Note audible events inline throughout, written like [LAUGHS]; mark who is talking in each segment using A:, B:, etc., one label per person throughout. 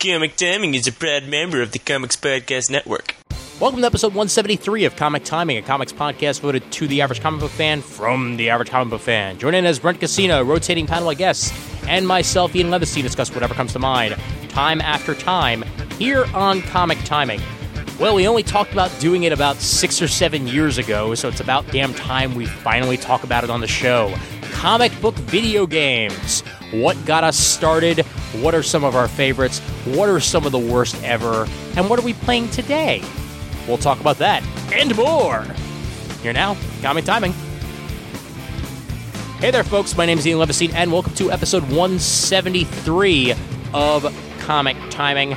A: Comic Timing is a proud member of the Comics Podcast Network.
B: Welcome to episode 173 of Comic Timing, a comics podcast voted to the average comic book fan from the average comic book fan. Join in as Brent Casino, rotating panel of guests, and myself, Ian Levesey, discuss whatever comes to mind, time after time, here on Comic Timing. Well, we only talked about doing it about six or seven years ago, so it's about damn time we finally talk about it on the show. Comic book video games. What got us started? What are some of our favorites? What are some of the worst ever? And what are we playing today? We'll talk about that and more. Here now, Comic Timing. Hey there, folks. My name is Ian Levesine, and welcome to episode 173 of Comic Timing.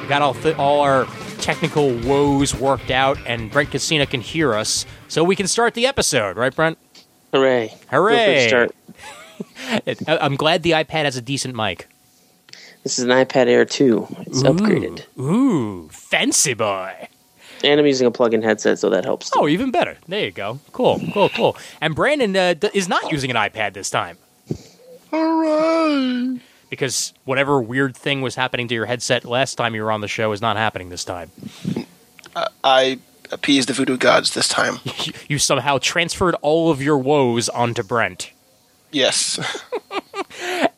B: We got all, th- all our technical woes worked out, and Brent Casina can hear us, so we can start the episode, right, Brent?
A: Hooray.
B: Hooray!
A: Start.
B: It- I- I'm glad the iPad has a decent mic.
A: This is an iPad Air 2. It's upgraded.
B: Ooh, fancy boy.
A: And I'm using a plug in headset, so that helps.
B: Oh, even better. There you go. Cool, cool, cool. And Brandon uh, d- is not using an iPad this time. Because whatever weird thing was happening to your headset last time you were on the show is not happening this time.
C: I appeased the voodoo gods this time. [LAUGHS]
B: You, you somehow transferred all of your woes onto Brent.
C: yes.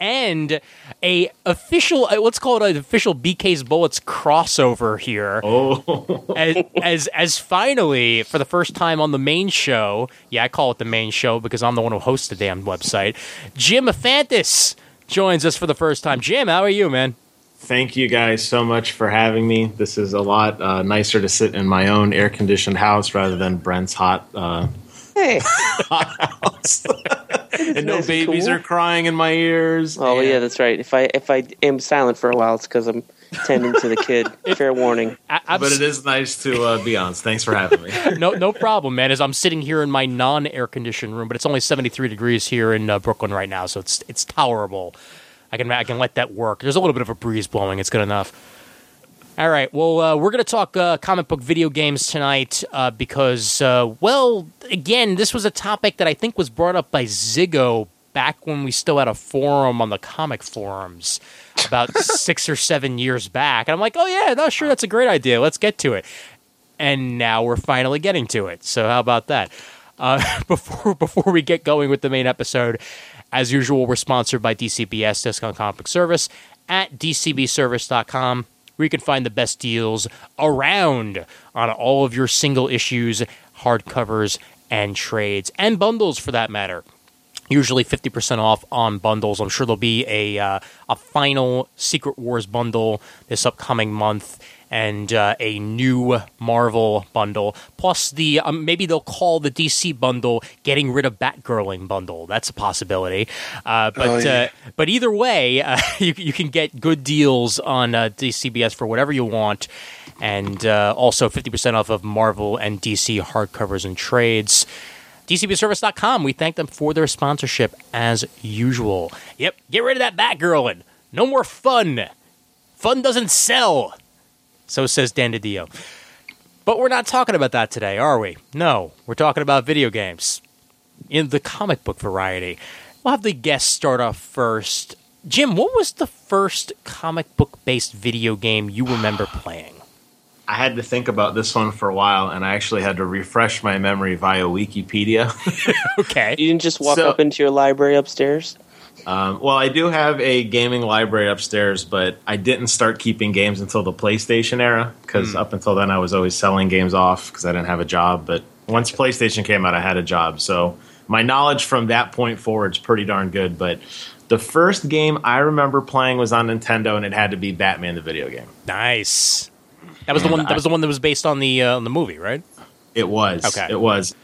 B: And a official, uh, let's call it an official BK's Bullets crossover here.
D: Oh,
B: as, as as finally for the first time on the main show. Yeah, I call it the main show because I'm the one who hosts the damn website. Jim Afantis joins us for the first time. Jim, how are you, man?
D: thank you guys so much for having me. This is a lot uh, nicer to sit in my own air conditioned house rather than Brent's hot uh,
A: Oh, Hey.
D: house. and no
A: nice and
D: babies
A: cool.
D: are crying in my ears.
A: Oh,
D: and
A: yeah, that's right. If I if I am silent for a while, it's because I'm tending to the [LAUGHS] kid. Fair warning.
B: I, I'm
D: But
B: s-
D: it is nice to uh, be on. Thanks for having me.
B: no no problem, man. As I'm sitting here in my non air conditioned room, but it's only 73 degrees here in uh, Brooklyn right now, so it's it's tolerable. I can I can let that work. There's a little bit of a breeze blowing. It's good enough. All right. Well, uh, we're going to talk uh, comic book video games tonight uh, because, uh, well, again, this was a topic that I think was brought up by Ziggo back when we still had a forum on the comic forums about [LAUGHS] six or seven years back. And I'm like, oh, yeah, no, sure, that's a great idea. Let's get to it. And now we're finally getting to it. So, how about that? Uh, [LAUGHS] before, before we get going with the main episode, as usual, we're sponsored by DCBS, Discount Comic Book Service, at dcbservice.com, where you can find the best deals around on all of your single issues, hardcovers, and trades, and bundles for that matter. Usually 50% off on bundles. I'm sure there'll be a, uh, a final Secret Wars bundle this upcoming month and uh, a new Marvel bundle. Plus, the um, maybe they'll call the DC bundle "Getting Rid of Batgirling" bundle. That's a possibility. Uh, but
C: Oh, yeah.
B: uh, but either way, uh, [LAUGHS] you you can get good deals on uh, DCBS for whatever you want, and uh, also fifty percent off of Marvel and DC hardcovers and trades. DCBService.com. We thank them for their sponsorship as usual. Yep, get rid of that Batgirling. No more fun. Fun doesn't sell. So says Dan DiDio. But we're not talking about that today, are we? No, we're talking about video games in the comic book variety. We'll have the guests start off first. Jim, what was the first comic book based video game you remember playing?
D: [LAUGHS] I had to think about this one for a while, and I actually had to refresh my memory via Wikipedia. [LAUGHS]
B: Okay.
A: You didn't just walk
D: So-
A: up into your library upstairs?
D: Um, well, I do have a gaming library upstairs, but I didn't start keeping games until the PlayStation era because up until then I was always selling games off because I didn't have a job. But once PlayStation came out, I had a job, so my knowledge from that point forward is pretty darn good. But the first game I remember playing was on Nintendo, and it had to be Batman the video game.
B: Nice. That was the one that was the one that was based on the uh, on the movie, right?
D: It was.
B: Okay.
D: It was.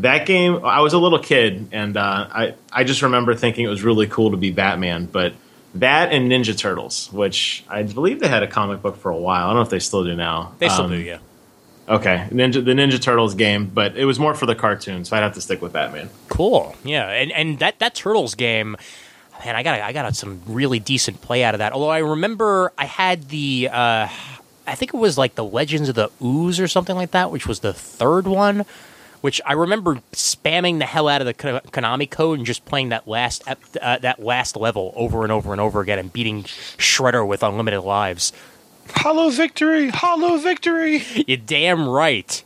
D: That game, I was a little kid, and uh, I, I just remember thinking it was really cool to be Batman. But that and Ninja Turtles, which I believe they had a comic book for a while. I don't know if they still do now.
B: They still
D: Um,
B: do, yeah.
D: Okay. Ninja, the Ninja Turtles game, but it was more for the cartoon, so I'd have to stick with Batman.
B: Cool. Yeah, and and that that Turtles game, man, I got I got some really decent play out of that. Although I remember I had the uh I think it was like the Legends of the Ooze or something like that, which was the third one, which I remember spamming the hell out of the Ko- Konami code and just playing that last ep- uh, that last level over and over and over again and beating Shredder with unlimited lives.
C: Hollow victory!
B: [LAUGHS]
C: Hollow victory!
B: You're damn right.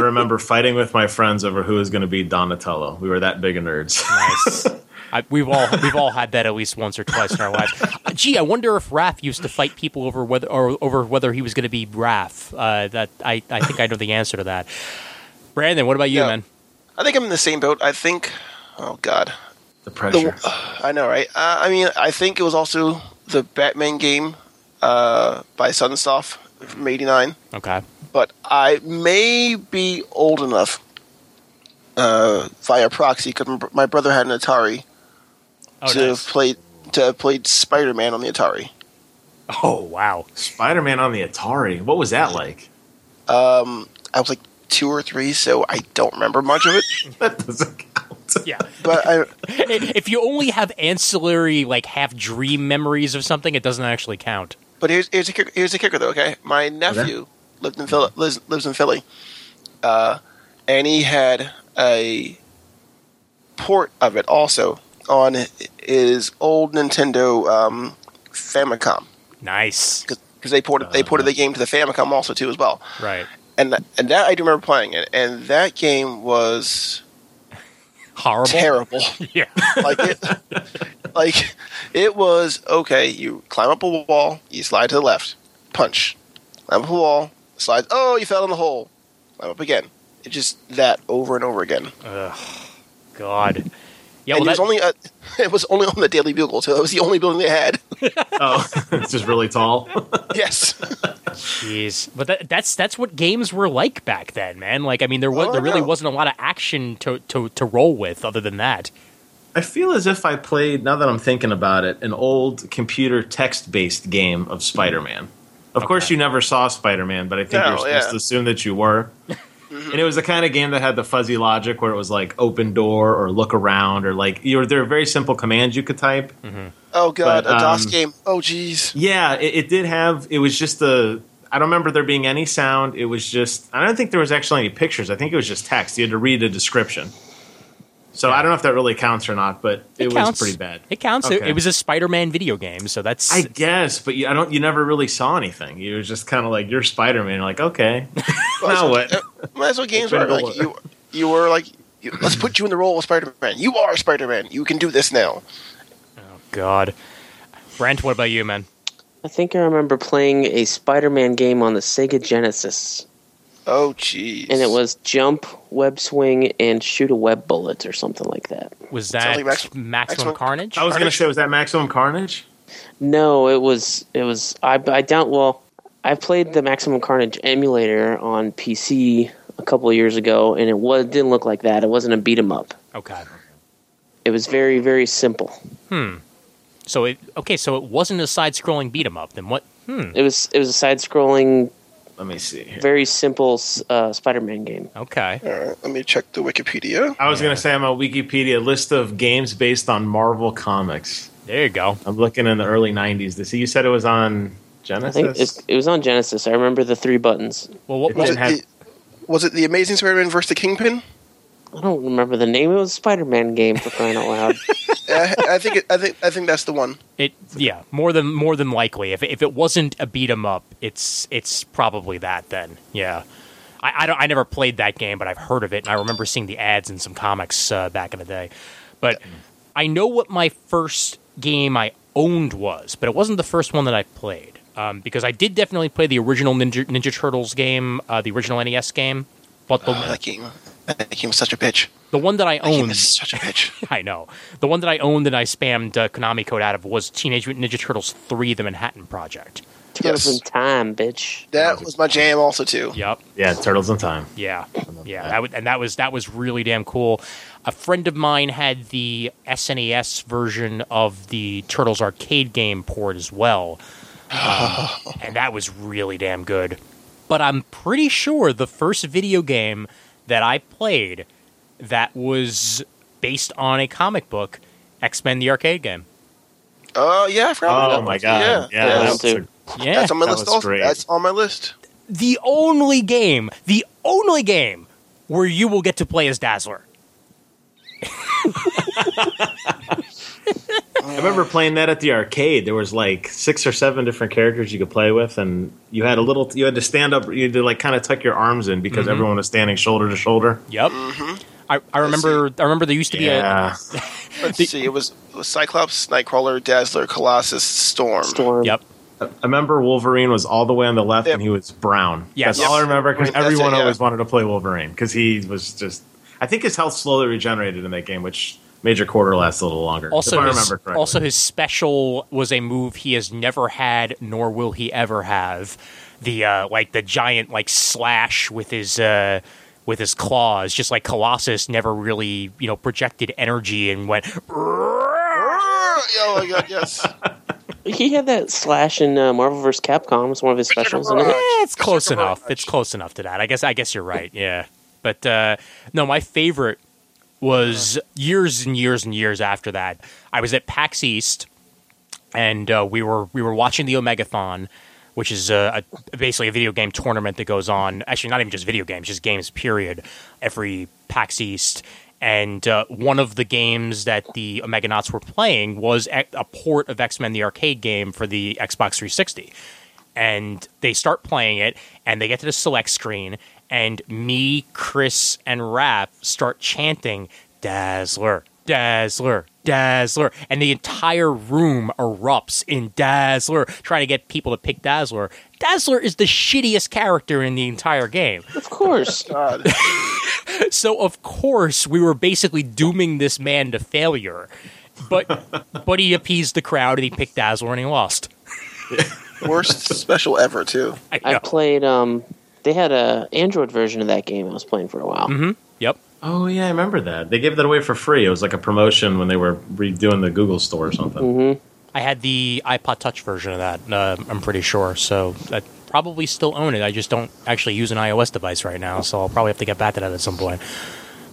B: [LAUGHS]
D: remember fighting with my friends over who was going to be Donatello. We were that big of nerds.
B: Nice. I, we've all we've all had that at least once or twice in our lives. Uh, Gee, I wonder if Raph used to fight people over whether or over whether he was going to be Raph. Uh, that I, I think I know the answer to that. Brandon, what about you,
C: Yeah.
B: man?
C: I think I'm in the same boat. I think. Oh God,
D: [LAUGHS] The
C: The-
D: pressure.
C: I know, right? Uh, I mean, I think it was also the Batman game uh, by Sunsoft from '89.
B: Okay,
C: but I may be old enough uh, via proxy because my brother had an Atari
B: Oh,
C: to
B: nice.
C: have played to have played Spider Man on the Atari.
B: oh wow.
D: Spider Man on the Atari. What was that like?
C: I was like two or three, so I don't remember much of it.
D: That doesn't count.
B: Yeah.
C: But I,
B: if you only have ancillary like half dream memories of something, it doesn't actually count.
C: but here's here's a kicker, here's a kicker though. Okay, my nephew lived in Philly, lives, lives in Philly, uh, and he had a port of it also on his old Nintendo um, Famicom.
B: Nice.
C: because they ported they ported the game to the Famicom also too as well.
B: Right.
C: And that, and that I do remember playing it, and that game was
B: Horrible.
C: terrible.
B: [LAUGHS] Yeah.
C: like it, [LAUGHS] like it was okay. You climb up a wall, you slide to the left, punch, climb up a wall, slide. Oh, you fell in the hole, climb up again. It just that over and over again.
B: God. Yeah. Well,
C: and it was
B: that,
C: only a, [LAUGHS] it was only on the Daily Bugle, so it was the only building they had. [LAUGHS]
D: Oh, [LAUGHS] it's just
B: [LAUGHS]
D: really tall.
C: yes.
B: Jeez, but that, that's that's what games were like back then, man. Like, I mean, there was
C: Oh,
B: there really
C: no.
B: wasn't a lot of action to, to to roll with other than that.
D: I feel as if I played, now that I'm thinking about it, an old computer text based game of Spider Man. Of course, you never saw Spider Man, but I think you're
C: No,
D: supposed
C: yeah. Mm-hmm.
D: to assume that you were. and it was the kind of game that had the fuzzy logic where it was like open door or look around or like you were, there were very simple commands you could type.
C: Oh God,
D: But,
C: a DOS
D: um,
C: game. Oh
B: [LAUGHS]
C: jeez.
D: Yeah, it, it did have. It was just the. I don't remember there being any sound. It was just. I don't think there was actually any pictures. I think it was just text. You had to read a description. So I don't know if that really counts or not, but it, was
B: counts.
D: pretty bad.
B: It counts. It- It,
D: Okay.
B: was a Spider-Man video game, so that's
D: I guess, but you, I don't. You never really saw anything. You was just kind of like you're Spider Man. Like okay, [LAUGHS] now
C: uh,
D: what?
C: Well, that's what games
D: Open
C: were like.
D: door.
C: You, you were like, you, let's put you in the role of Spider Man. You are Spider Man. You can do this now.
B: God. Brent, what about you, man?
A: I think I remember playing a Spider-Man game on the Sega Genesis,
C: Oh, jeez.
A: and it was jump, web swing, and shoot a web bullet or something like that.
B: Was
C: Sounds
B: that
C: like Max-
B: Maximum
C: Maximum-
B: Carnage?
D: I was gonna say was that Maximum Carnage?
A: No, it was it was I I don't well I played the Maximum Carnage emulator on PC a couple of years ago and it was didn't look like that. It wasn't a beat 'em up.
B: Okay. Hmm.
A: It was very very simple.
B: So it okay. So it wasn't a side-scrolling beat 'em up. Then what? Hmm.
A: It was it was a side scrolling
D: Let me see. Here.
A: very simple uh, Spider-Man game.
B: Okay.
C: All right, let me check the Wikipedia.
D: I was gonna say I'm a Wikipedia list of games based on Marvel comics.
B: There you go.
D: I'm looking in the early '90s. This you said it was on
A: I
D: Genesis.
A: think it, it was on Genesis. I remember the three buttons.
B: Well, what
D: It
B: was
C: Was it,
D: did
B: it?
D: have-
C: the, was it the Amazing Spider Man versus the Kingpin?
A: I don't remember the name. It was a Spider-Man game for crying out loud.
C: I, I think it, I think I think that's the one.
B: It yeah, more than more than likely. If if it wasn't a beat 'em up, it's it's probably that then. Yeah. I, I don't I never played that game, but I've heard of it and I remember seeing the ads in some comics uh, back in the day. But I know what my first game I owned was, but it wasn't the first one that I played. Um, because I did definitely play the original Ninja, Ninja Turtles game, uh, the original NES game, but the,
C: Oh, that game. That game was such a bitch.
B: the one that I
D: Oh,
C: That game
B: owned
C: is such a bitch.
B: [LAUGHS] I know. The one that I owned and I spammed uh, Konami code out of was Teenage Mutant Ninja Turtles 3 The Manhattan Project.
A: Turtles
C: Yes.
A: in time, bitch.
C: [LAUGHS] That was my jam also too.
B: Yep.
D: yeah, Turtles in Time.
B: Yeah. Yeah.
D: that.
B: That would, and that was that was really damn cool. A friend of mine had the SNES version of the Turtles arcade game port as
C: [GASPS]
B: well. Um, and that was really damn good. But I'm pretty sure the first video game that I played that was based on a comic book, X-Men the arcade game.
C: Oh yeah, I forgot. about
D: Oh
C: that
D: my
C: one.
D: god! Yeah,
C: Yeah,
A: that
D: that
A: was
D: was a-
A: too.
B: Yeah.
C: that's on my
D: that
C: list.
D: was
C: Also,
D: great.
C: that's on my list.
B: the only game, the only game where you will get to play as Dazzler.
D: I remember playing that at the arcade. There was like six or seven different characters you could play with, and you had a little. You had to stand up. You had to like kind of tuck your arms in because everyone was standing shoulder to shoulder.
B: Yep. Mm-hmm. I, I remember. I remember there used to be a.
D: Yeah,
C: Let's see. It was, it was Cyclops, Nightcrawler, Dazzler, Colossus, Storm.
A: Storm.
B: Yep.
D: I remember Wolverine was all the way on the left,
C: Yep.
D: and he was brown.
B: Yes.
D: that's all I remember because
C: Right, that's it,
D: everyone
C: yeah.
D: always wanted to play Wolverine because he was just. I think his health slowly regenerated in that game, which Major Quarter lasts a little longer.
B: Also,
D: if I
B: his,
D: remember correctly.
B: also his special was a move he has never had, nor will he ever have. The uh, like the giant like slash with his uh, with his claws, just like Colossus never really you know projected energy and went.
C: Oh my god, yes.
A: He had that slash in uh, Marvel vs. Capcom. It's one of his specials. Isn't
B: Eh,
A: it?
B: it's close enough. It's close enough to that. I guess. I guess you're right. Yeah. But uh, no, my favorite was years and years and years after that. I was at PAX East, and uh, we were we were watching the Omegathon, which is uh a, basically a video game tournament that goes on. Actually, not even just video games, just games. Period. Every PAX East. And uh, one of the games that the Omeganauts were playing was a a port of X Men the arcade game for the Xbox 360 and they start playing it and they get to the select screen and me chris and rap start chanting dazzler dazzler dazzler and the entire room erupts in dazzler trying to get people to pick dazzler dazzler is the shittiest character in the entire game
A: Of course.
C: God.
B: so of course we were basically dooming this man to failure but [LAUGHS] but he appeased the crowd and he picked dazzler and he lost
C: Worst special ever, too.
B: I
A: I
B: know.
A: played. Um, they had a Android version of that game. I was playing for a while.
B: Mm-hmm. yep
D: Oh yeah, I remember that. They gave that away for free. It was like a promotion when they were redoing the Google store or something.
B: I had the iPod Touch version of that. Uh, I'm pretty sure. So I probably still own it. I just don't actually use an iOS device right now, so I'll probably have to get back to that at some point.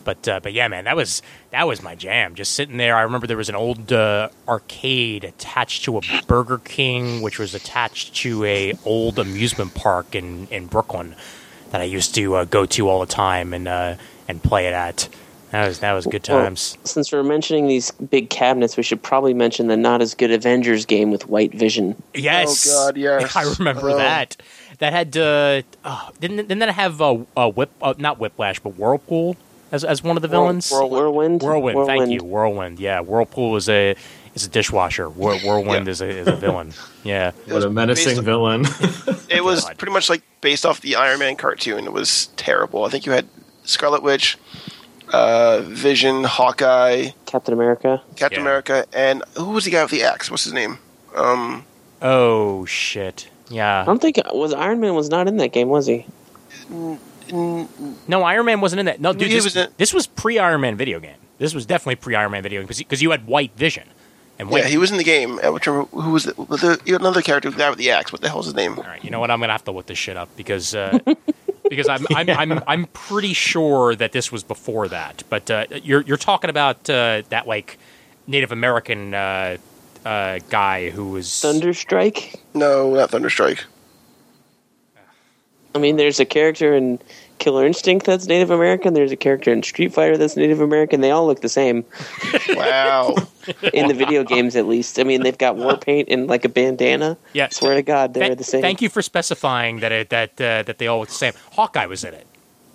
B: But uh, but yeah, man, that was that was my jam. Just sitting there. I remember there was an old uh, arcade attached to a Burger King, which was attached to a old amusement park in in Brooklyn that I used to uh, go to all the time and uh, and play it at. That was that was good
A: Well,
B: times.
A: since we're mentioning these big cabinets, we should probably mention the not as good Avengers game with White Vision.
B: Yes.
C: Oh, God,
B: [LAUGHS]
C: yes.
B: I remember
C: Oh.
B: that. That had uh, oh, didn't didn't that have uh, uh, whip uh, not whiplash but whirlpool as as one of the villains?
A: Whirl- Whirlwind.
B: Whirlwind, Thank you. Whirlwind. Yeah. Whirlpool is a is a dishwasher. Whir- Whirlwind
C: [LAUGHS] Yeah.
B: is a is a villain. Yeah.
D: What a menacing
C: Based-
D: [LAUGHS] villain!
C: It was
B: God.
C: pretty much like based off the Iron Man cartoon. It was terrible. I think you had Scarlet Witch, uh, Vision, Hawkeye,
A: Captain America.
C: Captain
B: Yeah.
C: America, and who was the guy with the axe? What's his name? Um,
B: Oh shit.
A: I
B: Yeah.
A: don't think was Iron Man was not in that game, was he?
B: No, Iron Man wasn't in that. No, dude,
C: He
B: this,
C: was in-
B: this was pre Iron Man video game. This was definitely pre Iron Man video game because you had White Vision and White.
C: yeah, he was in the game. I would remember who was the, was there- you had another character, the guy with the axe. What the hell's his name?
B: All right, you know what? I'm gonna have to look this shit up because uh, because I'm I'm, I'm I'm pretty sure that this was before that. But uh, you're you're talking about uh, that like Native American uh, uh, guy who was
A: Thunderstrike.
C: No, not Thunderstrike.
A: I mean, there's a character in Killer Instinct that's Native American. There's a character in Street Fighter that's Native American. They all look the same
B: [LAUGHS]
C: Wow.
A: in the video games, at least. I mean, they've got war paint and like a bandana.
B: Yeah.
A: Swear to God, they're
B: Th-
A: the same.
B: Thank you for specifying that it, that uh, that they all look the same. Hawkeye was in it.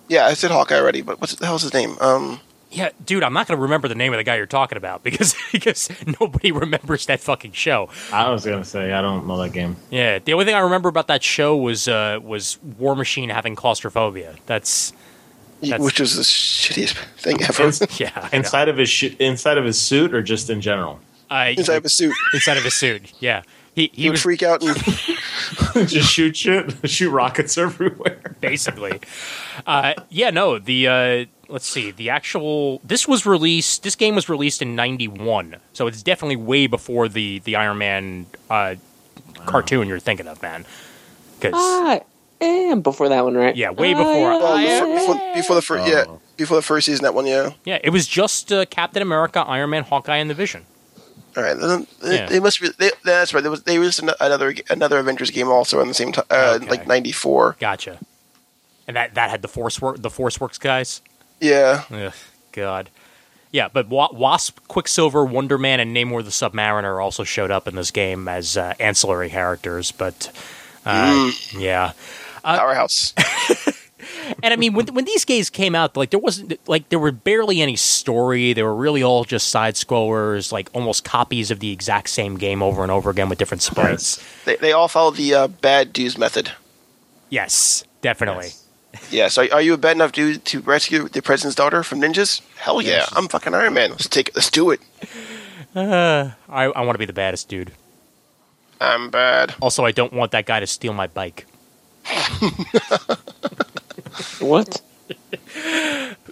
C: yeah, I said Hawkeye already, but what's the hell's his name? Um,
B: Yeah, dude, I'm not gonna remember the name of the guy you're talking about [LAUGHS] because because nobody remembers that fucking show.
D: I was gonna say I don't know that game.
B: Yeah, the only thing I remember about that show was uh, was War Machine having claustrophobia. That's [LAUGHS] That's-
C: which was the shittiest thing ever.
D: Ins-
B: yeah. I know.
D: inside of his sh- inside of his suit, or just in [LAUGHS] general,
B: I-
C: [LAUGHS] Inside of a suit,
B: inside of his suit. Yeah, he he,
C: he would
B: was
C: freak out and
D: just shoot shit, [LAUGHS] shoot rockets everywhere.
B: [LAUGHS] basically. Uh, yeah, no. The uh, let's see. The actual this was released. This game was released in '91, so it's definitely way before the the Iron Man uh, cartoon you're thinking of, man. 'Cause-
A: I am before that one, right?
B: Yeah, way before.
A: I
C: Well,
A: am.
C: before, before, before the first,
D: Oh.
C: yeah, before the first season, that one, yeah.
B: yeah, it was just uh, Captain America, Iron Man, Hawkeye, and the Vision.
C: All right, then, they-
B: Yeah.
C: they must be. They, that's right. There was they released an- another another Avengers game also in the same time, uh,
B: Okay.
C: like '94.
B: Gotcha. And that that had the Force work the Force Works guys.
C: Yeah,
B: Ugh, God. Yeah, but Wa- Wasp, Quicksilver, Wonder Man, and Namor the Submariner also showed up in this game as uh, ancillary characters. But uh, yeah, Uh,
C: Powerhouse.
B: and I mean, when when these games came out, like there wasn't like there were barely any story. They were really all just side scrollers, like almost copies of the exact same game over and over again with different sprites.
C: they, they all follow the uh, bad dudes method.
B: Yes, definitely.
D: Yes.
C: Yes. Are, are you a bad enough dude to rescue the president's daughter from ninjas? Hell yeah!
D: Yes.
C: I'm fucking Iron Man. Let's take. Let's do it.
B: I, I want to be the baddest dude.
C: I'm bad.
B: Also, I don't want that guy to steal my bike.
A: What?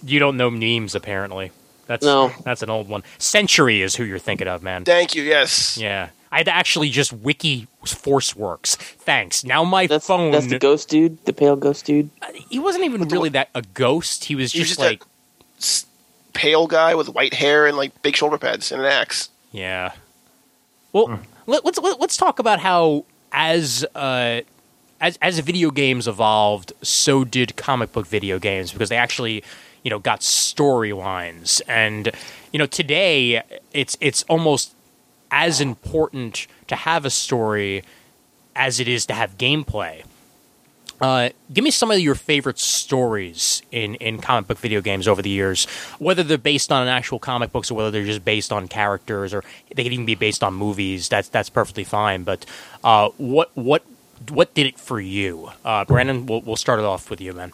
B: You don't know memes, apparently. That's
A: No.
B: That's an old one. Century is who you're thinking of, man.
C: Thank you. Yes.
B: Yeah. I had to actually just wiki Forceworks. Thanks. Now my
A: That's
B: phone.
A: that's the ghost dude, the pale ghost dude.
B: he wasn't even really that a ghost. He was
C: He was
B: just,
C: just
B: like,
C: a- Pale guy with white hair and like big shoulder pads and an axe.
B: yeah. Well, let, let's let, let's talk about how as uh, as as video games evolved, so did comic book video games because they actually, you know, got storylines, and you know, today it's it's almost as important to have a story as it is to have gameplay. Uh, give me some of your favorite stories in, in comic book video games over the years, whether they're based on actual comic books or whether they're just based on characters or they could even be based on movies. That's that's perfectly fine. But uh, what what what did it for you, uh, Brandon? We'll, we'll start it off with you, man.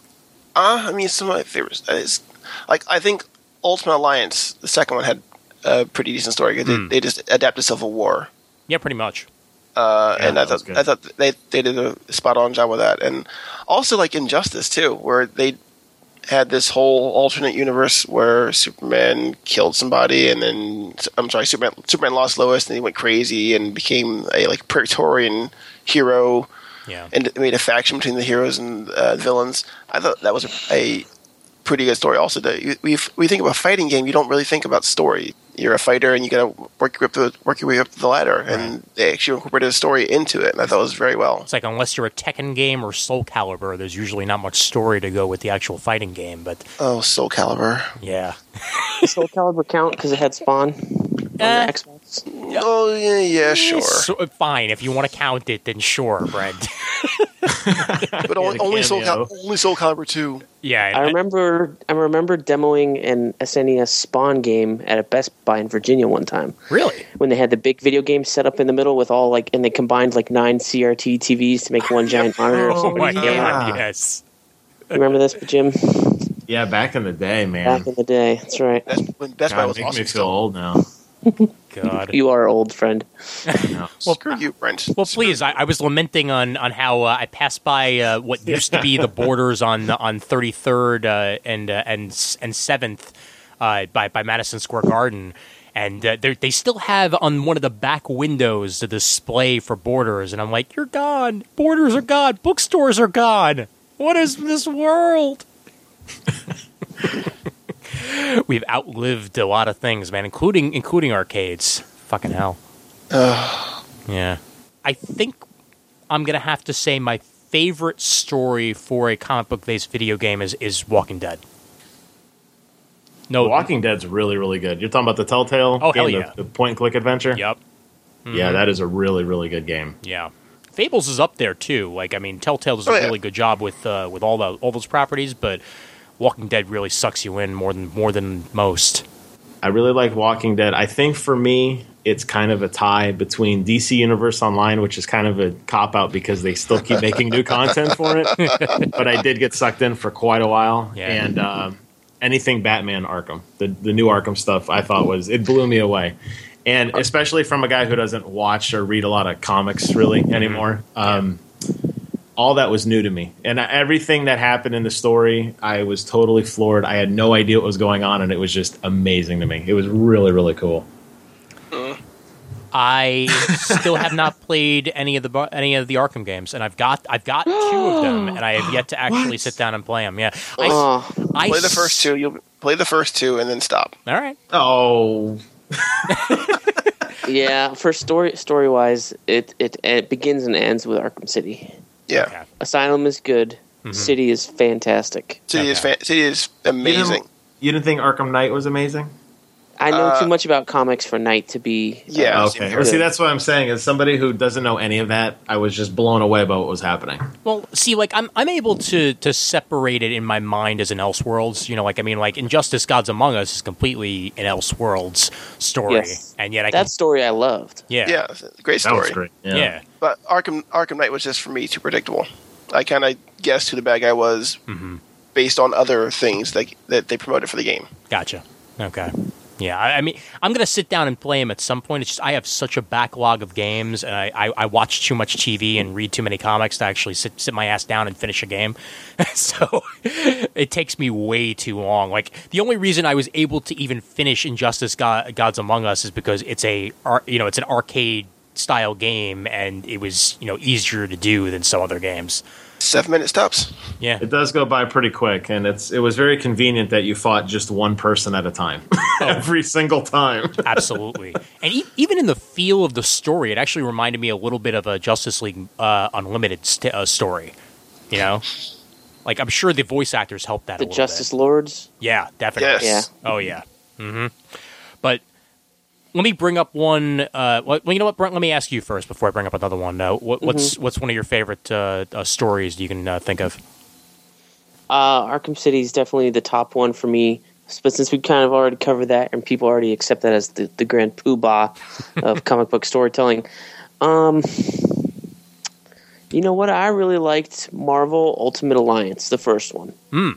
C: Uh, I mean, some of my favorites. Uh, It's, like, I think Ultimate Alliance, the second one, had a pretty decent story. 'cause They,
B: Hmm.
C: they just adapted Civil War,
B: Yeah, pretty much.
C: uh,
D: Yeah,
C: and I
D: that was
C: thought
D: good.
C: I thought they they did a spot on job with that, and also like Injustice too, where they had this whole alternate universe where Superman killed somebody, and then I'm sorry, Superman Superman lost Lois, and he went crazy and became a like Praetorian hero
B: Yeah,
C: and made a faction between the heroes and uh, villains. I thought that was a, a pretty good story. Also, that you- we we think about fighting game, you don't really think about story. You're a fighter, and you got to work your way up the work your way up the ladder. And they actually incorporated a story into it, and I thought it was very well.
B: it's like unless you're a Tekken game or Soul Calibur, there's usually not much story to go with the actual fighting game. But
C: Oh, Soul Calibur.
B: yeah,
A: Soul Calibur count because it had Spawn on
B: Eh.
A: the Xbox.
C: Oh yeah, yeah, sure.
D: [LAUGHS]
B: So- fine. If you want to count it, then sure, Brent. [LAUGHS]
C: But only,
D: the
C: only Soul
D: cameo.
C: Cal- only Soul Calibur two.
B: yeah,
A: I remember I remember demoing an SNES Spawn game at a Best Buy in Virginia one time
B: really.
A: when they had the big video game set up in the middle with all like and they combined like nine CRT TVs to make one giant [LAUGHS] monitor.
B: [LAUGHS]
D: Oh,
B: Oh my
D: yeah.
B: god, yes.
A: Remember this, Jim?
D: Yeah, back in the day, man.
A: Back in the day. That's right.
C: That's when Best Buy
D: God,
C: was
D: makes me
C: awesome.
D: feel old now.
B: God.
A: You are old friend.
D: No.
B: Well,
C: Screw you, Brent.
B: Well, please. I, I was lamenting on on how uh, I passed by uh, what used to be the borders on on 33rd uh, and uh, and s- and 7th uh, by by Madison Square Garden, and uh, they they still have on one of the back windows the display for borders, and I'm like, you're gone. Borders are gone. Bookstores are gone. What is this world? [LAUGHS] We've outlived a lot of things, man, including including arcades. Fucking hell. Yeah. I think I'm gonna have to say my favorite story for a comic book based video game is is Walking Dead. No,
D: Walking Dead's really, really good. You're talking about the Telltale?
B: Oh, hell
D: game,
B: yeah.
D: The, point and click adventure?
B: Yep. Mm-hmm.
D: Yeah, that is a really, really good game.
B: Yeah. Fables is up there too. Like I mean, Telltale does a
C: Oh, yeah.
B: really good job with uh, with all the all those properties, but Walking Dead really sucks you in more than more than most.
D: I really like Walking Dead. I think for me, it's kind of a tie between DC Universe Online, which is kind of a cop out because they still keep making new content
B: [LAUGHS]
D: for it. but I did get sucked in for quite a while,
B: Yeah.
D: and um anything Batman Arkham, the the new Arkham stuff, I thought was it blew me away, and especially from a guy who doesn't watch or read a lot of comics really
B: Mm-hmm.
D: anymore. Um, all that was new to me. And I- everything that happened in the story, I was totally floored. I had no idea what was going on, and it was just amazing to me. It was really, really cool.
C: [LAUGHS]
B: I still have not played any of the bu- any of the Arkham games, and I've got I've got two of them, and I have yet
C: [GASPS]
B: to actually sit down and play them. Yeah, I,
A: Oh,
B: I
C: Uh, Play the first two. You'll play the first two and then stop.
B: All right,
D: Oh,
A: yeah. For story story wise, it, it it begins and ends with Arkham City.
C: Yeah,
B: Okay.
A: Asylum is good. City is fantastic.
C: City is
B: Okay.
C: fan- City is
D: You didn't-
C: amazing.
D: You didn't think Arkham Knight was amazing?
A: I know too much about comics for Knight to be.
C: Yeah. same
D: Okay.
C: here.
D: Well, see, that's what I'm saying. As somebody who doesn't know any of that, I was just blown away by what was happening.
B: Well, see, like I'm, I'm able to to separate it in my mind as an Elseworlds. You know, like I mean, like Injustice: Gods Among Us is completely an Elseworlds story,
A: Yes.
B: and yet I
A: That story I loved.
B: can, yeah,
C: yeah, great
D: That
C: story.
D: was great.
B: yeah,
C: But Arkham Arkham Knight was just for me too predictable. I kind of guessed who the bad guy was
D: Mm-hmm.
C: based on other things that that they promoted for the game.
B: Gotcha. Okay. Yeah, I, I mean, I'm gonna sit down and play him at some point. It's just I have such a backlog of games, and I, I, I watch too much TV and read too many comics to actually sit sit my ass down and finish a game. [LAUGHS] so it takes me way too long. Like the only reason I was able to even finish Injustice: God, Gods Among Us is because it's a ar- you know it's an arcade style game, and it was you know easier to do than some other games.
C: Seven minute stops.
B: Yeah,
D: It does go by pretty quick, and it's it was very convenient that you fought just one person at a [LAUGHS] time every single time.
B: Absolutely, and e- even in the feel of the story, it actually reminded me a little bit of a Justice League uh, Unlimited st- uh, story. You know, like I'm sure the voice actors helped that. a
A: The
B: little
A: Justice
B: bit.
A: Lords.
B: yeah, definitely.
C: Yes.
A: Yeah.
B: Oh yeah. hmm But let me bring up one. Uh, well, you know what, Brent? Let me ask you first before I bring up another one. Uh, what, What's
A: Mm-hmm.
B: what's one of your favorite uh, uh, stories you can uh, think of?
A: Uh, Arkham City is definitely the top one for me. But since we kind of already covered that, and people already accept that as the, the grand poobah of comic book storytelling, um, you know what? I really liked Marvel Ultimate Alliance, the first one.
B: Hmm.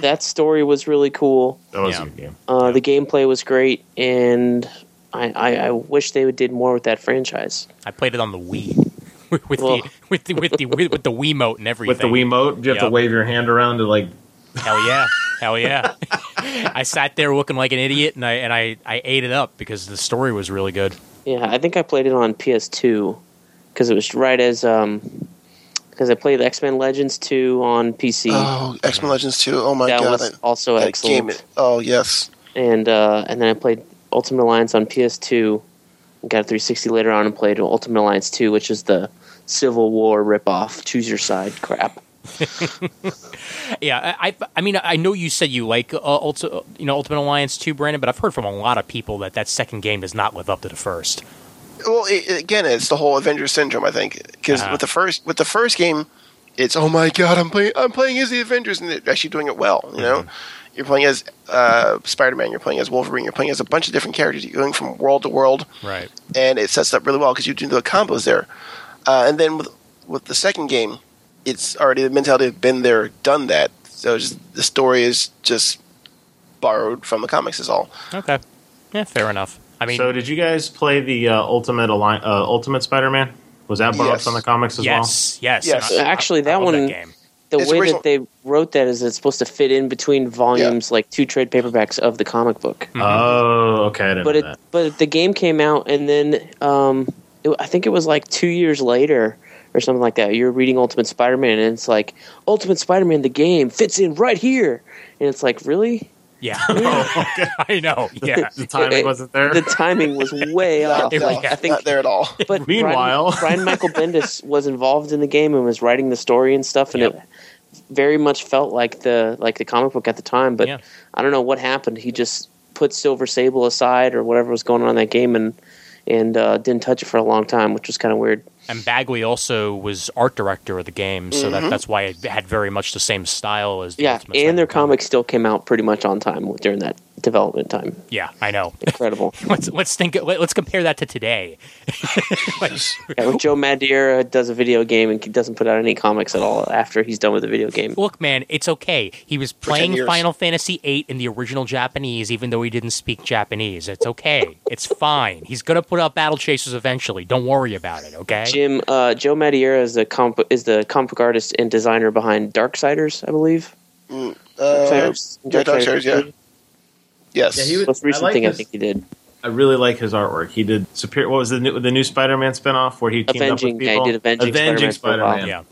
A: That story was really cool.
D: That was
B: Yeah.
D: a good game.
A: Uh, The gameplay was great, and I, I, I wish they did more with that franchise.
B: I played it on the Wii. [LAUGHS] With
A: Well.
B: the, with the with the with the Wiimote and everything
D: With the Wiimote, you have
B: Yep.
D: to wave your hand around to like.
B: Hell yeah. Hell yeah. I sat there looking like an idiot and I and I, I ate it up because the story was really good.
A: Yeah, I think I played it on PS2 because it was right as um because I played X Men Legends 2 on PC.
C: Oh, X Men Legends two. Oh my
A: that
C: god,
A: was also
C: that
A: excellent.
C: game. Oh yes,
A: And uh, and then I played Ultimate Alliance on PS2. and Got a 360 later on and played Ultimate Alliance 2, which is the Civil War ripoff, choose your side crap.
B: Yeah, I I, I mean I know you said you like uh, Ulti, you know Ultimate Alliance 2 Brandon, but I've heard from a lot of people that that second game does not live up to the first.
C: well it, it- again it's the whole avengers syndrome i think because
B: Ah.
D: Uh-huh.
C: with the first with the first game it's oh my god i'm playing i'm playing as the avengers and they're actually doing it well you know
D: Mm-hmm.
C: you're playing as uh, spider-man you're playing as wolverine you're playing as a bunch of different characters you're going from world to world
B: Right.
C: and it sets up really well because you do the combos there uh, and then with, with the second game it's already the mentality of been there done that so it's just, the story is just borrowed from the comics is all
B: Okay. Yeah, fair enough. I mean
D: so, did you guys play the uh, Ultimate Alli- uh, Ultimate Spider-Man? Was that brought
C: Yes.
D: up on the comics as
B: yes, yes,
C: Yes.
B: and I- I-
A: Actually,
B: I
A: that
B: love
A: one-
B: game.
A: The
C: It's
A: way
C: original-
A: that they wrote that is it's supposed to fit in between volumes, like two trade paperbacks of the comic book.
D: well?
B: Mm-hmm.
D: Oh, okay, I didn't
A: but
D: know
A: it
D: that.
A: but the game came out and then um it, i think it was like two years later or something like that you're reading ultimate spider-man and it's like ultimate spider-man the game fits in right here and it's like really [LAUGHS]
B: Yeah. Oh, [LAUGHS] I know. Yeah.
D: The timing
A: it-
D: wasn't there.
A: the timing was
C: [LAUGHS]
A: way off
B: It
A: Like,
B: was-
A: i think
C: not there at
D: [LAUGHS]
C: all
A: but
D: Meanwhile-
A: brian, brian michael bendis was involved in the game and was writing the story and stuff and
B: Yep.
A: it very much felt like the like the comic book at the time but
B: Yeah.
A: i don't know what happened he just put silver sable aside or whatever was going on in that game and and uh, didn't touch it for a long time which was kind of weird
B: And Bagley also was art director of the game, so that, that's why it had very much the same style as the
A: Mm-hmm. yeah
B: Ultimate
A: and
B: Spider-Man
A: their
B: comic.
A: comics still came out pretty much on time during that development time
B: Yeah, I know.
A: incredible
B: [LAUGHS] let's let's think. Let, us compare that to today.
A: yeah, when joe madeira does a video game and doesn't put out any comics at all after he's done with the video game
B: Look, man, it's okay. He was
C: ten
B: playing
C: years.
B: Final Fantasy VIII in the original Japanese, even though he didn't speak Japanese. It's okay. it's fine. He's gonna put out Battle Chasers eventually. Don't worry about it. Okay.
A: Jim uh, Joe Madeira is the comp- is the comic book artist and designer behind Darksiders, I believe.
C: uh,
A: Darksiders,
C: yeah, Darksiders, yeah. yes
D: Yeah, he was-
A: Most recent
D: I like
A: thing I
D: his-
A: think he did.
D: I really like his artwork. He did superior. What was the new, the new Spider-Man spinoff where he teamed
A: Avenging,
D: up
A: yeah,
D: with
A: he
D: people?
A: did Avenging Spider-Man for a while.
D: Spider-Man.
B: yeah.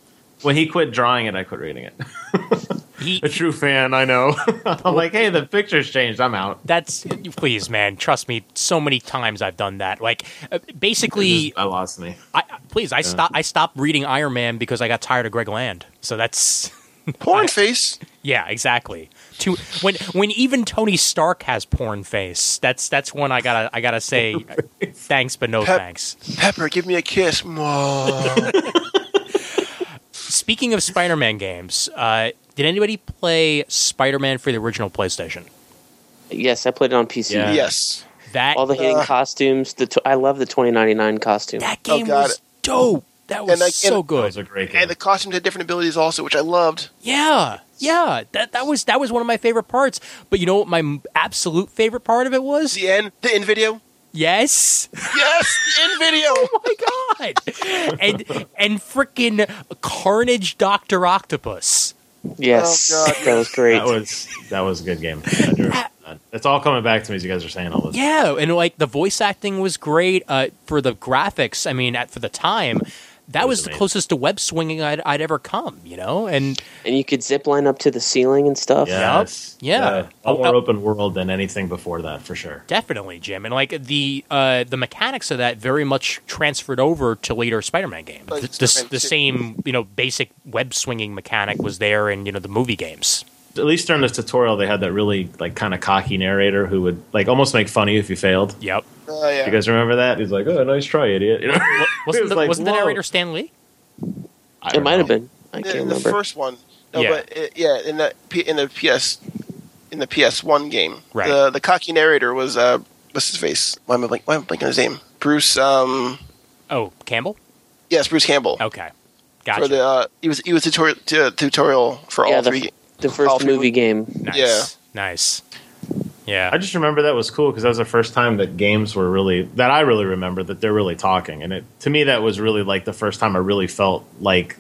D: When he quit drawing it, I quit reading it. [LAUGHS]
B: He,
D: a true fan, I know. [LAUGHS] I'm like, hey, the picture's changed. I'm out.
B: that's please, man. Trust me. So many times I've done that. Like, uh,
D: It
B: basically,
D: just- I lost me.
B: I, please, I stop. I stopped reading Iron Man because I got tired of Greg Land. So that's
C: Porn face.
B: Yeah, exactly. To when when even Tony Stark has porn face. That's that's when I gotta I gotta say uh, thanks but no
C: Pep-
B: thanks.
C: Pepper, give me a kiss. Mwah.
B: Speaking of Spider-Man games, uh, did anybody play Spider-Man for the original PlayStation?
A: Yes, I played it on PC.
D: Yeah.
C: yes.
B: That
A: All the hidden
C: Uh.
A: costumes. The t- I love the twenty ninety nine costume.
B: that
C: Oh,
B: game
C: God.
B: was dope. That was
C: And, like,
B: so
C: and-
D: That
B: good.
D: was a great game.
C: And the costumes had different abilities also, which I loved.
B: Yeah, yeah. That that was that was one of my favorite parts. But you know what my m- absolute favorite part of it was?
C: The end, the end video.
B: Yes.
C: Yes, the end video.
B: Oh
C: [LAUGHS]
B: my god. and and freaking Carnage Doctor Octopus.
A: Yes,
C: Oh,
A: [LAUGHS]
C: God,
A: that was great.
D: that was that was a
B: [LAUGHS]
D: good game. It's all coming back to me as you guys are saying all this.
B: Yeah, and like the voice acting was great uh, for the graphics. I mean, at, for the time, that
D: It
B: was,
D: was
B: the
D: amazing.
B: closest to web swinging I'd, I'd ever come. You know, and
A: and you could zip line up to the ceiling and stuff.
D: Yes.
B: Yep. Yeah.
D: A lot
B: Oh,
D: more
B: oh.
D: open world than anything before that, for sure.
B: definitely, Jim, and like the uh, the mechanics of that very much transferred over to later Spider-Man games.
C: Like
B: The, the,
C: Spider-Man
B: the
C: two.
B: same you know basic web swinging mechanic was there in you know the movie games.
D: At least during this tutorial, they had that really like kind of cocky narrator who would like almost make fun of you if you failed.
B: Yep.
C: Oh, yeah.
D: You guys remember that? He's like, "Oh, nice try, idiot." [LAUGHS] You know? It
B: Wasn't,
D: was
B: the,
D: like,
B: wasn't the
D: whoa.
B: narrator Stan Lee?
D: I
A: it
D: don't
A: might have
D: know.
A: been. I
C: in,
A: can't
C: in the
A: remember.
C: first one. No,
B: Yeah.
C: but uh, yeah, in the P- in the PS in the PS one game,
B: Right.
C: the the cocky narrator was uh, what's his face? Why am I blank? Why am I blanking on his name? Bruce. Um,
B: Oh, Campbell.
C: yes, Bruce Campbell.
B: Okay.
C: For
B: Oh, Gotcha.
C: the uh, he was he was tutorial tu- tutorial for
A: yeah,
C: all
A: the,
C: three.
A: the
C: all
A: first
C: three
A: movie
C: movies.
A: game.
B: nice.
C: yeah.
B: Nice. Yeah.
D: I just remember that was cool because that was the first time that games were really that I really remember that they're really talking, and it to me that was really like the first time I really felt like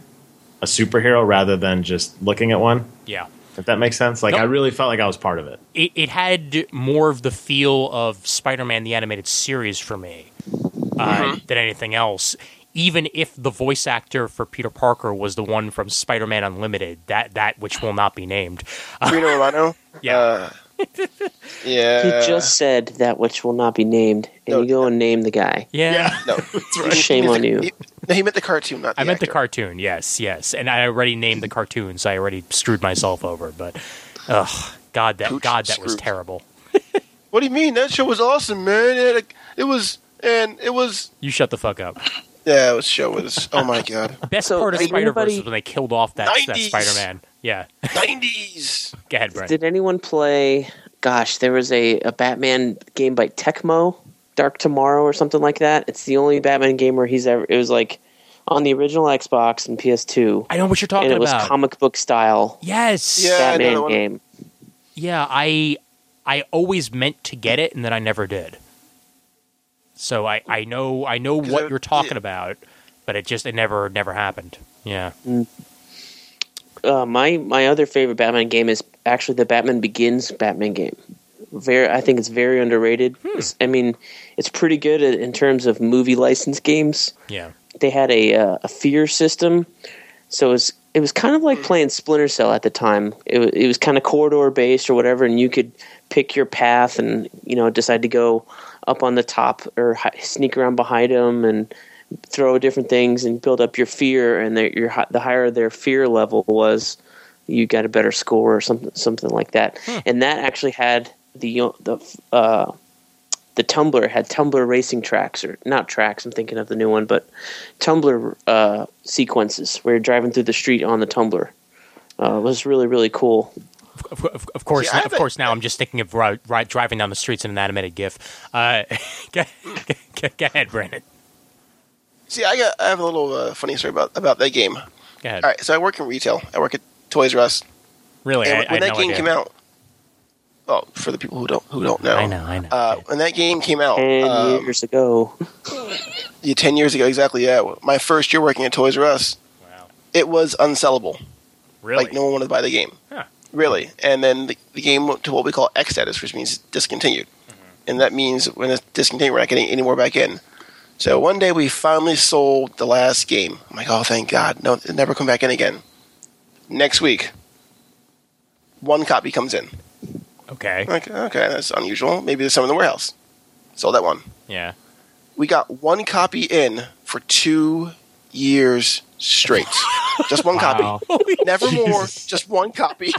D: a superhero rather than just looking at one.
B: yeah.
D: If that makes sense, like
B: Nope.
D: I really felt like I was part of it.
B: it, it had more of the feel of Spider-Man the animated series for me uh, than anything else. Even if the voice actor for Peter Parker was the one from Spider-Man Unlimited, that that which will not be named.
C: [LAUGHS] Bruno Romano.
B: [LAUGHS] Yeah.
C: Uh,
A: He
C: yeah.
A: just said that which will not be named, and
C: No,
A: you go and name the guy.
B: Yeah.
A: [LAUGHS]
C: no.
A: Shame on you.
C: He, no, he meant the cartoon, not. The
B: I meant the
C: actor.
B: cartoon, yes, yes. And I already named the cartoon, so I already screwed myself over, but ugh, god that
C: Pooch
B: god that was
C: screwed.
B: terrible.
C: What do you mean? That show was awesome, man. It, had a- it was and it was.
B: You shut the fuck up.
C: Yeah, it show was. Oh
B: [LAUGHS]
C: my god.
B: Best
A: So,
B: part of
A: did
B: Spider Verse
A: anybody-
B: was when they killed off that, that
C: 90s.
B: Spider Man. Yeah. [LAUGHS]
C: Nineties.
B: Go ahead, Brent.
A: Did anyone play? Gosh, there was a, a Batman game by Tecmo, Dark Tomorrow or something like that. It's the only Batman game where he's ever. It was like on the original Xbox and PS2,
B: I know what you're talking
A: and it was
B: about.
A: comic book style
B: yes.
C: Yeah, I know the
A: Batman
C: one.
A: game.
B: Yeah, I I always meant to get it and then I never did. So I, I know I know
C: 'Cause
B: what
C: I-
B: you're talking about, but it just it never never happened. Yeah.
A: Uh, my my other favorite Batman game is actually the Batman Begins Batman game. Very, I think it's very underrated.
B: Hmm.
A: It's- I mean, it's pretty good in in terms of movie license games.
B: Yeah.
A: They had a uh, a fear system, so it was it was kind of like playing Splinter Cell at the time. It was, it was kind of corridor based or whatever, and you could pick your path and you know decide to go up on the top or hi- sneak around behind them and throw different things and build up your fear. And their, your hi- the higher their fear level was, you got a better score or something something like that. And that actually had the the uh, the Tumblr had Tumblr racing tracks or not tracks. I'm thinking of the new one, but Tumblr uh, sequences where you're driving through the street on the Tumblr. Uh, it was really really cool.
B: Of, of, of course,
C: See, I
B: of
C: haven't-
B: course. Now I'm just thinking of ri- ri- driving down the streets in an animated GIF. Uh, [LAUGHS] go, go- go ahead, Brandon.
C: See, I got I have a little uh, funny story about about that game.
B: Go ahead.
C: All right, so I work in retail. I work at Toys R Us.
B: Really,
C: And
B: I,
C: when,
B: I had
C: that
B: no
C: game
B: idea.
C: came out, well, for the people who don't who don't know,
B: I know, I know.
C: Uh, when that game came out,
A: Ten
C: um,
A: years ago,
C: yeah, ten years ago exactly. Yeah, my first year working at Toys R Us,
B: wow.
C: it was unsellable.
B: Really?
C: Like no one wanted to buy the game,
B: Huh.
C: really. And then the, the game went to what we call X status, which means discontinued,
B: Mm-hmm.
C: and that means when it's discontinued, we're not getting any more back in. So one day we finally sold the last game. I'm like, oh, thank God! No, it never come back in again. Next week, one copy comes in.
B: Okay.
C: Like, okay, that's unusual. Maybe there's some in the warehouse. Sold that one.
B: Yeah.
C: We got one copy in for two years straight. Just one
D: Wow.
B: Oh. [LAUGHS]
C: copy. Never more. Just one copy.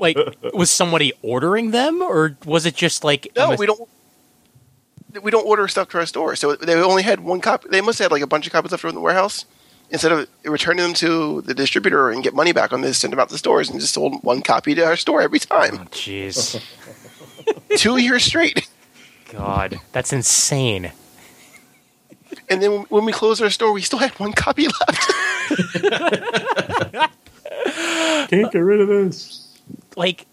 B: Like, was somebody ordering them, or was it just like
C: No,
B: I'm a-
C: we don't. We don't order stuff to our store, so they only had one copy. They must have had like a bunch of copies left over in the warehouse. Instead of returning them to the distributor and get money back on this, send them out to the stores and just sold one copy to our store
B: [LAUGHS]
C: every time,
B: Jeez,
C: two years straight.
B: God, that's insane.
C: And then when we closed our store, we still had one copy left.
D: Can't get rid of this.
B: Like,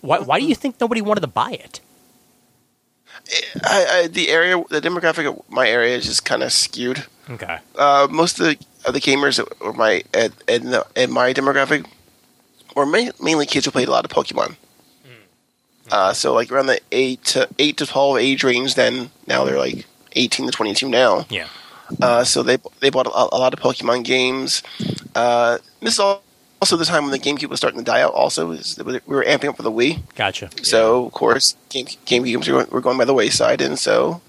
B: why why do you think nobody wanted to buy it?
C: I, I, the area, the demographic of my area is just kind of skewed.
B: Okay,
C: uh, most of the of the gamers that were my at at, the- at my demographic were ma- mainly kids who played a lot of Pokemon. Uh, so like around the eight to eight to twelve age range. Then now they're like eighteen to twenty two now.
B: yeah,
C: Uh, so they they bought a, a lot of Pokemon games. Uh, this is al- also the time when the GameCube was starting to die out. Also, is that we were amping up for the Wii.
B: gotcha.
C: So of course, game game games were going, were going by the wayside, and so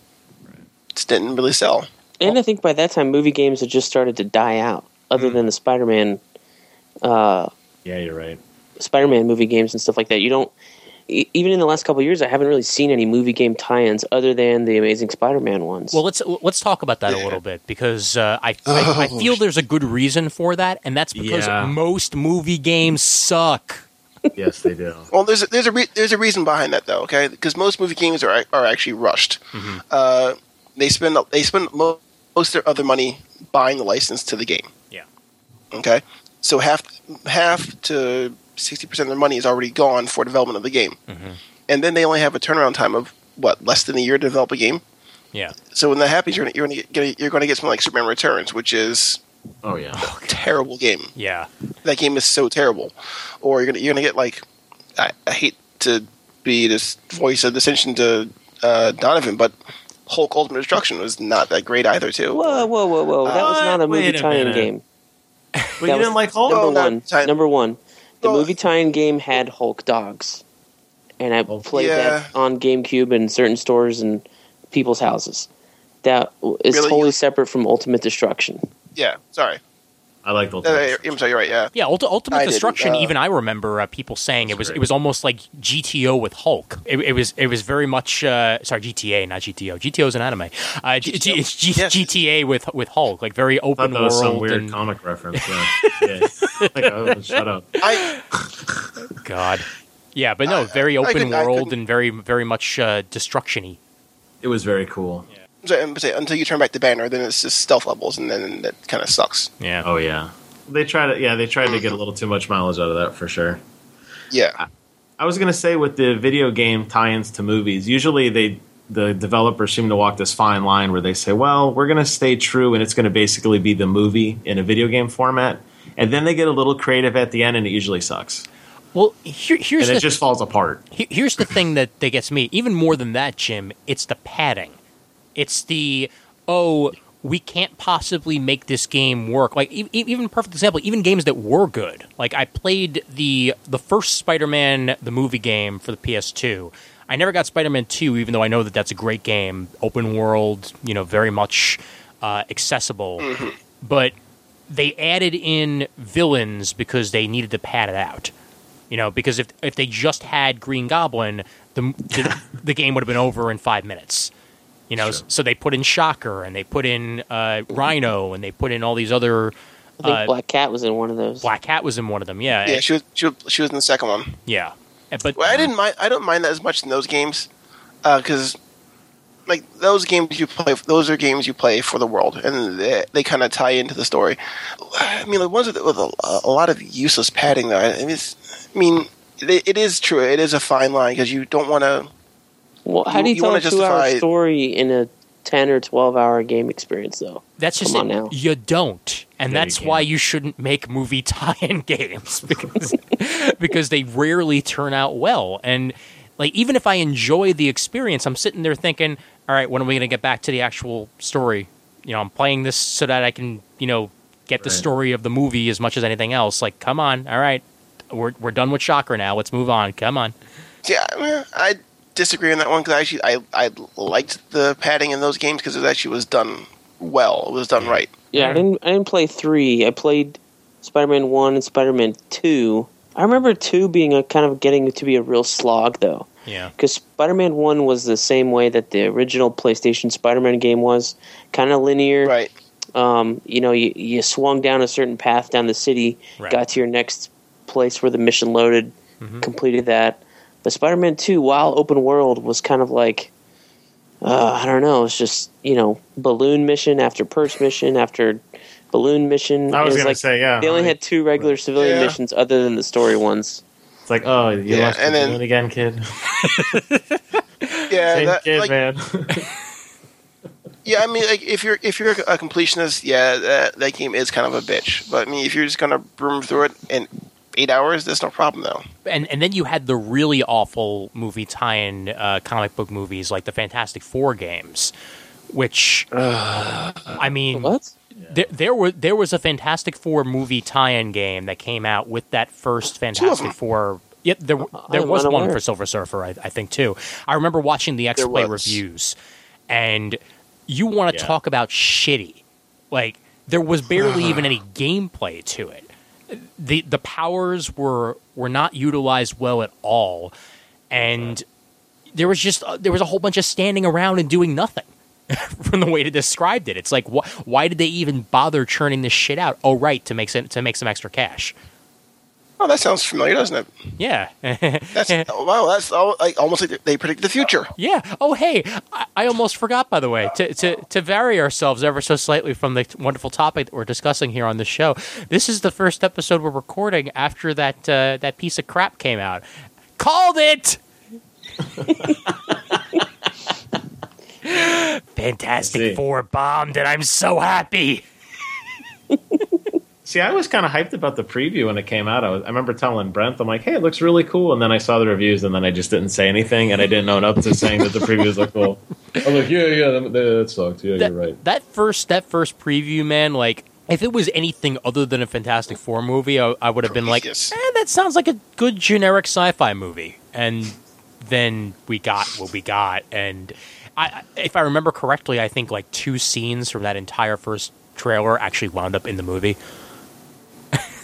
C: it didn't really sell.
A: And I think by that time, movie games had just started to die out,
D: Hmm.
A: other than the Spider-Man, uh,
D: Yeah, you're right.
A: Spider-Man movie games and stuff like that. You don't. e- Even in the last couple of years, I haven't really seen any movie game tie-ins other than the Amazing Spider-Man ones.
B: Well, let's let's talk about that a
C: Yeah.
B: little bit because uh, I, I
C: [LAUGHS]
B: I feel there's a good reason for that, and that's because
D: Yeah.
B: most movie games suck.
D: Yes, they do.
C: Well, there's a, there's a re- there's a reason behind that though, okay? Because most movie games are are actually rushed.
D: Mm-hmm.
C: Uh, they spend they spend mo- most of their money buying the license to the game.
B: Yeah.
C: Okay. So half half to sixty percent of their money is already gone for development of the game,
D: Mm-hmm.
C: and then they only have a turnaround time of what less than a year to develop a game.
B: Yeah.
C: So when that happens, you're gonna, you're gonna get, you're gonna get something like Superman Returns, which is
D: Oh yeah.
C: a terrible game
B: Yeah.
C: that game is so terrible, or you're gonna you're gonna get like I, I hate to be this voice of dissension to uh, Donovan, but Hulk Ultimate Destruction was not that great either too.
A: whoa, whoa, whoa, whoa! That was
D: What?
A: not a movie
D: Uh, Wait a
A: tie-in
D: minute.
A: game.
D: But you
A: That was
D: didn't like Hulk.
A: Number
C: no,
A: one,
C: tie-
A: number one, the
C: Well-
A: movie tie-in game had Hulk dogs, and I
B: Oh,
D: Hulk-
A: played
C: Yeah.
A: that on GameCube in certain stores and people's houses. That is
C: Really?
A: totally separate from Ultimate Destruction.
C: Yeah, sorry.
D: I liked Ultimate.
C: Uh, I'm sorry. You're right. Yeah,
B: Yeah, Ulti- Ultimate
C: I didn't,
B: Destruction.
C: uh,
B: even I remember uh, people saying it
D: That's
B: was
D: great.
B: it was almost like GTO with Hulk. It, it was it was very much uh, sorry GTA, not GTO. GTO is an anime. Uh, G- G- it's G-
C: Yes.
B: GTA with with Hulk, like very
D: I thought
B: open
D: that was some
B: world.
D: weird
B: and,
D: comic reference. Yeah.
B: [LAUGHS]
D: yeah. Like, oh, shut up.
C: I
B: God, yeah, but no, very
C: I
B: open
C: couldn't- I
B: world
C: couldn't-
B: and very very much uh, destructiony.
D: It was very cool.
C: I'm sorry, I'm sorry, until you turn back to Banner, then it's just stealth levels, and then that kind of sucks.
B: Yeah.
D: Oh yeah. They tried to yeah, they tried to get a little too much mileage out of that for sure.
C: Yeah,
D: I was gonna say with the video game tie-ins to movies, usually they the developers seem to walk this fine line where they say, "Well, we're gonna stay true, and it's gonna basically be the movie in a video game format," and then they get a little creative at the end, and it usually sucks,
B: Well, here, here's
D: and
B: the
D: it just falls apart.
B: Here- Here's the thing that, that gets me. Even more than that, Jim, it's the padding. It's the, oh, we can't possibly make this game work. Like, e- e- even perfect example, even games that were good. Like, I played the, the first Spider Man, the movie game for the PS2. I never got Spider Man 2, even though I know that that's a great game, open world, you know, very much uh, accessible.
C: Mm-hmm.
B: But they added in villains because they needed to pad it out. You know, because if if they just had Green Goblin, the the, the game would have been over in five minutes. You know,
D: Sure.
B: so they put in Shocker and they put in uh, Rhino and they put in all these other.
A: I think
B: Uh,
A: Black Cat was in one of those.
B: Black Hat was in one of them, yeah,
C: yeah. She was she was, she was in the second one.
B: yeah. But
C: Well, I didn't mind. I don't mind that as much in those games, because like those games you play, those are games you play for the world, and they, they kind of tie into the story. I mean, the ones with, with a, a lot of useless padding, though. I mean, it's, I mean it, it is true. It is a fine line because you don't want to.
A: Well, how
C: You-
A: do you,
C: you
A: tell
C: wanna
A: a two-hour
C: justify-
A: story in a ten or twelve-hour game experience, though?
B: That's just
A: Come
B: it.
A: on now.
B: You don't, and
D: Yeah, you
B: that's why
D: can't.
B: you shouldn't make movie [LAUGHS] tie-in games [LAUGHS] because because they rarely turn out well. And like, even if I enjoy the experience, I'm sitting there thinking, "All right, when are we going to get back to the actual story?" You know, I'm playing this so that I can, you know, get the
D: Right.
B: story of the movie as much as anything else. Like, come on, all right, we're we're done with Shocker now. Let's move on. Come on.
C: Yeah, I, mean, I disagree on that one because I actually I I liked the padding in those games because it actually was done well. It was done right.
A: Yeah, I didn't. I didn't play three. I played Spider Man one and Spider Man two. I remember two being a kind of getting to be a real slog though,
B: Yeah.
A: because Spider Man one was the same way that the original PlayStation Spider Man game was, kind of linear.
C: Right.
A: Um, you know, you you swung down a certain path down the city,
B: Right.
A: got to your next place where the mission loaded,
D: Mm-hmm.
A: completed that. But Spider Man two, while open world, was kind of like. Uh, I don't know. It's just you know balloon mission after purse mission after balloon mission.
D: I was
A: It
D: gonna
A: like-
D: say, yeah.
A: they only had two regular civilian
C: Yeah.
A: missions other than the story ones.
D: It's like, oh, you
C: Yeah,
D: lost
C: and
D: the
C: then-
D: balloon again, kid.
C: Yeah.
D: Same
C: that-
D: kid,
C: like,
D: man.
C: Yeah, I mean, like if you're if you're a completionist, yeah, that, that game is kind of a bitch. But I mean, if you're just gonna broom through it in eight hours, that's no problem though.
B: and and then you had the really awful movie tie-in uh, comic book movies like the Fantastic Four games, which I mean,
A: What?
B: There, there were there was a Fantastic Four movie tie-in game that came out with that first Fantastic Four. Yeah, there there
A: I'm
B: was one
A: unaware.
B: for Silver Surfer, I, I think too. I remember watching the X
C: There
B: Play
C: was.
B: reviews, and you want to
D: Yeah.
B: talk about shitty? Like there was barely
C: Uh-huh.
B: even any gameplay to it. the The powers were were not utilized well at all, and there was just uh, there was a whole bunch of standing around and doing nothing [LAUGHS] from the way they described it. It's like wh- why did they even bother churning this shit out? Oh right, to make sen- to make some extra cash.
C: Oh, that sounds familiar, doesn't it?
B: Yeah. [LAUGHS]
C: That's oh, wow. That's all, like almost like they predict the future.
B: yeah. Oh hey, I, I almost forgot by the way to, to to vary ourselves ever so slightly from the wonderful topic that we're discussing here on the show. This is the first episode we're recording after that uh, that piece of crap came out. Called it. [LAUGHS]
D: See.
B: Fantastic Four bombed, and I'm so happy.
D: See, I was kind of hyped about the preview when it came out. I, was, I remember telling Brent, I'm like, hey, it looks really cool. And then I saw the reviews, and then I just didn't say anything, and I didn't own up to saying that the previews look cool. [LAUGHS] I'm like, yeah, yeah, that, that sucked. Yeah,
B: that,
D: you're right.
B: that first that first preview, man, like if it was anything other than a Fantastic Four movie, I, I would have been like, eh,
C: Prometheus.
B: that sounds like a good generic sci-fi movie. And then we got what we got, and I, I- if I remember correctly, I think like two scenes from that entire first trailer actually wound up in the movie.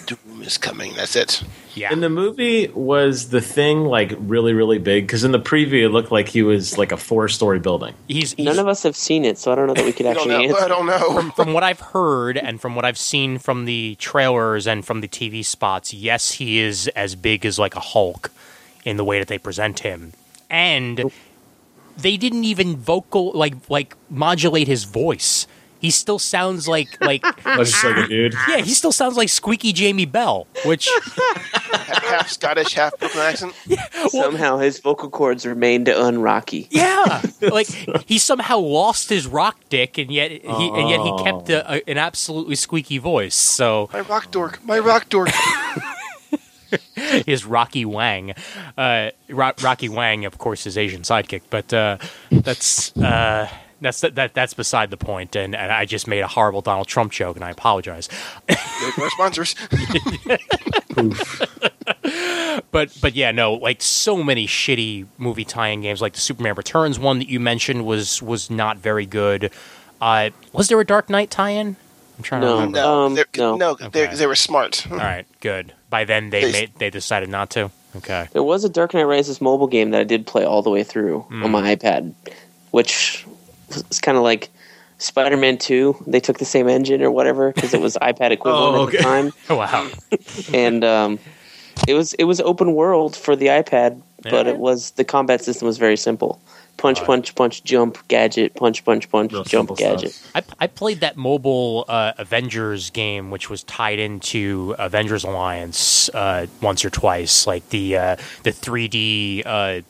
C: Doom is coming. That's it.
B: Yeah,
D: In the movie, was the thing like really, really big? Because in the preview, it looked like he was like a four story
A: [LAUGHS]
D: building.
B: he's, he's
A: None of us have seen it, so I don't know that we could
C: I don't
A: actually
C: know. I
A: answer.
C: don't know. [LAUGHS]
B: from what I've heard and from what I've seen from the trailers and from the TV spots, yes, he is as big as like a Hulk in the way that they present him. And they didn't even vocal like like modulate his voice. He still sounds like like
D: I was just like a dude.
B: yeah, he still sounds like squeaky Jamie Bell, which
C: half Scottish, half Brooklyn accent.
A: [LAUGHS] Somehow his vocal cords remained unrocky.
B: Yeah, like he somehow lost his rock dick, and yet he and yet he kept a, a- an absolutely squeaky voice. So
C: My rock dork. My rock dork.
B: [LAUGHS] his Rocky Wang. Uh, Ro- Rocky Wang, of course, is Asian sidekick, but uh, that's uh, that's that, that that's beside the point. And, and I just made a horrible Donald Trump joke, and I apologize.
C: They're
A: [LAUGHS]
C: our sponsors.
B: But but yeah, no, like so many shitty movie tie-in games, like the Superman Returns one that you mentioned was was not very good. Uh, was there a Dark Knight tie-in? I'm trying to
A: No.
B: remember.
C: No,
A: Um,
C: they're-
A: no.
C: no, they're-
B: Okay.
C: they were smart.
B: All right, good. By then they
C: They-
B: made they decided not to. Okay.
A: There was a Dark Knight Rises mobile game that I did play all the way through on
D: Mm.
A: my iPad, which was kind of like Spider Man Two. They took the same engine or whatever because it
D: [LAUGHS]
A: was iPad equivalent
D: Oh,
A: at
D: okay.
A: the time,
B: Wow.
A: and um, it was it was open world for the iPad, but
B: Yeah.
A: it was the combat system was very simple: punch, punch, punch, jump, gadget, punch, punch, punch,
D: Real
A: jump,
D: simple stuff.
A: gadget.
B: I, I played that mobile uh, Avengers game, which was tied into Avengers Alliance uh, once or twice, like the uh, the 3D uh,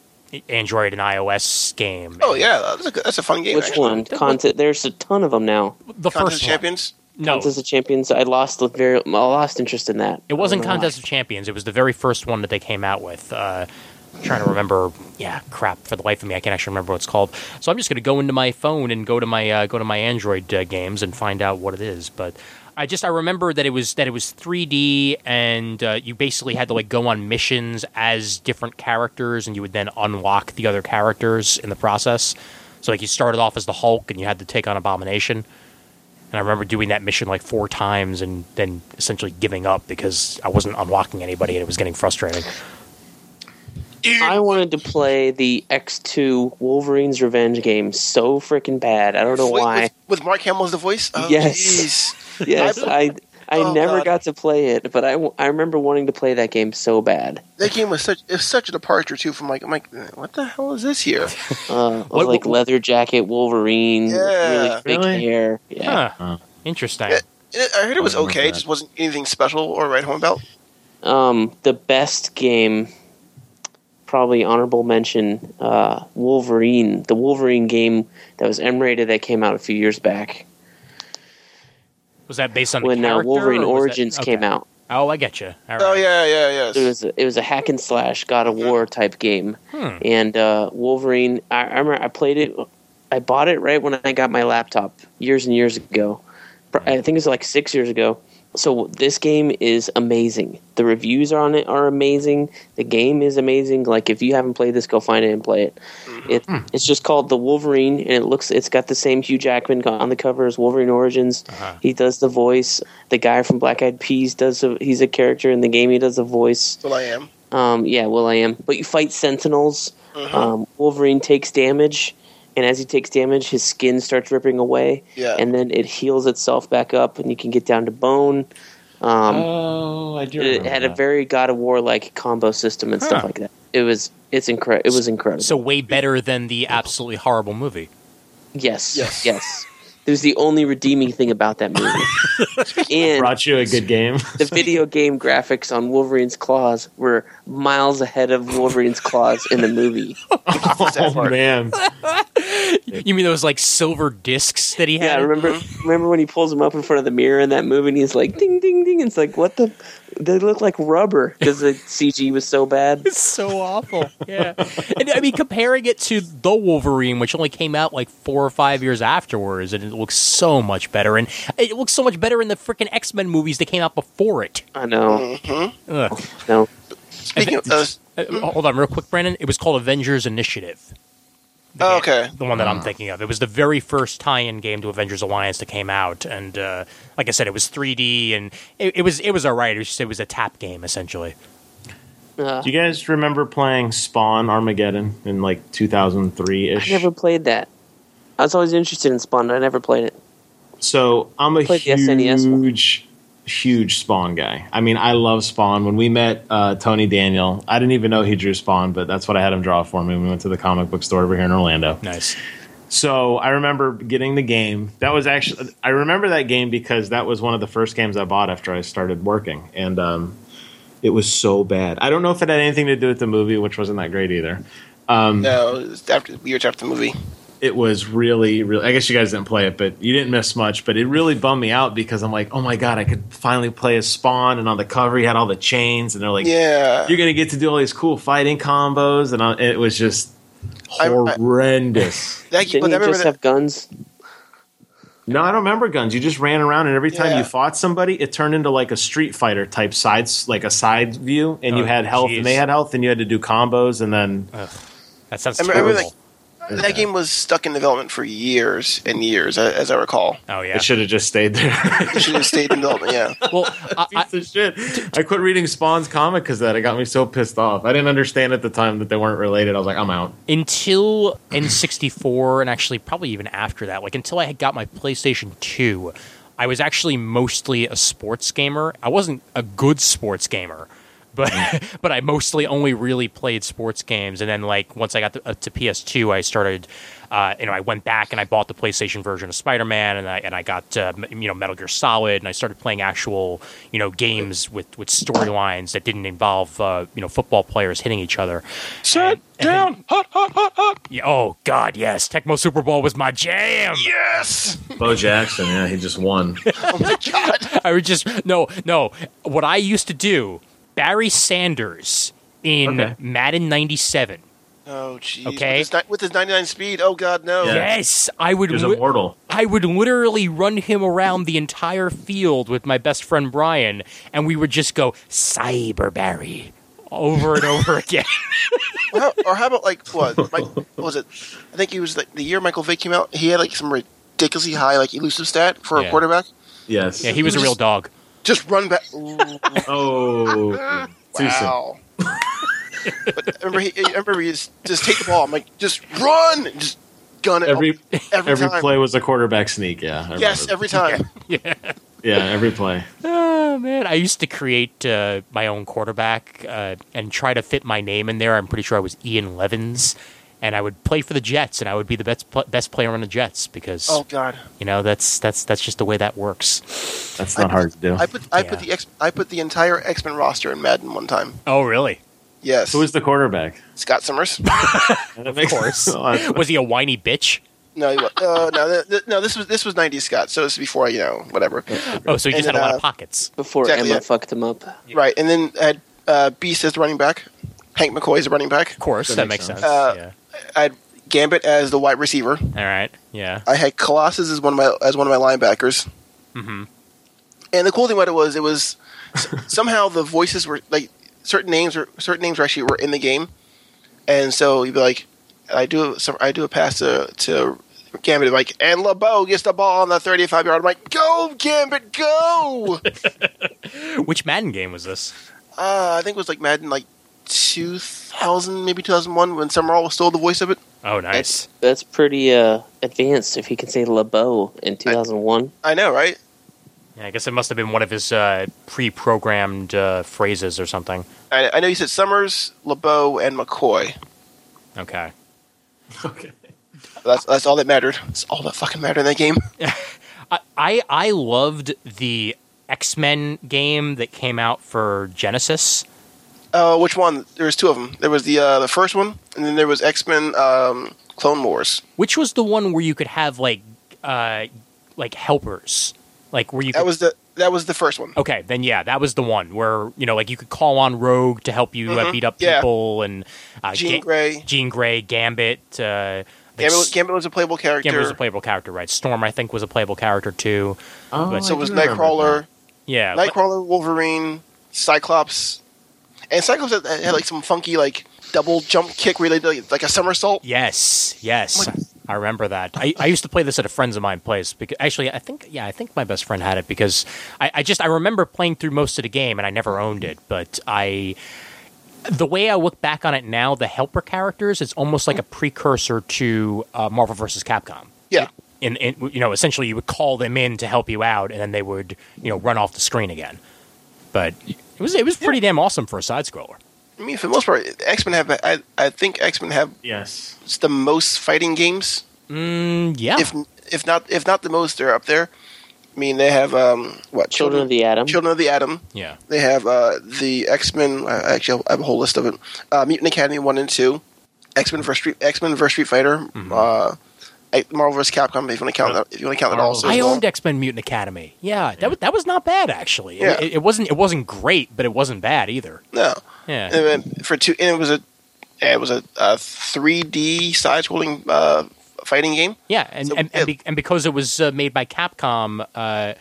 B: Android and iOS game.
C: Oh yeah, that's a, that's a fun game.
A: Which
C: actually.
A: one? Content. There's a ton of them now.
B: the
C: Contest
B: first
C: of champions.
B: One. No,
A: Contest of Champions. I lost the very. I lost interest in that.
B: it wasn't
A: I don't know
B: Contest of Champions. It was the very first one that they came out with. Uh, I'm trying to remember. Yeah, crap. For the life of me, I can't actually remember what it's called. So I'm just going to go into my phone and go to my uh, go to my Android uh, games and find out what it is. But I just I remember that it was that it was 3D and uh, you basically had to like go on missions as different characters and you would then unlock the other characters in the process. So like you started off as the Hulk and you had to take on Abomination And I remember doing that mission like four times and then essentially giving up because I wasn't unlocking anybody and it was getting frustrating.
A: I wanted to play the X2 Wolverine's Revenge game so freaking bad. I don't know
C: Voice- [LAUGHS]
A: why.
C: With, with Mark Hamill as the voice? Oh,
A: Yes.
C: jeez.
A: Yes, I I
C: Oh,
A: never
C: God.
A: got to play it, but I, w- I remember wanting to play that game so bad.
C: That game was such it's such a departure too from like I'm like what the hell is this here?
A: Uh, with,
B: What-
A: like
B: what-
A: leather jacket Wolverine, with
C: Yeah.
A: really big
D: Really?
A: hair. Yeah.
B: Huh.
D: Oh.
B: Interesting.
C: Yeah. It, I heard it was
D: I remember
C: okay, it
D: that.
C: just wasn't anything special or right home about.
A: um, the best game, probably honorable mention, uh, Wolverine, the Wolverine game that was M rated that came out a few years back
B: Was that based on the
A: when uh,
B: character,
A: Wolverine
B: or was that-
A: Origins
B: okay.
A: came out.
B: Oh, I get you.
C: Oh yeah, yeah,
A: It
C: yeah.
A: was a, it was a hack and slash God of War type game,
B: Hmm.
A: and uh, Wolverine. I, I remember I played it. I bought it right when I got my laptop years and years ago. Pr- I think it was like six years ago. So this game is amazing. The reviews on it are amazing. The game is amazing. Like if you haven't played this, go find it and play it. It it's just called the Wolverine, and it looks it's got the same Hugh Jackman on the cover as Wolverine Origins.
B: Uh-huh.
A: He does the voice. The guy from Black Eyed Peas does. A, he's a character in the game. He does the voice.
C: Well, I am.
A: Um, yeah, Will I am. But you fight Sentinels. Um, Wolverine takes damage, and as he takes damage, his skin starts ripping away,
C: Yeah.
A: and then it heals itself back up, and you can get down to bone. Um,
D: oh, I do.
A: it
D: remember
A: had a
D: that.
A: very God of War like combo system and stuff
B: Huh.
A: like that. It was it's incre- It was incredible.
B: So way better than the absolutely horrible movie.
A: yes, yes,
C: Yes.
A: yes. It was the only redeeming thing about that movie,
C: [LAUGHS]
A: and
D: brought you
A: [LAUGHS]
D: a good game.
A: the video game graphics on Wolverine's claws were miles ahead of Wolverine's claws in the movie.
D: [LAUGHS] oh man,
B: You mean those like silver discs that he
A: Yeah,
B: had?
A: remember remember when he pulls him up in front of the mirror in that movie and he's like ding ding ding. It's like what the they look like rubber because
C: [LAUGHS]
A: the CG was so bad.
B: [LAUGHS] It's so awful. Yeah. And I mean, comparing it to The Wolverine, which only came out like four or five years afterwards, and it looks so much better. And it looks so much better in the freaking X Men movies that came out before it.
A: I know.
C: Mm-hmm.
A: Oh,
B: Ugh.
A: No.
C: Speaking of those,
B: Uh, hold on, real quick, Brandon. It was called Avengers Initiative. The ga-
C: Oh, okay.
B: The one that I'm thinking of. It was the very first tie-in game to Avengers Alliance that came out, and uh, like I said, it was 3D, and it, it was it was all right. It was just it was a tap game essentially.
A: Uh,
D: do you guys remember playing Spawn Armageddon in like 2003
A: I
D: ish?
A: never played that. I was always interested in Spawn, but I never played it.
D: So I'm a
A: Played the SNES one.
D: huge, huge Spawn guy. I mean, I love Spawn. When we met uh, Tony Daniel, I didn't even know he drew Spawn, but that's what I had him draw for me. when We went to the comic book store over here in Orlando.
B: Nice.
D: So I remember getting the game. That was actually I remember that game because that was one of the first games I bought after I started working, and um, it was so bad. I don't know if it had anything to do with the movie, which wasn't that great either. Um,
C: no, it was after years after the movie.
D: it was really, really. I guess you guys didn't play it, but you didn't miss much. But it really bummed me out because I'm like, oh my god, I could finally play as Spawn, and on the cover he had all the chains, and they're like,
C: Yeah.
D: you're gonna get to do all these cool fighting combos, and I, it was just
C: I- I-
D: horrendous.
C: That,
A: Didn't
C: but I
A: he
C: remember
A: just
C: that,
A: have guns?
D: no, I don't remember guns. You just ran around, and every time
C: Yeah.
D: you fought somebody, it turned into like a Street Fighter type sides, like a side view, and you
B: Oh,
D: had health,
B: jeez.
D: and they had health, and you had to do combos, and then
B: That sounds
C: I remember
B: terrible.
C: that game was stuck in development for years and years, a- as I recall.
B: oh yeah.
D: it should have just stayed there. [LAUGHS]
C: It should have stayed in development. Yeah.
B: Well, I, I,
D: piece of shit. I quit reading Spawn's comic because that it got me so pissed off. I didn't understand at the time that they weren't related. I was like, I'm out.
B: until N64 and actually probably even after that, like until I had got my PlayStation 2, I was actually mostly a sports gamer. I wasn't a good sports gamer, but [LAUGHS] but I mostly only really played sports games. And then like once I got to, uh, to PS2, I started. Uh, you know, I went back and I bought the PlayStation version of Spider-Man, and I and I got uh, m- you know Metal Gear Solid, and I started playing actual you know games with with storylines that didn't involve uh, you know football players hitting each other.
C: Sit down. hot, hot, hot, hot.
B: Yeah, oh God, yes! Tecmo Super Bowl was my jam.
C: Yes.
D: Bo Jackson, yeah, he just won.
C: Oh my god.
B: I would just no, no. What I used to do, Barry Sanders in
D: Okay.
B: Madden '97.
C: Oh jeez.
B: Okay.
C: With his, ni- with his 99 speed. Oh god, no.
D: Yeah.
B: Yes, I would.
D: [LAUGHS] He's
B: li-
D: immortal.
B: I would literally run him around the entire field with my best friend Brian, and we would just go Cyber Barry over and over [LAUGHS] again.
C: Or
D: [LAUGHS]
C: how- or how about like what? Mike, what was it? I think he was like the year Michael Vick came out. He had like some ridiculous ridiculously high like elusive stat for
B: Yeah.
C: a quarterback.
D: Yes.
B: Yeah, he was a real dog.
C: Just run
D: [LAUGHS]
C: back.
D: Oh, too soon.
C: wow. but I remember, he, I remember he's just take the ball. I'm like, just run, and just gun it
D: Every
C: every,
D: every
C: time.
D: play was a quarterback sneak. Yeah. I remember.
C: Yes, every time.
B: Yeah.
D: yeah, every play.
B: Oh man, I used to create uh, my own quarterback uh, and try to fit my name in there. I'm pretty sure I was Ian Levins, and I would play for the Jets, and I would be the best pl- best player on the Jets because
C: [LAUGHS] Oh God,
B: you know that's that's that's just the way that works.
D: That's not hard to do.
C: I put I put
B: Yeah.
C: the X, I put the entire X Men roster in Madden one time.
B: Oh really?
C: Yes,
D: Who was the [LAUGHS] quarterback? Oh,
C: Scott Summers.
D: Of [LAUGHS]
B: course. Was he a whiny bitch?
C: no, he wa- uh, no, th- th- no. This was this was '90s Scott, so it's before you know whatever.
B: Oh, so he just had
C: And,
B: a lot
C: uh,
B: of pockets.
A: Before
C: Exactly,
A: Emma
C: yeah.
A: fucked him up.
C: Right, and then I had uh, Beast as the running back. Hank McCoy as the running back.
B: Of course,
D: that
B: that makes
D: makes
B: sense.
C: Uh, I had Gambit as the wide receiver.
B: yeah. All right. Yeah.
C: I had Colossus as one of my as one of my linebackers.
B: hmm
C: And the cool thing about it was, it was s- [LAUGHS] somehow the voices were like certain names were certain names were actually were in the game, and so you'd be like, I do some I do a pass to to Gambit like, and LeBeau gets the ball on the thirty five yard. I'm like, go Gambit, go! [LAUGHS] uh,
B: Which Madden game was this?
C: I think it was like Madden like two thousand maybe two thousand one when Summerall stole the voice of it.
B: Oh, nice.
A: That's pretty uh, advanced if he can say LeBeau in 2001.
C: I know, right?
B: Yeah, I guess it must have been one of his uh, pre-programmed uh, phrases or something.
C: I, I know you said Summers, LeBeau, and McCoy.
B: Okay.
D: okay.
C: That's that's all that mattered. That's all that fucking mattered in
B: [LAUGHS]
C: that game.
B: I- I I loved the X Men game that came out for Genesis.
C: Uh, which one? There was two of them. There was the uh, the first one, and then there was X Men um, Clone Wars.
B: Which was the one where you could have like uh like helpers, like where you could. Oh,
C: That was the that was the first one.
B: Okay, then yeah, that was the one where you know, like you could call on Rogue to help you uh,
C: Mhm,
B: beat up
C: yeah.
B: people, and uh, Ga-
C: Jean Grey.
B: Jean Grey, Gambit. Uh, they
C: Gambit,
B: s-
C: Gambit was a playable character.
B: Gambit was a playable character, right? Storm, I think, was a playable character too.
D: Oh,
C: so it was
D: I do remember
C: Nightcrawler,
B: Yeah, but-
C: Nightcrawler, Wolverine, Cyclops, and Cyclops had, had like some funky like double jump kick where he did, like, like a somersault.
B: Yes, yes. I remember that. I, I used to play this at a friend's of mine place because actually I think yeah, I think my best friend had it because I, I just I remember playing through most of the game and I never owned it, but I the way I look back on it now, the helper characters is almost like a precursor to uh, Marvel versus Capcom.
C: Yeah,
B: In, in you know, essentially you would call them in to help you out and then they would, you know, run off the screen again. But it was it was pretty damn awesome for a side scroller.
C: I mean for the most part, X Men have I, I think X Men have
D: Yes.
C: the most fighting games.
B: Mm, yeah.
C: If if not if not the most, they're up there. I mean they have um what
A: Children of the Atom.
C: Children of the Atom.
B: yeah.
C: They have uh, the X Men. Uh, actually, I have a whole list of it. Uh, Mutant Academy one and two, X Men versus Street X Men versus Street Fighter, uh, I- Marvel vs. Capcom. If you want to count that, if you want to count that also,
B: I
C: as well.
B: owned X Men Mutant Academy. Yeah, that was that was not bad actually. It-
C: Yeah.
B: It, it wasn't it wasn't great, but it wasn't bad either.
C: No,
B: Yeah,
C: and then for two, and it was a it was a three D side scrolling uh, fighting game.
B: yeah, and
C: So-
B: and, and, be, and because it was uh, made by Capcom, uh,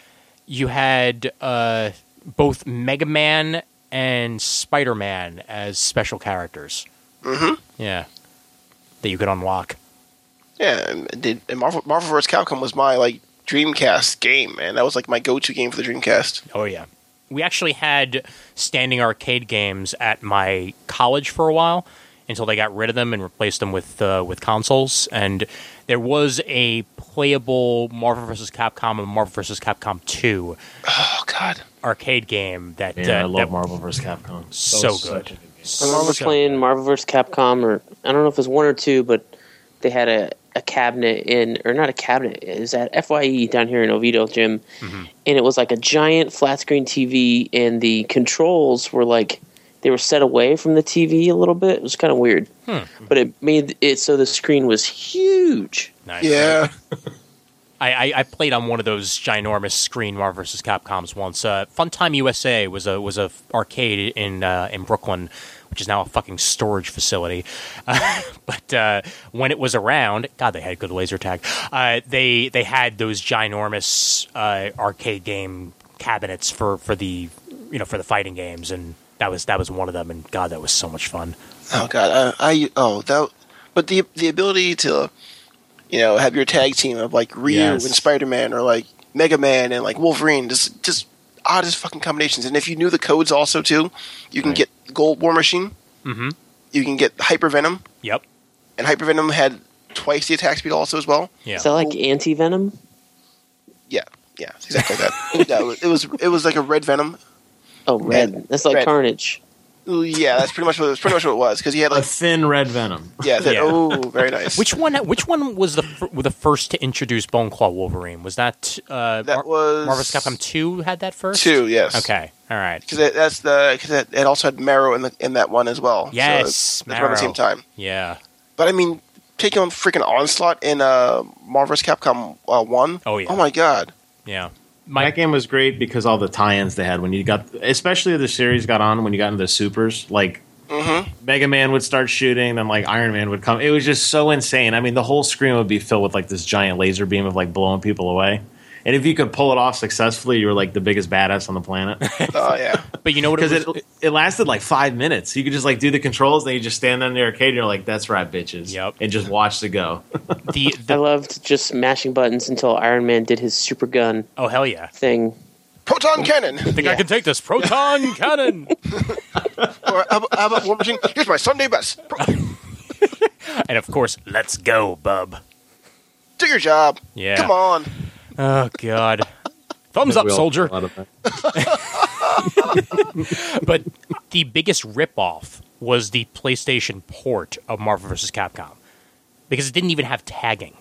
B: you had uh, both Mega Man and Spider Man as special characters. Mm-hmm. Yeah, that you could unlock.
C: Yeah, and, it did, and Marvel Marvel vs. Capcom was my like Dreamcast game, man. That was like my go to game for the Dreamcast.
B: Oh yeah. We actually had standing arcade games at my college for a while until they got rid of them and replaced them with uh, with consoles. And there was a playable Marvel vs. Capcom and Marvel vs. Capcom Two
C: Oh God,
B: arcade game that
D: Yeah,
B: uh,
D: I
B: that
D: love Marvel vs. Capcom. That
B: so
D: was such
B: good.
D: a game.
A: I remember
B: So-
A: playing Marvel vs. Capcom, or I don't know if it was one or two, but they had a, a cabinet in, or not a cabinet, it was at FYE down here in Oviedo Gym, and it was like a giant flat screen TV, and the controls were like they were set away from the TV a little bit. It was kind of weird, but it made it so the screen was huge.
B: nice.
C: yeah.
B: I, I, I played on one of those ginormous screen Marvel vs. Capcoms once. Uh, Funtime USA was a was a f- arcade in uh, in Brooklyn, which is now a fucking storage facility. [LAUGHS] Uh, but uh, when it was around, God, they had good laser tag. Uh, they they had those ginormous uh, arcade game cabinets for, for the you know for the fighting games, and that was that was one of them. And God, that was so much fun.
C: Oh god, I, I oh that, but the the ability to you know, have your tag team of like Ryu
D: Yes.
C: and Spider Man or like Mega Man and like Wolverine. Just just oddest fucking combinations. And if you knew the codes also too, you can
D: Right.
C: get Gold War Machine.
B: Mm-hmm.
C: You can get Hyper Venom,
B: Yep.
C: and Hyper Venom had twice the attack speed also as well.
B: Yeah.
A: Is that like anti venom?
C: Yeah, yeah, it's exactly that. [LAUGHS] Yeah, it was- it was it was like a red Venom.
A: Oh, red.
C: Red.
A: That's like
C: Red.
A: Carnage.
C: Ooh, Yeah, that's pretty much what it was. Pretty much what it was because he had
D: [LAUGHS] A
C: like
D: thin red venom.
C: yeah. That,
B: Yeah.
C: Oh, very nice.
B: Which one? Which one was the fir- were the first to introduce Bone Claw Wolverine? Was that uh,
C: That was-
B: Marvel's Capcom Two had that first?
C: two? Yes.
B: Okay. All right.
C: Because that's the because it, it also had Marrow in the in that one as well.
B: Yes,
C: so that's around the same
B: Marrow.
C: time.
B: Yeah.
C: But I mean, taking on freaking onslaught in uh, Marvel's Capcom uh, One.
B: Oh, yeah.
C: Oh
B: [LAUGHS]
C: my god.
B: Yeah. My
D: that game was great because all the tie-ins they had when you got, especially the series got on when you got into the supers. Like Mega Man would start shooting, then like Iron Man would come. It was just so insane. I mean, the whole screen would be filled with like this giant laser beam of like blowing people away. And if you could pull it off successfully, you were like the biggest badass on the [LAUGHS] planet
C: Oh yeah.
B: but you know what?
D: because
B: it
D: it,
B: was,
D: it lasted like five minutes. You could just like do the controls, then you just stand there in the arcade, and you're like, "That's right, bitches,"
B: Yep.
D: and just watch the go.
B: the,
A: [LAUGHS] I
B: the
A: loved just smashing buttons until Iron Man did his super gun
B: oh hell yeah.
A: thing.
C: Proton cannon.
B: I think I
A: Yeah.
B: can take this
A: [LAUGHS]
B: proton cannon.
C: or how about, how about War Machine? Here's my Sunday best. Pro-
B: and of course, let's go, bub.
C: Do your job.
B: Yeah.
C: Come on.
B: Oh god. Thumbs up, soldier. But the biggest ripoff was the PlayStation port of Marvel vs. Capcom because it didn't even have tagging.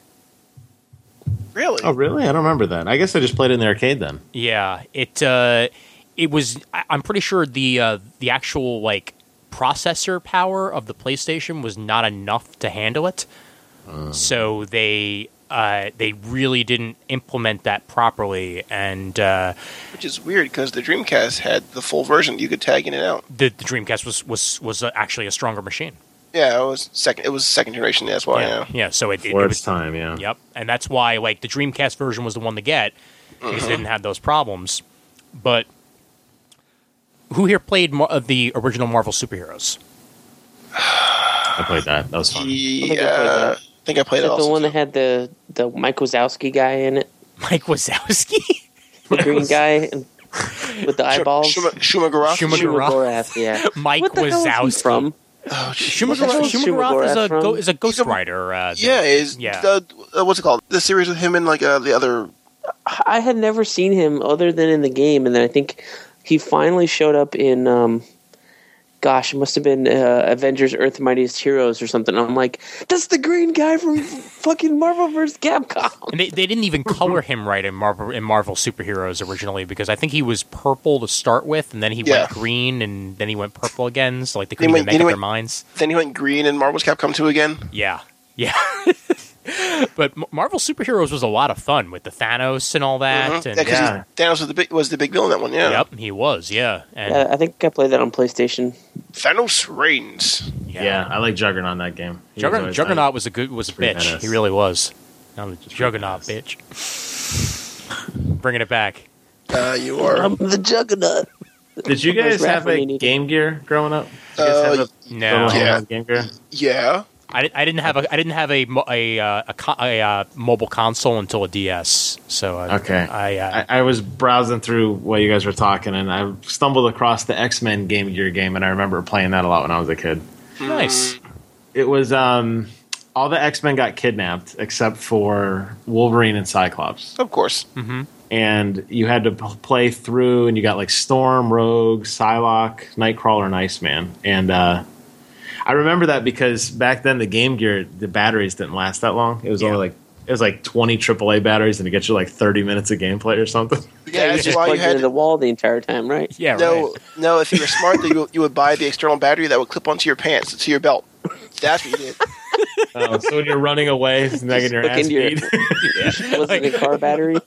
C: Really?
D: Oh, really? I don't remember that. I guess I just played it in the arcade then.
B: Yeah, it uh, it was. I, I'm pretty sure the uh, the actual like processor power of the PlayStation was not enough to handle it. So they uh, they really didn't implement that properly, and uh,
C: Which is weird because the Dreamcast had the full version. You could tag in and out.
B: the, the Dreamcast was was was uh, actually a stronger machine.
C: Yeah, it was second. It was second generation. That's why.
B: yeah,
C: Oh, Yeah.
B: yeah. So it, it, it
D: For its
B: was
D: time, yeah.
B: Yep. And that's why like the Dreamcast version was the one to get because it didn't have those problems. But who here played mar- of the original Marvel superheroes?
D: I played that. That was
A: I
D: fun.
A: think I played
C: Yeah.
A: that.
C: uh, I think I played
A: Is
C: it
A: that the
C: also.
A: one
C: too.
A: that had the, the Mike Wazowski guy in it?
B: Mike Wazowski?
A: The green
C: [LAUGHS]
A: guy and- with the eyeballs?
C: Shuma, Shumagoroth?
B: Shuma-
A: Shumagorath, yeah.
B: [LAUGHS] [LAUGHS] Mike
A: What the hell is
B: Wazowski.
A: he from?
C: Oh, shit.
B: Shumagorath
A: What's that from?
B: Shumagorath is a
A: Shumagorath from-
B: go- is a Ghost
C: Shumag-
B: Rider. Uh,
C: Yeah, is
B: Yeah.
C: The, uh, what's it called? The series with him and like uh, the other.
A: I had never seen him other than in the game, and then I think he finally showed up in. Um, Gosh, it must have been uh, Avengers: Earth Mightiest Heroes or something. I'm like, that's the green guy from fucking Marvel vs. Capcom.
B: And they, they didn't even color him right in Marvel in Marvel superheroes originally because I think he was purple to start with, and then he
C: Yeah.
B: went green, and then he went purple again. So like they
C: Then
B: couldn't even
C: he went-
B: make up
C: then he
B: their
C: went-
B: minds.
C: Then he went green in Marvel's Capcom 2 again.
B: Yeah, yeah. [LAUGHS] but M- Marvel superheroes was a lot of fun with the Thanos and all that.
C: Mhm.
B: And
C: Yeah, because
D: yeah.
C: Thanos was the big was the big villain in that one. Yeah.
B: Yep, he was. Yeah, and
A: Uh, I think I played that on PlayStation.
C: Thanos reigns.
D: Yeah. I like Juggernaut in that game. He was
B: Juggernaut,
D: always-
B: Juggernaut was a good was a
D: Pretty
B: bitch.
D: badass.
B: He really was. I'm a Juggernaut
D: pretty
B: bitch. [LAUGHS] Bringing it back.
C: Uh, you are.
A: I'm the Juggernaut.
D: Did you guys
A: Those
D: have
A: rapping
D: a
A: you need-
D: Game Gear growing up? Did you
C: Uh,
D: guys have a-
B: No,
D: someone
C: Yeah.
D: have Game Gear.
C: yeah.
B: I, di- I didn't have a I didn't have a mo- a uh, a, co- a uh, mobile console until a DS. So uh,
D: Okay.
B: I, uh,
D: I, I was browsing through while you guys were talking, and I stumbled across the X Men Game Gear game, and I remember playing that a lot when I was a kid.
C: Mm.
B: nice.
D: It was um, all the X Men got kidnapped except for Wolverine and Cyclops,
C: Of course.
D: and you had to p- play through, and you got like Storm, Rogue, Psylocke, Nightcrawler, and Iceman, and uh, I remember that because back then the Game Gear the batteries didn't last that long. It was
B: Yeah.
D: only like it was like twenty AAA batteries, and it gets you like thirty minutes of gameplay or something.
C: Yeah,
A: you
C: that's
A: just
C: why you
A: plugged
C: had
A: into the wall the entire time,
C: [LAUGHS]
A: right?
B: Yeah.
C: no,
B: Right.
C: no. If you were smart, you, you would buy the external battery that would clip onto your pants to your belt. That's what you did.
D: [LAUGHS] Oh, so when you're running away, snagging your
A: hook
D: ass
A: into your-
D: [LAUGHS] beat.
A: Was it a car
C: [LAUGHS]
A: battery?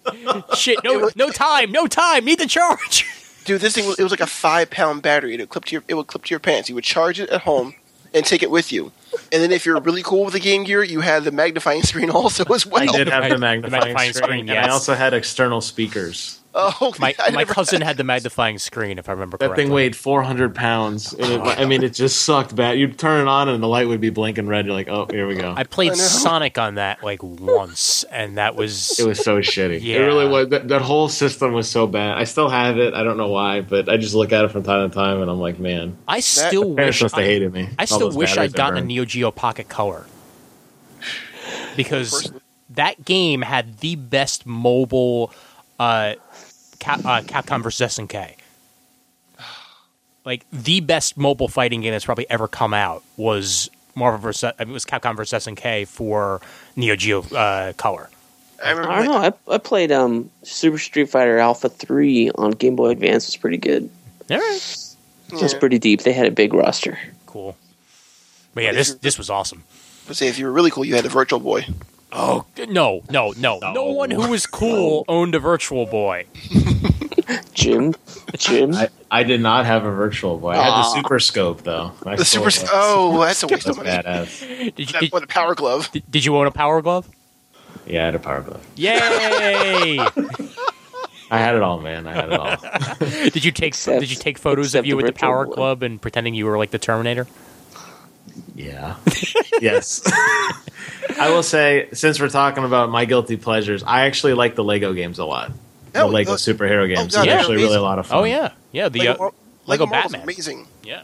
B: Shit. No. No time. No time. Need the
C: [LAUGHS]
B: charge.
C: Dude, this thing was, it was like a five pound battery. It would clip to your it would clip to your pants. You would charge it at home and take it with you. And then if you're really cool with the Game Gear, you had the magnifying screen [LAUGHS] also as well.
D: I did have
B: The
D: the magnifying,
B: magnifying
D: screen,
B: screen,
D: and
B: yes.
D: I also had external speakers.
C: Oh,
B: My
C: I
B: my
C: never-
B: cousin had the magnifying screen, if I remember
D: That
B: correctly.
D: thing weighed 400 pounds. And it, I mean, it just sucked bad. You'd turn it on, and the light would be blinking red. You're like, oh, here we go.
B: I played
C: I know.
B: Sonic on that like once, and that was
D: It was so shitty.
B: Yeah.
D: It really was. That, that whole system was so bad. I still have it. I don't know why, but I just look at it from time to time, and I'm like, man,
B: I still
D: parents
B: wish
D: must have
B: I-
D: hated me.
B: I
D: All
B: still
D: those
B: wish
D: batteries
B: I'd
D: I
B: gotten a
D: burned.
B: Neo Geo Pocket Color because that game had the best mobile uh, Cap- uh, Capcom vs [SIGHS] SNK. Like the best mobile fighting game that's probably ever come out was Marvel vs. I mean, it was Capcom vs SNK for Neo Geo uh, Color.
C: I remember.
A: I don't
C: like-
A: know. I, I played um, Super Street Fighter Alpha 3 on Game Boy Advance. was pretty good.
B: All right,
A: It was pretty deep. They had a big roster.
B: cool. But yeah, this this was awesome.
C: But say if you were really cool, you had the Virtual Boy.
B: Oh no, no, no! No, one who was cool owned a Virtual Boy.
A: Jim. Jim.
D: I, I did not have a virtual boy. I had the
A: Aw.
D: super scope though. I
C: The
D: still
C: Super.
B: [LAUGHS]
C: [LAUGHS]
D: love-
C: Oh, that's a waste
D: that's
C: of money.
D: badass.
B: Did you,
C: That,
B: did-
C: or the Power Glove.
B: Did, did you own a power glove?
D: Yeah, I had a power glove.
B: [LAUGHS] Yay!
D: I had it all, man. I had it
B: [LAUGHS]
D: all.
B: did you take
A: Except-
B: did you take photos of
A: except
B: you
A: the
B: with the
A: virtual
B: power
A: one.
B: glove and pretending you were like the Terminator?
D: Yeah. yes. I will say, since we're talking about my guilty pleasures, I actually like the Lego games a lot. The
C: Oh,
D: Lego
C: oh,
D: superhero games.
C: God,
B: uh,
D: They're
B: they're
D: actually really
C: amazing.
D: a lot of fun.
B: Oh yeah, yeah. The uh,
C: Mar-
B: Lego
C: Marvel's
B: Batman.
C: Amazing.
B: yeah.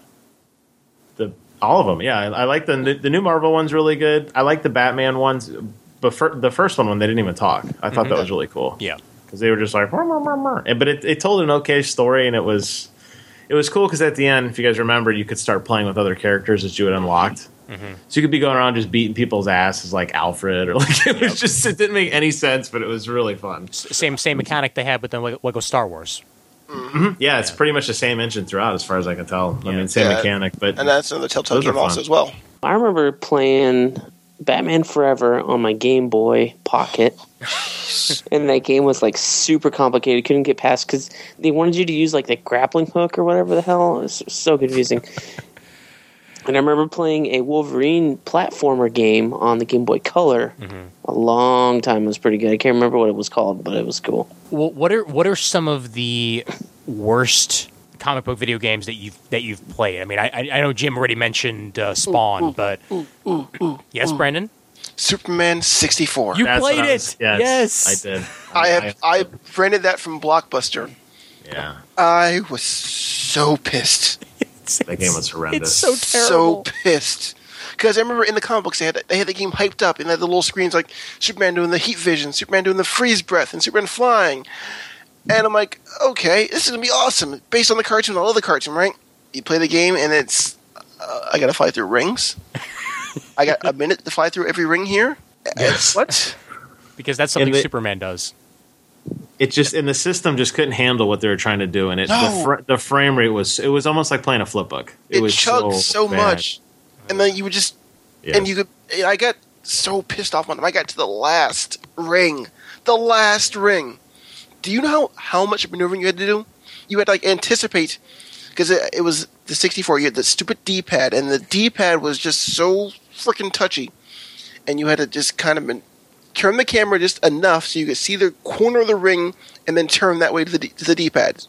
D: the all of them. Yeah, I, I like the new- the new Marvel one's really good. I like the Batman ones, but fir- the first one when they didn't even talk, I thought that was really cool.
B: Mm-hmm. Yeah.
D: because they were just like, "Mer, mer, mer, mer." And- but it, it told an okay story, and it was it was cool because at the end, if you guys remember, you could start playing with other characters that you had unlocked.
B: Mm-hmm.
D: So you could be going around just beating people's asses like Alfred [LAUGHS] or like it was just it didn't make any sense, but it was really fun.
B: S- Same same mechanic they had with the Lego Lego Star Wars.
D: Yeah, it's pretty much the same engine throughout, as far as I can tell. I
B: Yeah.
D: mean, same
C: Yeah.
D: mechanic, but
C: And that's another Telltale
D: Those are
C: game also
D: fun.
C: as well.
A: I remember playing Batman Forever on my Game Boy Pocket. and that game was like super complicated. Couldn't get past because they wanted you to use like the grappling hook or whatever the hell. It was so confusing. and I remember playing a Wolverine platformer game on the Game Boy Color a long time. It was pretty good. I can't remember what it was called, but it was cool.
B: Well, what are what are some of the worst comic book video games that you've that you've played? I mean, I I I know Jim already mentioned uh, Spawn, but yes, Brandon,
C: Superman 64.
B: you
D: Mm-hmm. that's what
B: played
D: I was-
B: it. Yes,
D: I did.
C: I have I rented that from Blockbuster.
D: yeah.
C: I was so pissed,
D: That game was horrendous.
B: It's so
C: so
B: terrible.
C: pissed. Because I remember in the comic books they had they had the game hyped up and they had the little screens like Superman doing the heat vision, Superman doing the freeze breath, and Superman flying. And I'm like, okay, this is gonna be awesome based on the cartoon. I love the cartoon, right? You play the game and it's uh, I gotta fly through rings. I got a minute to fly through every ring [LAUGHS] here.
D: Yes.
C: What?
B: [LAUGHS] because that's something
D: And the-
B: Superman does.
D: it just and the system just couldn't handle what they were trying to do, and it
C: No.
D: the, fr- the frame rate was it was almost like playing a flip book.
C: It,
D: was
C: chugged so,
D: bad.
C: much, and then you would just
D: Yes.
C: and you could. and I got so pissed off on them. I got to the last ring, the last ring. Do you know how, how much maneuvering you had to do? You had to like anticipate because it, it was the 64. You had the stupid D-pad, and the D-pad was just so freaking touchy, and you had to just kind of man- turn the camera just enough so you could see the corner of the ring, and then turn that way to the D- to the D-pad.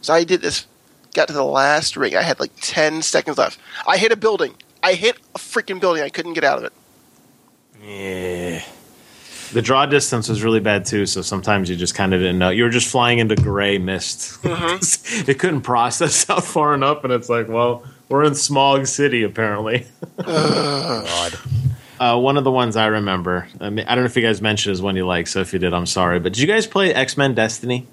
C: So I did this. Got to the last ring. I had like 10 seconds left. I hit a building. I hit a freaking building. I couldn't get out of it.
D: the draw distance was really bad too, so sometimes you just kind of didn't know. You were just flying into gray mist. [LAUGHS] it couldn't process out far enough, and it's like, well, we're in Smog City apparently.
B: God.
D: Uh, one of the ones I remember, I, mean, I don't know if you guys mentioned is one you like. So if you did, I'm sorry. But did you guys play X Men Destiny?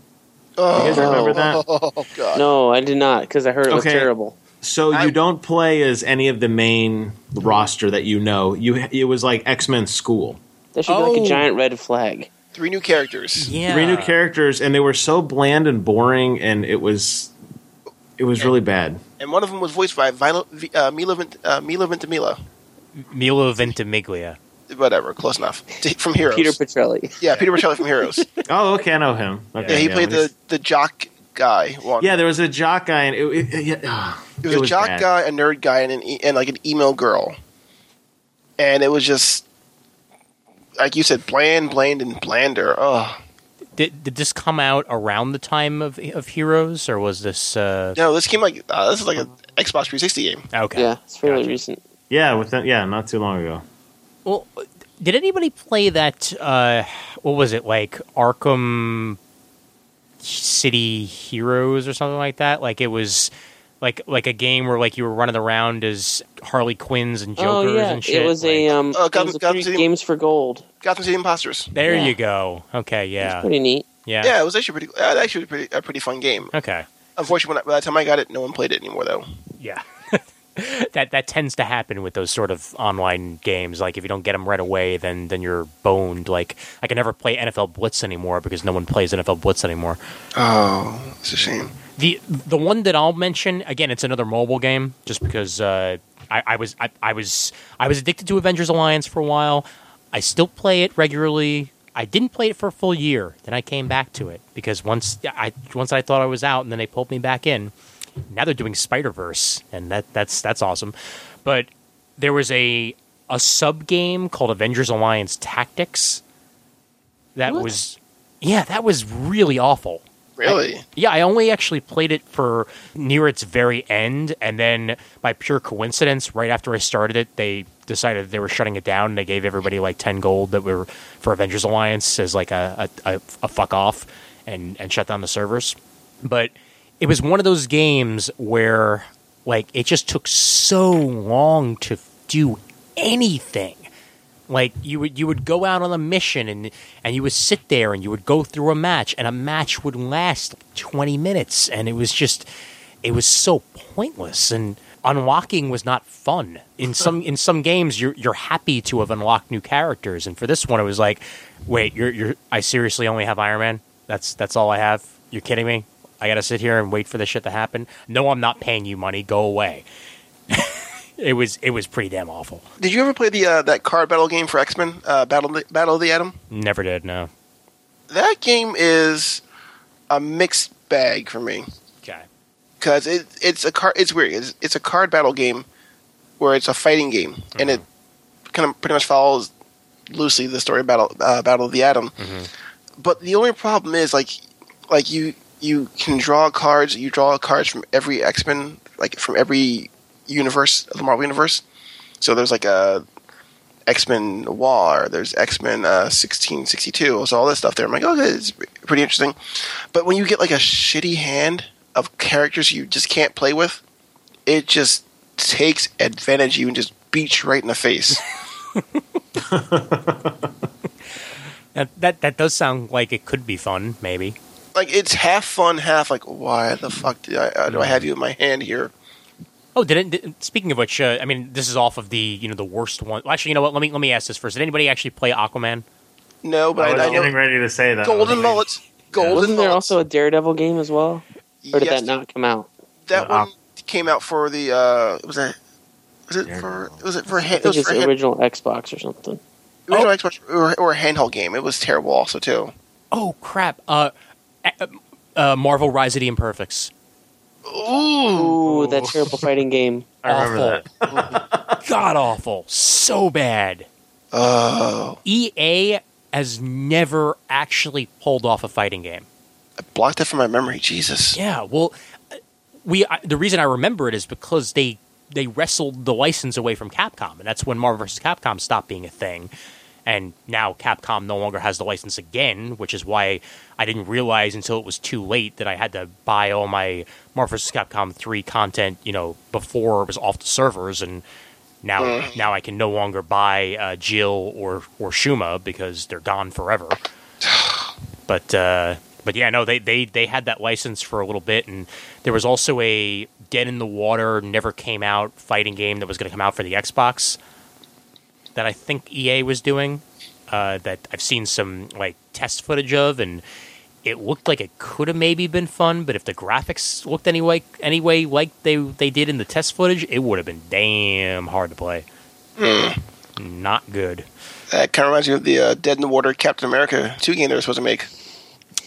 C: Oh,
D: You guys remember that?
C: [LAUGHS] oh god.
A: No, I did not because I heard it was
D: Okay.
A: terrible.
D: So
C: I-
D: you don't play as any of the main roster that you know. You it was like X Men School.
A: That should be like
B: Oh.
A: a giant red flag.
C: Three new characters.
B: Yeah,
D: Three new characters, and they were so bland and boring, and it was it was really bad.
C: And one of them was voiced by Violet, uh, Mila, Vent, uh, Mila Ventimiglia.
B: Milo Ventimiglia.
C: Whatever, close enough. [LAUGHS] To- from Heroes.
A: Peter Petrelli.
C: yeah, Peter Bocelli from Heroes.
D: Oh, okay, I know him. Okay,
C: yeah, he played
D: when he's-
C: the, the jock guy one.
D: Yeah, there was a jock guy, and it, it, it- yeah, ah,
C: It was a jock
D: bad.
C: guy, a nerd guy, and, an e- and like an emo girl. and it was just like you said, bland, bland, and blander. Oh
B: Did, did this come out around the time of of Heroes, or was this? Uh,
C: no, this came like uh, this is like an Xbox 360 game.
B: Okay.
A: Yeah, it's fairly
B: Gotcha.
A: recent.
D: Yeah, within, yeah, not too long ago.
B: Well, did anybody play that? Uh, what was it like? Arkham City Heroes or something like that? Like it was like like a game where like you were running around as Harley Quinns and Jokers
A: oh yeah,
B: and shit.
A: it was a
B: like-
A: um,
C: Uh,
A: it
C: Gotham-
A: was a
C: Gotham
A: free
C: City-
A: games for gold.
C: Gotham City Imposters.
B: there
A: yeah.
B: you go. Okay.
A: Yeah.
B: Yeah.
A: It's pretty neat.
B: yeah.
C: Yeah, it was actually pretty. Uh, actually, was pretty a pretty fun game.
B: Okay.
C: Unfortunately, when I, by the time I got it, no one played it anymore though.
B: Yeah. [LAUGHS] that that tends to happen with those sort of online games. Like if you don't get them right away, then then you're boned. Like I can never play NFL Blitz anymore because no one plays NFL Blitz anymore.
C: Oh, it's a shame.
B: The the one that I'll mention again, it's another mobile game, just because uh, I, I was I, I was I was addicted to Avengers Alliance for a while. I still play it regularly. I didn't play it for a full year. Then I came back to it because once I once I thought I was out, and then they pulled me back in. Now they're doing Spider Verse, and that that's that's awesome. But there was a a sub game called Avengers Alliance Tactics. That
A: What?
B: was yeah, that was really awful.
C: Really?
B: Yeah, I only actually played it for near its very end, and then by pure coincidence, right after I started it, they decided they were shutting it down. And they gave everybody like ten gold that were for Avengers Alliance as like a a, a, a fuck off, and and shut down the servers. But it was one of those games where like it just took so long to do anything. Like you would you would go out on a mission and and you would sit there and you would go through a match and a match would last twenty minutes and it was just it was so pointless and unlocking was not fun. In some in some games you're you're happy to have unlocked new characters and for this one it was like, wait, you're you're I seriously only have Iron Man? That's that's all I have? You're kidding me? I gotta sit here and wait for this shit to happen. No, I'm not paying you money. Go away. [LAUGHS] it was it was pretty damn awful.
C: Did you ever play the uh, that card battle game for X Men? Uh, battle of the- Battle of the Atom.
B: Never did, no.
C: That game is a mixed bag for me
B: Okay.
C: because it it's a card. It's weird. It's, it's a card battle game where it's a fighting game, and it kind of pretty much follows loosely the story of battle uh, Battle of the Atom. But the only problem is like like you you can draw cards. You draw cards from every X Men, like from every universe of the Marvel universe. So there's like a X Men Noir. There's X Men uh, sixteen sixty two. So all this stuff there. I'm like, oh, it's pretty interesting. But when you get like a shitty hand of characters you just can't play with, it just takes advantage of you and just beats you right in the face.
D: [LAUGHS]
B: That, that that does sound like it could be fun, maybe.
C: like it's half fun, half like why the fuck did I, uh, do I have you in my hand here?
B: Oh, didn't did, speaking of which, uh, I mean, this is off of the you know the worst one. Well, actually, you know what? Let me let me ask this first. Did anybody actually play Aquaman?
C: No,
D: I
C: but
D: was
C: I, I
D: getting
C: know
D: ready to say that. [LAUGHS]
C: golden
D: mullet.
C: mullets. Golden
A: Wasn't there
C: mullets.
A: also a Daredevil game as well, or did
C: Yes,
A: that not come out?
C: that
B: Uh,
D: Uh-huh.
C: one came out for the uh, was that was it for was it for
A: I
C: hand,
A: think
C: it was
A: it's
C: for
A: the
C: hand,
A: original Xbox or something.
C: original Xbox or, or a handheld game. It was terrible also too.
B: Oh crap! Uh, uh, uh, Marvel Rise of the Imperfects.
A: Ooh, that terrible fighting game.
D: I remember
B: awful. [LAUGHS] God awful. So bad.
C: Oh,
B: EA has never actually pulled off a fighting game.
C: I blocked that from my memory. Jesus.
B: Yeah, well, uh, we I, the reason I remember it is because they they wrestled the license away from Capcom, and that's when Marvel vs. Capcom stopped being a thing. And now Capcom no longer has the license again, which is why I didn't realize until it was too late that I had to buy all my Marvel vs. Capcom three content, you know, before it was off the servers, and now now I can no longer buy uh, Jill or or Shuma because they're gone forever but uh, but yeah, no, they, they they had that license for a little bit, and there was also a Dead in the Water never came out fighting game that was going to come out for the Xbox that I think EA was doing uh, that I've seen some like test footage of, and it looked like it could have maybe been fun, but if the graphics looked anyway anyway like they they did in the test footage, it would have been damn hard to play. Not good.
C: That kind of reminds me of the uh, Dead in the Water Captain America two game they were supposed to make.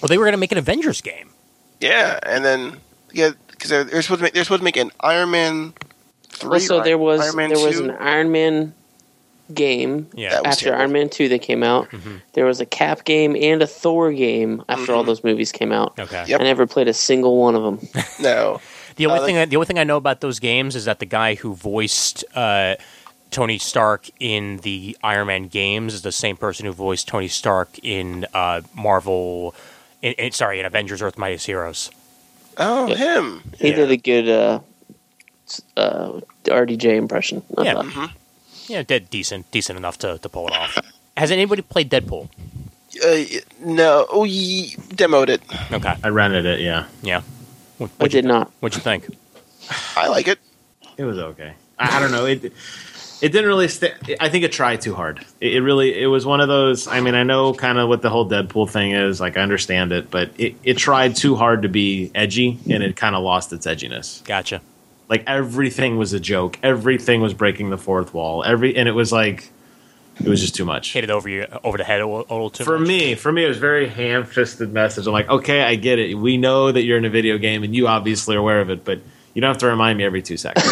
B: Well, they were going to make an Avengers game.
C: Yeah, and then yeah, because they're, they're supposed to make they're supposed to make an Iron Man
A: [LAUGHS]
C: three.
A: Also,
C: Iron-
A: there was
C: Iron Man
A: there was
C: 2.
A: an Iron Man game
B: Yeah. Mm-hmm.
C: That was
A: after
C: terrible.
A: Iron Man 2 that came out. There was a Cap game and a Thor game after all those movies came out.
B: Okay.
C: Mm-hmm. Yep.
A: I never played a single one
B: [LAUGHS]
A: of them.
C: No.
B: The only
C: Uh,
B: thing I, the only thing I know about those games is that the guy who voiced uh, Tony Stark in the Iron Man games is the same person who voiced Tony Stark in uh, Marvel. In, in- sorry, in Avengers: Earth Mightiest Heroes.
C: Oh,
A: Yeah.
C: him.
A: He
B: Yeah.
A: did a good uh, s- uh, RDJ impression. Uh, I
B: Yeah.
A: thought.
C: Mm-hmm.
B: Yeah, did decent, decent enough to, to pull it off. Has anybody played Deadpool?
C: Uh, no. Oh, ye demoed it.
B: Okay,
D: I rented it. Yeah,
B: yeah. What,
A: I
B: what'd you
A: did not.
B: What'd you think?
C: I like it.
D: it was okay. I, I don't know. It it didn't really. St- I think it tried too hard. It, it really. It was one of those. I mean, I know kind of what the whole Deadpool thing is. Like, I understand it, but it it tried too hard to be edgy, and it kind of lost its edginess.
B: Gotcha.
D: like everything was a joke everything was breaking the fourth wall every and it was like it was just too much
B: Hit it over you over the head a little a little too
D: for
B: much.
D: me for me it was very ham-fisted message i'm like okay i get it we know that you're in a video game and you obviously are aware of it but you don't have to remind me every two seconds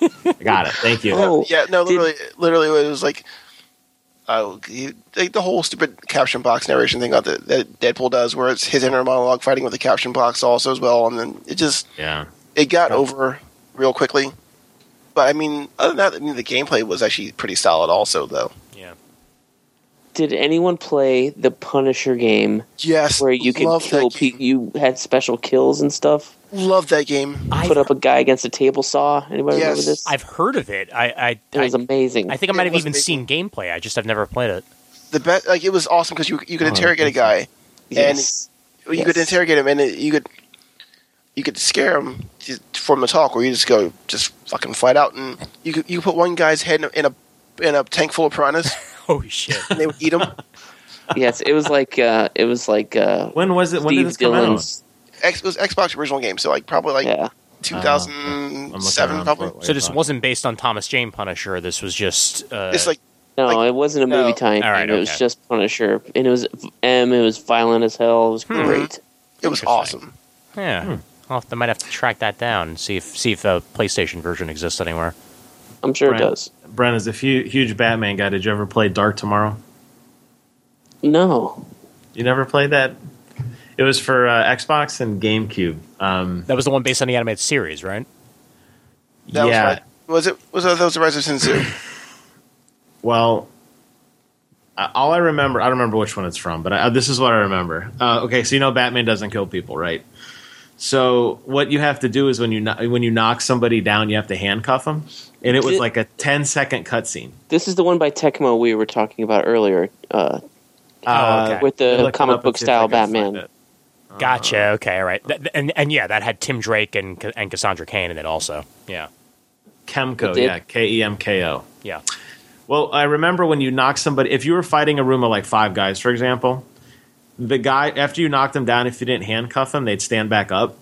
D: I got it thank you
A: Oh.
C: Yeah, no,
A: Did-
C: literally, literally, it was like, uh, he- like the whole stupid caption box narration thing that, the, that Deadpool does, where it's his inner monologue fighting with the caption box also as well, and then it just
D: yeah
C: it got over real quickly. But I mean, other than that, I mean, the gameplay was actually pretty solid, also though.
B: Yeah.
A: Did anyone play the Punisher game
C: Yes,
A: where you could
C: love
A: kill
C: that game.
A: people? You had special kills and stuff.
C: Love that game.
B: I've,
A: Put up a guy against a table saw. Anybody remember
C: Yes.
A: this?
B: I've heard of it. I
A: it
B: I, I,
A: was amazing.
B: I think I might
C: It
B: have
C: was
B: even
C: big.
B: seen gameplay. I just have never played it. [LAUGHS]
C: The best, like it was awesome because you you could
D: Oh,
C: interrogate a
D: thank
C: guy,
A: yes.
C: you could
A: Yes.
C: interrogate him, and it, you could you could scare him to- from the talk, or you just go just fucking fight out, and you could, you could put one guy's head in a, in a in a tank full of piranhas,
B: Oh shit!
C: and they would
A: [LAUGHS]
C: eat him.
A: yes, it was like uh, it was like uh,
D: when was it when did
A: Steve
D: this come out
A: Dillon's.
C: X, it was Xbox original game, so like probably like
A: Yeah,
D: Uh, I'm
C: 2007,
D: looking around for
C: probably.
D: it.
B: So this wasn't based on Thomas Jane Punisher. This was just. Uh,
C: It's like
A: no,
C: Like-
A: it wasn't a
C: no.
A: movie time.
B: All right,
A: thing. It was
B: okay.
A: just Punisher, and it was M. It was violent as hell. It was
B: Hmm.
A: great.
C: it was
B: Interesting.
C: awesome.
B: yeah.
D: Hmm.
B: I'll have to- might have to track that down. And see if see if the PlayStation version exists anywhere.
A: I'm sure
D: Right.
A: it does.
D: Bren is a fu- huge Batman guy. Did you ever play Dark Tomorrow?
A: No,
D: You never played that? It was for uh, Xbox and GameCube. Um,
B: That was the one based on the animated series, right?
C: That
D: yeah,
C: was right. Was it was that, that was the Rise of Sin Tzu?
A: [LAUGHS]
D: Well, I- all I remember, I don't remember which one it's from, but I, uh, this is what I remember. Uh, okay, so you know Batman doesn't kill people, right? So what you have to do is when you kno- when you knock somebody down, you have to handcuff them, and it was
A: Did-
D: like a 10 second cutscene.
A: this is the one by Tecmo we were talking about earlier. Uh,
B: Oh, okay.
A: With the
D: Look it
A: comic
D: up and
A: book
D: see if I
A: style
D: can find
A: Batman.
D: it.
B: Gotcha. Okay. All right. Th- th- and and yeah, that had Tim Drake and Ca- and Cassandra Cain in it also. Yeah.
D: Kemko,
A: It did.
D: yeah, K E M K O.
B: Yeah.
D: Well, I remember when you knock somebody, if you were fighting a room of like five guys, for example, the guy, after you knocked them down, if you didn't handcuff them, they'd stand back up.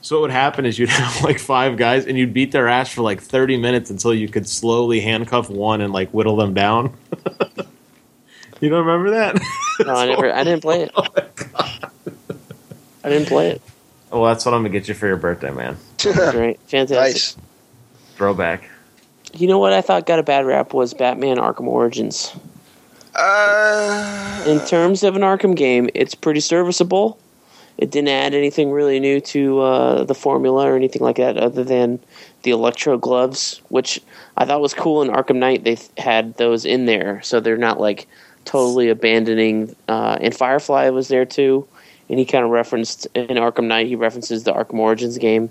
D: So what would happen is you'd [LAUGHS] have like five guys and you'd beat their ass for like 30 minutes until you could slowly handcuff one and like whittle them down. [LAUGHS] you don't remember that? [LAUGHS]
A: no, I never. I
B: [LAUGHS]
A: didn't play it.
B: Oh
A: I didn't play it.
D: well, that's what I'm going to get you for your birthday, man.
A: Great, fantastic.
C: nice.
D: Throwback.
A: You know what I thought got a bad rap was Batman Arkham Origins.
C: Uh,
A: In terms of an Arkham game, it's pretty serviceable. It didn't add anything really new to uh, the formula or anything like that, other than the electro gloves, which I thought was cool. In Arkham Knight, they th- had those in there, so they're not like totally abandoning. Uh, and Firefly was there too, and he kind of referenced in Arkham Knight. He references the Arkham Origins game.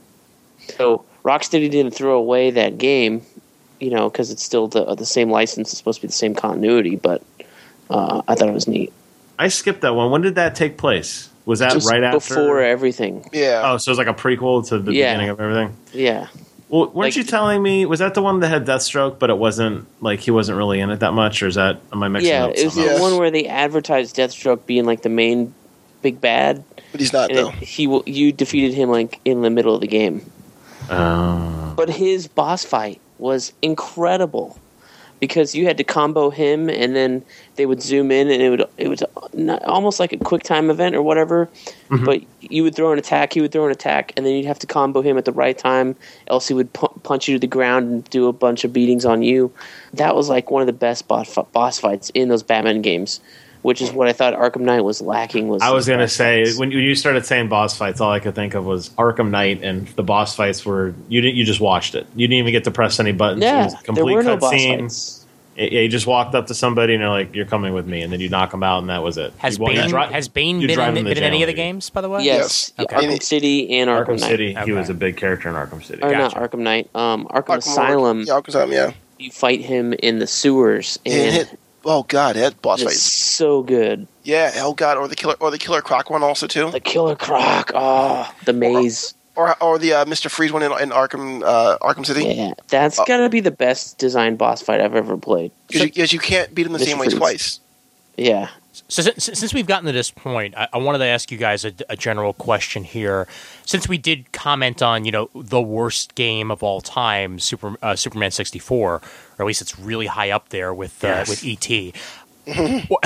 A: So Rocksteady didn't throw away that game, you know, because it's still the the same license. It's supposed to be the same continuity, but uh, I thought it was neat.
D: I skipped that one. When did that take place? Was that
A: Just
D: right after?
A: before everything.
C: yeah.
D: Oh, so it was like a prequel to the
A: Yeah.
D: beginning of everything?
A: Yeah,
D: Well, weren't
A: Like-
D: you telling me was that the one that had Deathstroke, but it wasn't like he wasn't really in it that much, or is that am I mixing
A: yeah.
D: up?
A: It was
D: somehow?
A: the
C: Yes.
A: one where they advertised Deathstroke being like the main big bad,
C: but he's not
A: and
C: though.
A: it, he w- you defeated him like in the middle of the game.
D: Oh.
A: But his boss fight was incredible because you had to combo him, and then they would zoom in, and it would it was not, almost like a quick time event or whatever.
D: Mm-hmm.
A: But you would throw an attack, he would throw an attack, and then you'd have to combo him at the right time, else he would pu- punch you to the ground and do a bunch of beatings on you. That was like one of the best boss, boss fights in those Batman games, which is what I thought Arkham Knight was lacking. Was
D: I was
A: those
D: gonna
A: boss
D: say
A: fights.
D: when you- when you started saying boss fights, all I could think of was Arkham Knight, and the boss fights were you didn't you just watched it. You didn't even get to press any buttons. it
A: yeah,
D: was
A: there
D: complete
A: were no boss
D: cutscenes.
A: fights.
D: It- Yeah, you just walked up to somebody and you're like, "You're coming with me," and then you knock them out, and that was it.
B: Has
D: you, wa- you
B: Bane,
D: dri-
B: has Bane
D: you
B: been,
D: drive
B: in,
D: them to
B: been in any
D: jail,
B: of the
D: dude.
B: games, by the way?
A: Yes,
B: Okay.
A: Arkham City and Arkham,
D: Arkham
A: Knight.
D: City.
B: Okay.
D: He was a big character in Arkham City.
A: or
B: Gotcha.
A: not Arkham Knight, um, Arkham,
C: Arkham
A: Asylum.
C: Lord. Yeah, Arkham Asylum, yeah.
A: You fight him in the sewers, and
C: And hit, oh god, that boss
A: it's
C: fight.
A: so good.
C: Yeah, oh god, or the killer, or the killer croc one also too,
A: The Killer Croc, oh, the maze.
C: or or the uh, Mister Freeze one in, in Arkham uh, Arkham City.
A: Yeah, that's
C: Oh.
A: gotta be the best designed boss fight I've ever played.
C: Because you, 'cause you can't beat him the
A: Mr.
C: same way
A: Freeze.
C: twice.
A: Yeah,
B: So since, since we've gotten to this point, I, I wanted to ask you guys a, a general question here. Since we did comment on you know the worst game of all time, Super, uh, Superman sixty four, or at least it's really high up there with uh,
D: Yes.
B: with ET. [LAUGHS] Wha-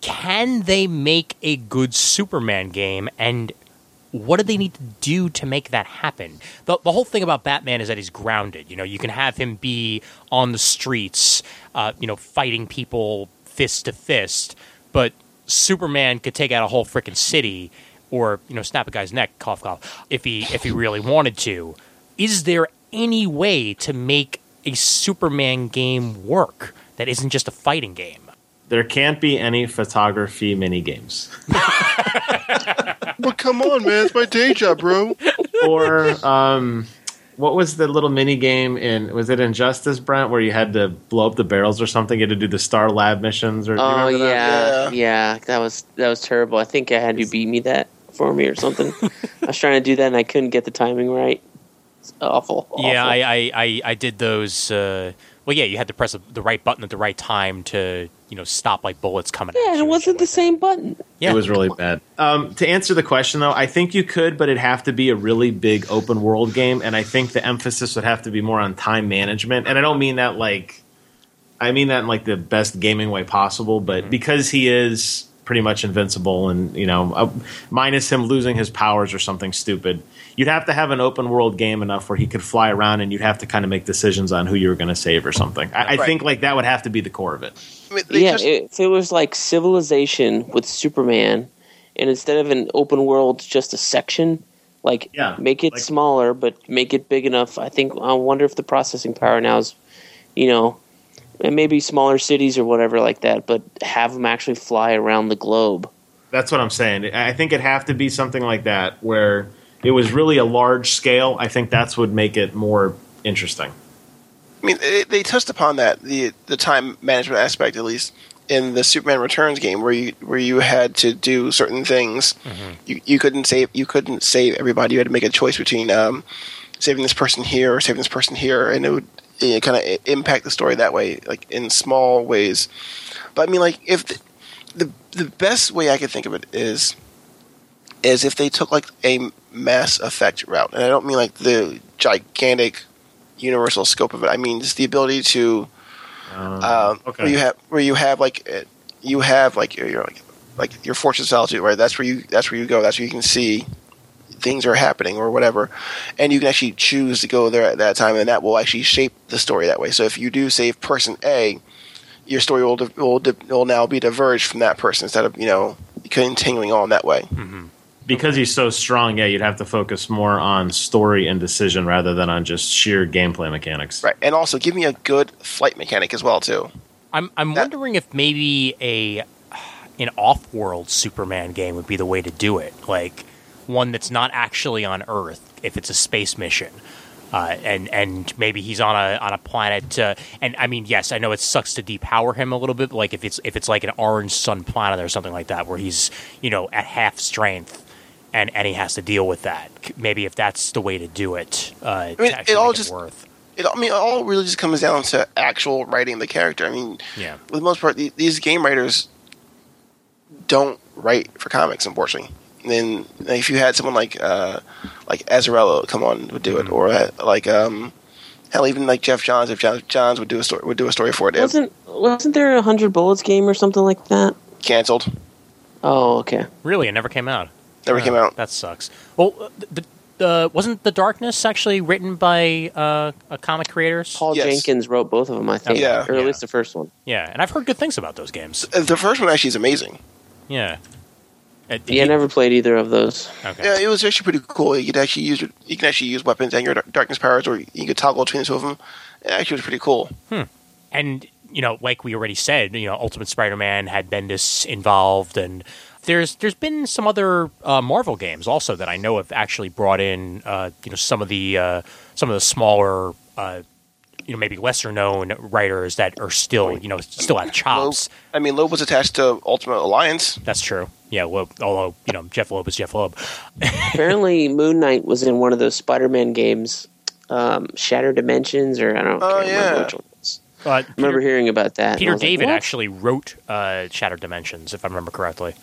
B: Can they make a good Superman game, and what do they need to do to make that happen? The, the whole thing about Batman is that he's grounded. You know, you can have him be on the streets, uh, you know, fighting people fist to fist, but Superman could take out a whole freaking city or, you know, snap a guy's neck, cough, cough, if he, if he really wanted to. Is there any way to make a Superman game work that isn't just a fighting game?
D: There can't be any photography mini games.
C: But come on, man, it's my day job, [LAUGHS] bro.
D: or um, what was the little mini game in? Was it Injustice, Brent, where you had to blow up the barrels or something? You had to do the Star Lab missions, or do you
A: oh
D: remember that?
A: yeah,
C: Yeah.
A: yeah. That was that was terrible. I think I had you beat me that for me or
D: [LAUGHS]
A: something. I was trying to do that and I couldn't get the timing right. It's awful. awful.
B: Yeah, I, I, I, I did those. Uh, well, yeah, you had to press the right button at the right time to you know stop like bullets coming. at
A: yeah, and
B: you
A: it
B: and
A: wasn't
B: shit
A: the
B: like
A: same button.
B: that. Yeah,
D: It was really bad. Um, to answer the question, though, I think you could, but it'd have to be a really big open world game, and I think the emphasis would have to be more on time management. And I don't mean that like, I mean that in like the best gaming way possible. But because he is pretty much invincible, and you know, uh, minus him losing his powers or something stupid, you'd have to have an open world game enough where he could fly around, and you'd have to kind of make decisions on who you were going to save or something. I, I
C: Right.
D: think like that would have to be the core of it.
C: I mean, they
A: yeah,
C: just-
A: if it was like Civilization with Superman, and instead of an open world, just a section, like
D: Yeah,
A: make it
D: like-
A: smaller but make it big enough. I think I wonder if the processing power now is, you know, and maybe smaller cities or whatever like that, but have them actually fly around the globe.
D: That's what I'm saying. I I think it'd have to be something like that where it was really a large scale. I think that's would make it more interesting.
C: I mean, they, they touched upon that the the time management aspect at least in the Superman Returns game where you where you had to do certain things. You you couldn't save you couldn't save everybody. You had to make a choice between um, saving this person here or saving this person here, and it would it kind of impact the story that way, like in small ways. But I mean, like if the, the the best way I could think of it is is if they took like a Mass Effect route, and I don't mean like the gigantic universal scope of it. I mean, just the ability to
D: Um,
C: um, where you have where you have like uh, you have like your, your like like your fortress of solitude, right? That's where you that's where you go. That's where you can see things are happening or whatever, and you can actually choose to go there at that time, and that will actually shape the story that way. So if you do save person A, your story will di- will, di- will now be diverged from that person instead of you know continuing on that way.
D: because he's so strong, yeah, you'd have to focus more on story and decision rather than on just sheer gameplay mechanics.
C: Right, and also give me a good flight mechanic as well too.
B: I'm I'm
C: That-
B: wondering if maybe a an off-world Superman game would be the way to do it, like one that's not actually on Earth, if it's a space mission, uh, and and maybe he's on a on a planet. Uh, and I mean, yes, I know it sucks to depower him a little bit. But like if it's if it's like an orange sun planet or something like that, where he's you know at half strength. And, and he has to deal with that. C- Maybe if that's the way to do it, uh, to
C: it
B: actually
C: all
B: make it
C: just-
B: worth.
C: it, I mean, it all really just comes down to actual writing of the character. I mean,
B: Yeah.
C: for the most part, the- these game writers don't write for comics, unfortunately. And then like, if you had someone like uh, like Azarello come on would do it, or uh, like um, hell, even like Jeff Johns, if John, Johns would do a story would do a story for it, it
A: Wasn't wasn't there a hundred bullets game or something like that?
C: canceled,
A: Oh, okay.
B: Really, it never came out.
C: never
B: Oh,
C: came out.
B: That sucks. Well, uh, the, the wasn't the Darkness actually written by uh, a comic creators?
A: Paul
C: Yes.
A: Jenkins wrote both of them, I think,
C: Yeah.
A: or at
B: Yeah.
A: least the first one.
B: Yeah, and I've heard good things about those games.
C: Uh, The first one actually is amazing.
B: Yeah. Uh,
A: Yeah, I never played either of those.
B: okay.
C: Yeah, it was actually pretty cool. You could actually use your, you can actually use weapons and your dar- darkness powers, or you could toggle between the two of them. It actually was pretty cool.
B: and you know, like we already said, you know, Ultimate Spider-Man had Bendis involved, and there's there's been some other uh, Marvel games also that I know have actually brought in, uh, you know, some of the uh, some of the smaller, uh, you know, maybe lesser known writers that are still, you know, still have
C: Loeb,
B: chops.
C: I mean, Loeb was attached to Ultimate Alliance.
B: That's true. Yeah, well, although you know, Jeff Loeb is Jeff Loeb.
A: Apparently, Moon Knight was in one of those Spider-Man games, um, Shattered Dimensions, or I don't
C: Oh,
A: can't remember
C: yeah.
A: which one. it was.
B: But
A: I remember
B: Peter,
A: hearing about that. and I
B: Peter
A: was like,
B: David
A: "What?"
B: actually wrote uh, Shattered Dimensions, if I remember correctly.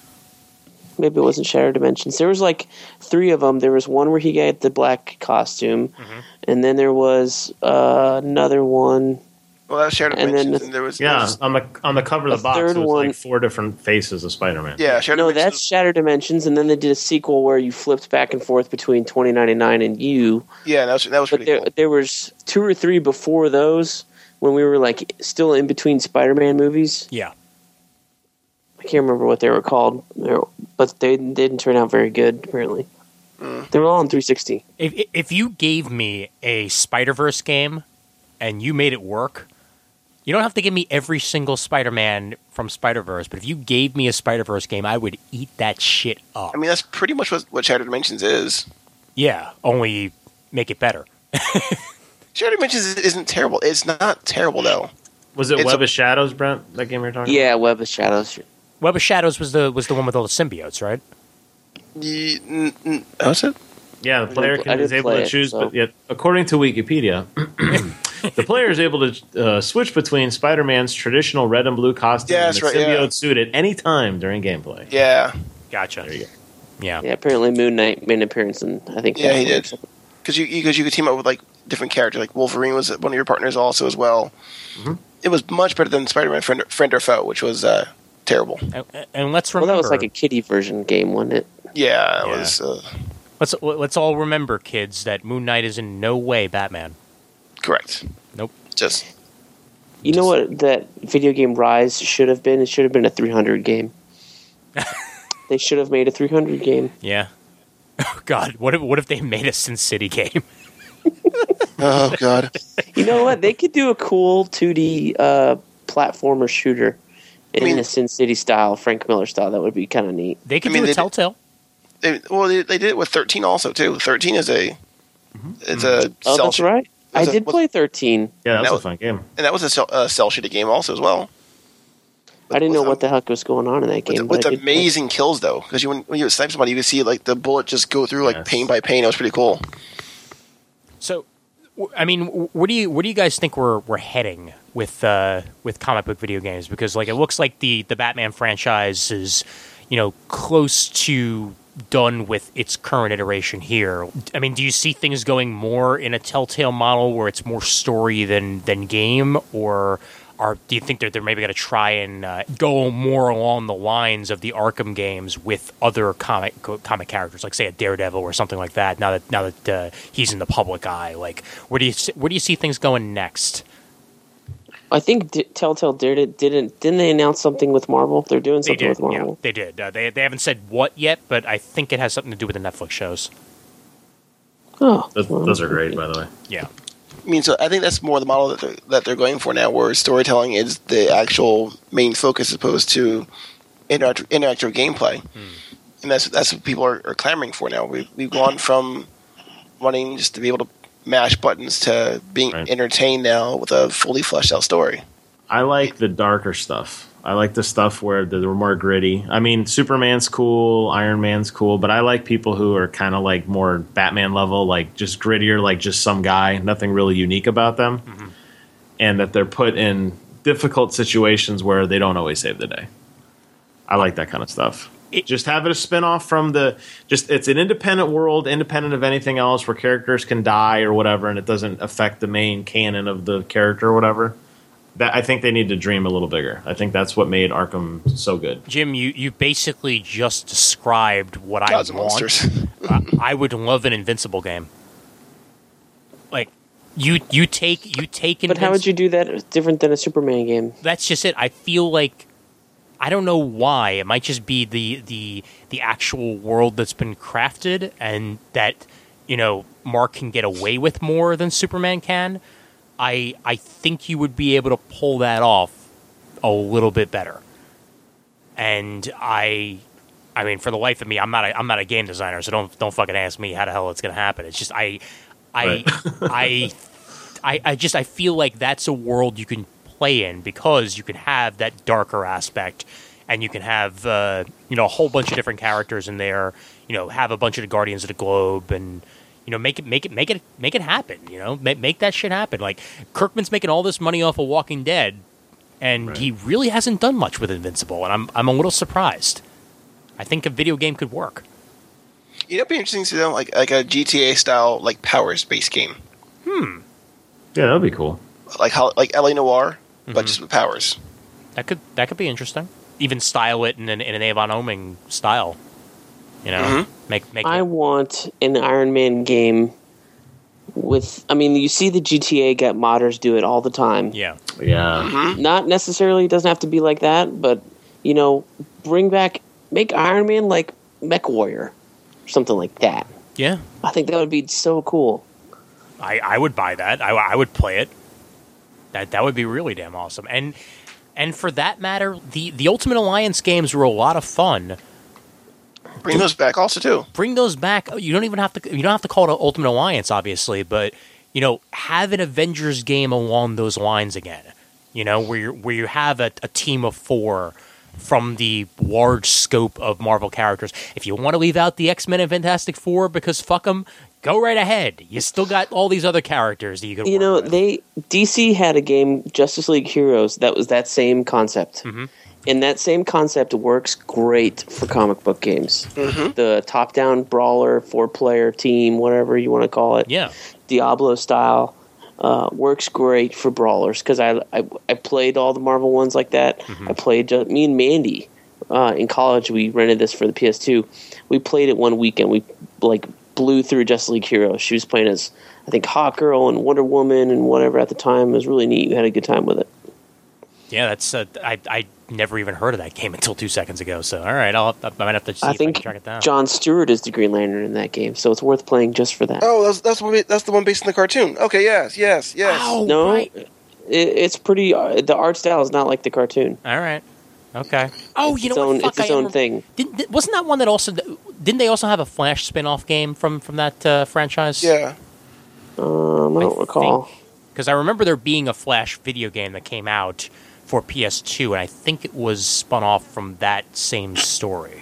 A: Maybe it wasn't Shattered Dimensions. There was like three of them. There was one where he got the black costume,
B: Mm-hmm.
A: and then there was uh, another one.
C: Well, that was Shared
A: And then
C: Dimensions,
A: the-
C: and there was
D: Yeah, on the on the cover of
A: A
D: the box,
A: third
D: there's
A: one-
D: like four different faces of Spider-Man.
C: yeah, Shared
A: no,
C: Dimensions.
A: that's Shattered Dimensions, and then they did a sequel where you flipped back and forth between 2099 and you.
C: yeah, that was, that was
A: But
C: pretty
A: there,
C: cool.
A: there was two or three before those when we were like still in between Spider-Man movies.
B: Yeah.
A: I can't remember what they were called, they were- but they didn't turn out very good. Apparently,
C: Mm.
A: they were all in 360.
B: If if you gave me a Spider Verse game and you made it work, you don't have to give me every single Spider Man from Spider Verse. But if you gave me a Spider Verse game, I would eat that shit up.
C: I mean, that's pretty much what, what Shattered Dimensions is.
B: yeah, only make it better.
C: Shattered Dimensions isn't terrible. It's not terrible though.
D: Was it
C: It's
D: Web
C: a-
D: of Shadows, Brent? That game you're talking
A: Yeah, Web of Shadows.
B: Web of Shadows was the was the one with all the symbiotes, right?
C: Ye- n- n- What's it?
D: about? Yeah, the player
A: pl- I
D: can,
A: did
D: is able
A: play
D: to
A: it,
D: choose,
A: so-
D: but yet, according to Wikipedia, [COUGHS] the player is able to uh, switch between Spider-Man's traditional red and blue costume
C: Yeah,
D: and
C: that's
D: the
C: right, yeah.
D: symbiote suit at any time during gameplay.
C: Yeah,
B: Gotcha. There you go. Yeah.
A: Yeah, apparently Moon Knight made an appearance, and I think
C: Yeah,
A: that
C: he
A: one or
C: did.
A: something.
C: because you because you could team up with like different characters. Like Wolverine was one of your partners also as well. It was much better than Spider Man friend, friend or foe, which was uh, terrible.
B: And, and let's
A: Well,
B: remember
A: that was like a kiddie version game, wasn't it?
C: Yeah, it
B: Yeah.
C: was uh,
B: let's let's all remember, kids, that Moon Knight is in no way Batman.
C: correct.
B: Nope.
C: Just
A: You know what that video game Rise should have been? It should have been a 300 game. they should have made a 300 game.
B: Yeah. Oh [LAUGHS] God, what if what if they made a Sin City game? [LAUGHS]
C: oh god,
A: You know what? They could do a cool 2D uh, platformer shooter in
C: I mean-
A: the Sin City style, Frank Miller style. That would be kind of neat.
B: They could
C: I mean,
B: do
C: they
B: a
C: did-
B: Telltale.
C: they, well they, they did it with thirteen also too. Thirteen is a it's a
A: Oh,
C: cell
A: that's
C: shade-
A: right. I
C: Is it-
A: did play 13.
D: Yeah, that was
C: That
D: a
C: was-
D: fun game.
C: and that was a cell, uh, cell shaded game also as well.
A: I didn't know
C: with,
A: what the heck was going on in that
C: With,
A: game.
C: with
A: but I did play it.
C: amazing kills though, because you when, when you would snipe somebody, you could see like the bullet just go through like
D: Yes.
C: pane by pane. It was pretty cool.
B: So, w- I mean, w- where do you where do you guys think we're we're heading with uh, with comic book video games? Because like it looks like the the Batman franchise is, you know, close to done with its current iteration here. I mean, do you see things going more in a Telltale model where it's more story than than game, or are do you think that they're maybe going to try and uh, go more along the lines of the Arkham games with other comic co- comic characters, like say a Daredevil or something like that? Now that now that uh, he's in the public eye, like where do you s- where do you see things going next?
A: I think D- Telltale did it. Didn't didn't they announce something with Marvel? They're doing
B: They
A: something
B: did,
A: with Marvel.
B: they did. Uh, they they haven't said what yet, but I think it has something to do with the Netflix shows.
A: Oh,
D: Those,
A: well,
D: those are great, by the way.
B: Yeah,
C: I mean, so I think that's more the model that they're, that they're going for now, where storytelling is the actual main focus, as opposed to interactive, interactive gameplay.
B: Hmm.
C: And that's that's what people are, are clamoring for now. We we've gone from wanting just to be able to mash buttons to being
D: Right.
C: entertained now with a fully fleshed out story.
D: I like the darker stuff. I like the stuff where they're more gritty. I mean, Superman's cool, Iron Man's cool, but I like people who are kind of like more Batman level, like just grittier, like just some guy, nothing really unique about them, and that they're put in difficult situations where they don't always save the day. I like that kind of stuff.
B: It-
D: just have it a spin off from the just it's an independent world, independent of anything else where characters can die or whatever and it doesn't affect the main canon of the character or whatever. That I think they need to dream a little bigger. I think that's what made Arkham so good.
B: Jim, you you basically just described what I
C: Gods
B: want.
C: [LAUGHS] and
B: [LAUGHS]
C: monsters.
B: I, I would love an Invincible game. Like you, you take you take.
A: But how would you do that different than a Superman game?
B: that's just it. I feel like I don't know why. It might just be the the the actual world that's been crafted and that you know Mark can get away with more than Superman can. I I think you would be able to pull that off a little bit better. And I I mean for the life of me I'm not a, I'm not a game designer so don't don't fucking ask me how the hell it's going to happen. It's just I I
D: Right.
B: [LAUGHS] I I, I just I feel like that's a world you can play in because you can have that darker aspect, and you can have uh, you know a whole bunch of different characters in there. You know, have a bunch of the Guardians of the Globe, and you know make it make it make it make it happen. You know, make, make that shit happen. Like Kirkman's making all this money off of Walking Dead, and
D: Right.
B: he really hasn't done much with Invincible, and I'm I'm a little surprised. I think a video game could work.
C: You know, it'd be interesting to know, like like a GTA style like powers based game,
D: Yeah, that'd be cool.
C: like how like LA Noir,
B: Mm-hmm.
C: but just with powers.
B: That could that could be interesting. Even style it in an in an Avon Oming style. You know, make make
A: I
B: it-
A: want an Iron Man game with. I mean, you see the GTA got modders do it all the time.
B: yeah.
D: Yeah,
A: Not necessarily. It doesn't have to be like that, but you know, bring back make Iron Man like Mech Warrior, or something like that.
B: Yeah.
A: I think that would be so cool.
B: I, I would buy that. I, I would play it. That that would be really damn awesome. And and for that matter, the the Ultimate Alliance games were a lot of fun.
C: Bring those back also too.
B: Bring those back. You don't even have to you don't have to call it an Ultimate Alliance obviously, but you know, have an Avengers game along those lines again. You know, where you where you have a, a team of 4 from the large scope of Marvel characters. If you want to leave out the X-Men and Fantastic 4 because fuck them, go right ahead. You still got all these other characters that you could
A: You
B: work
A: know,
B: with.
A: they DC had a game Justice League Heroes that was that same concept. And that same concept works great for comic book games. The top-down brawler, four-player team, whatever you want to call it.
B: Yeah.
A: Diablo style uh, works great for brawlers because I, I I played all the Marvel ones like that.
B: Mm-hmm.
A: I played just, me and Mandy uh, in college. We rented this for the PS2. We played it one weekend. We like blew through Justice League Heroes. She was playing as I think Hawkgirl and Wonder Woman and whatever at the time. It was really neat. We had a good time with it.
B: Yeah, that's uh, I I never even heard of that game [LAUGHS] until two seconds ago. So all right, I'll I might have to see
A: I
B: if I
A: think
B: can track it down.
A: John Stewart is the Green Lantern in that game, so it's worth playing just for that.
C: Oh, that's that's the one. That's the one based on the cartoon. Okay, yes, yes, yes.
B: Ow,
A: no,
B: right.
A: it, it's pretty. Uh, the art style is not like the cartoon.
B: All right. Okay. Oh, you
A: its
B: know
A: own,
B: what? Fuck,
A: it's its
B: I
A: own
B: am-
A: thing.
B: Didn't, th- wasn't that one that also didn't they also have a Flash spin-off game from from that uh, franchise?
C: Yeah,
A: Um, I don't recall.
B: Because I remember there being a Flash video game that came out for PS2, and I think it was spun off from that same story.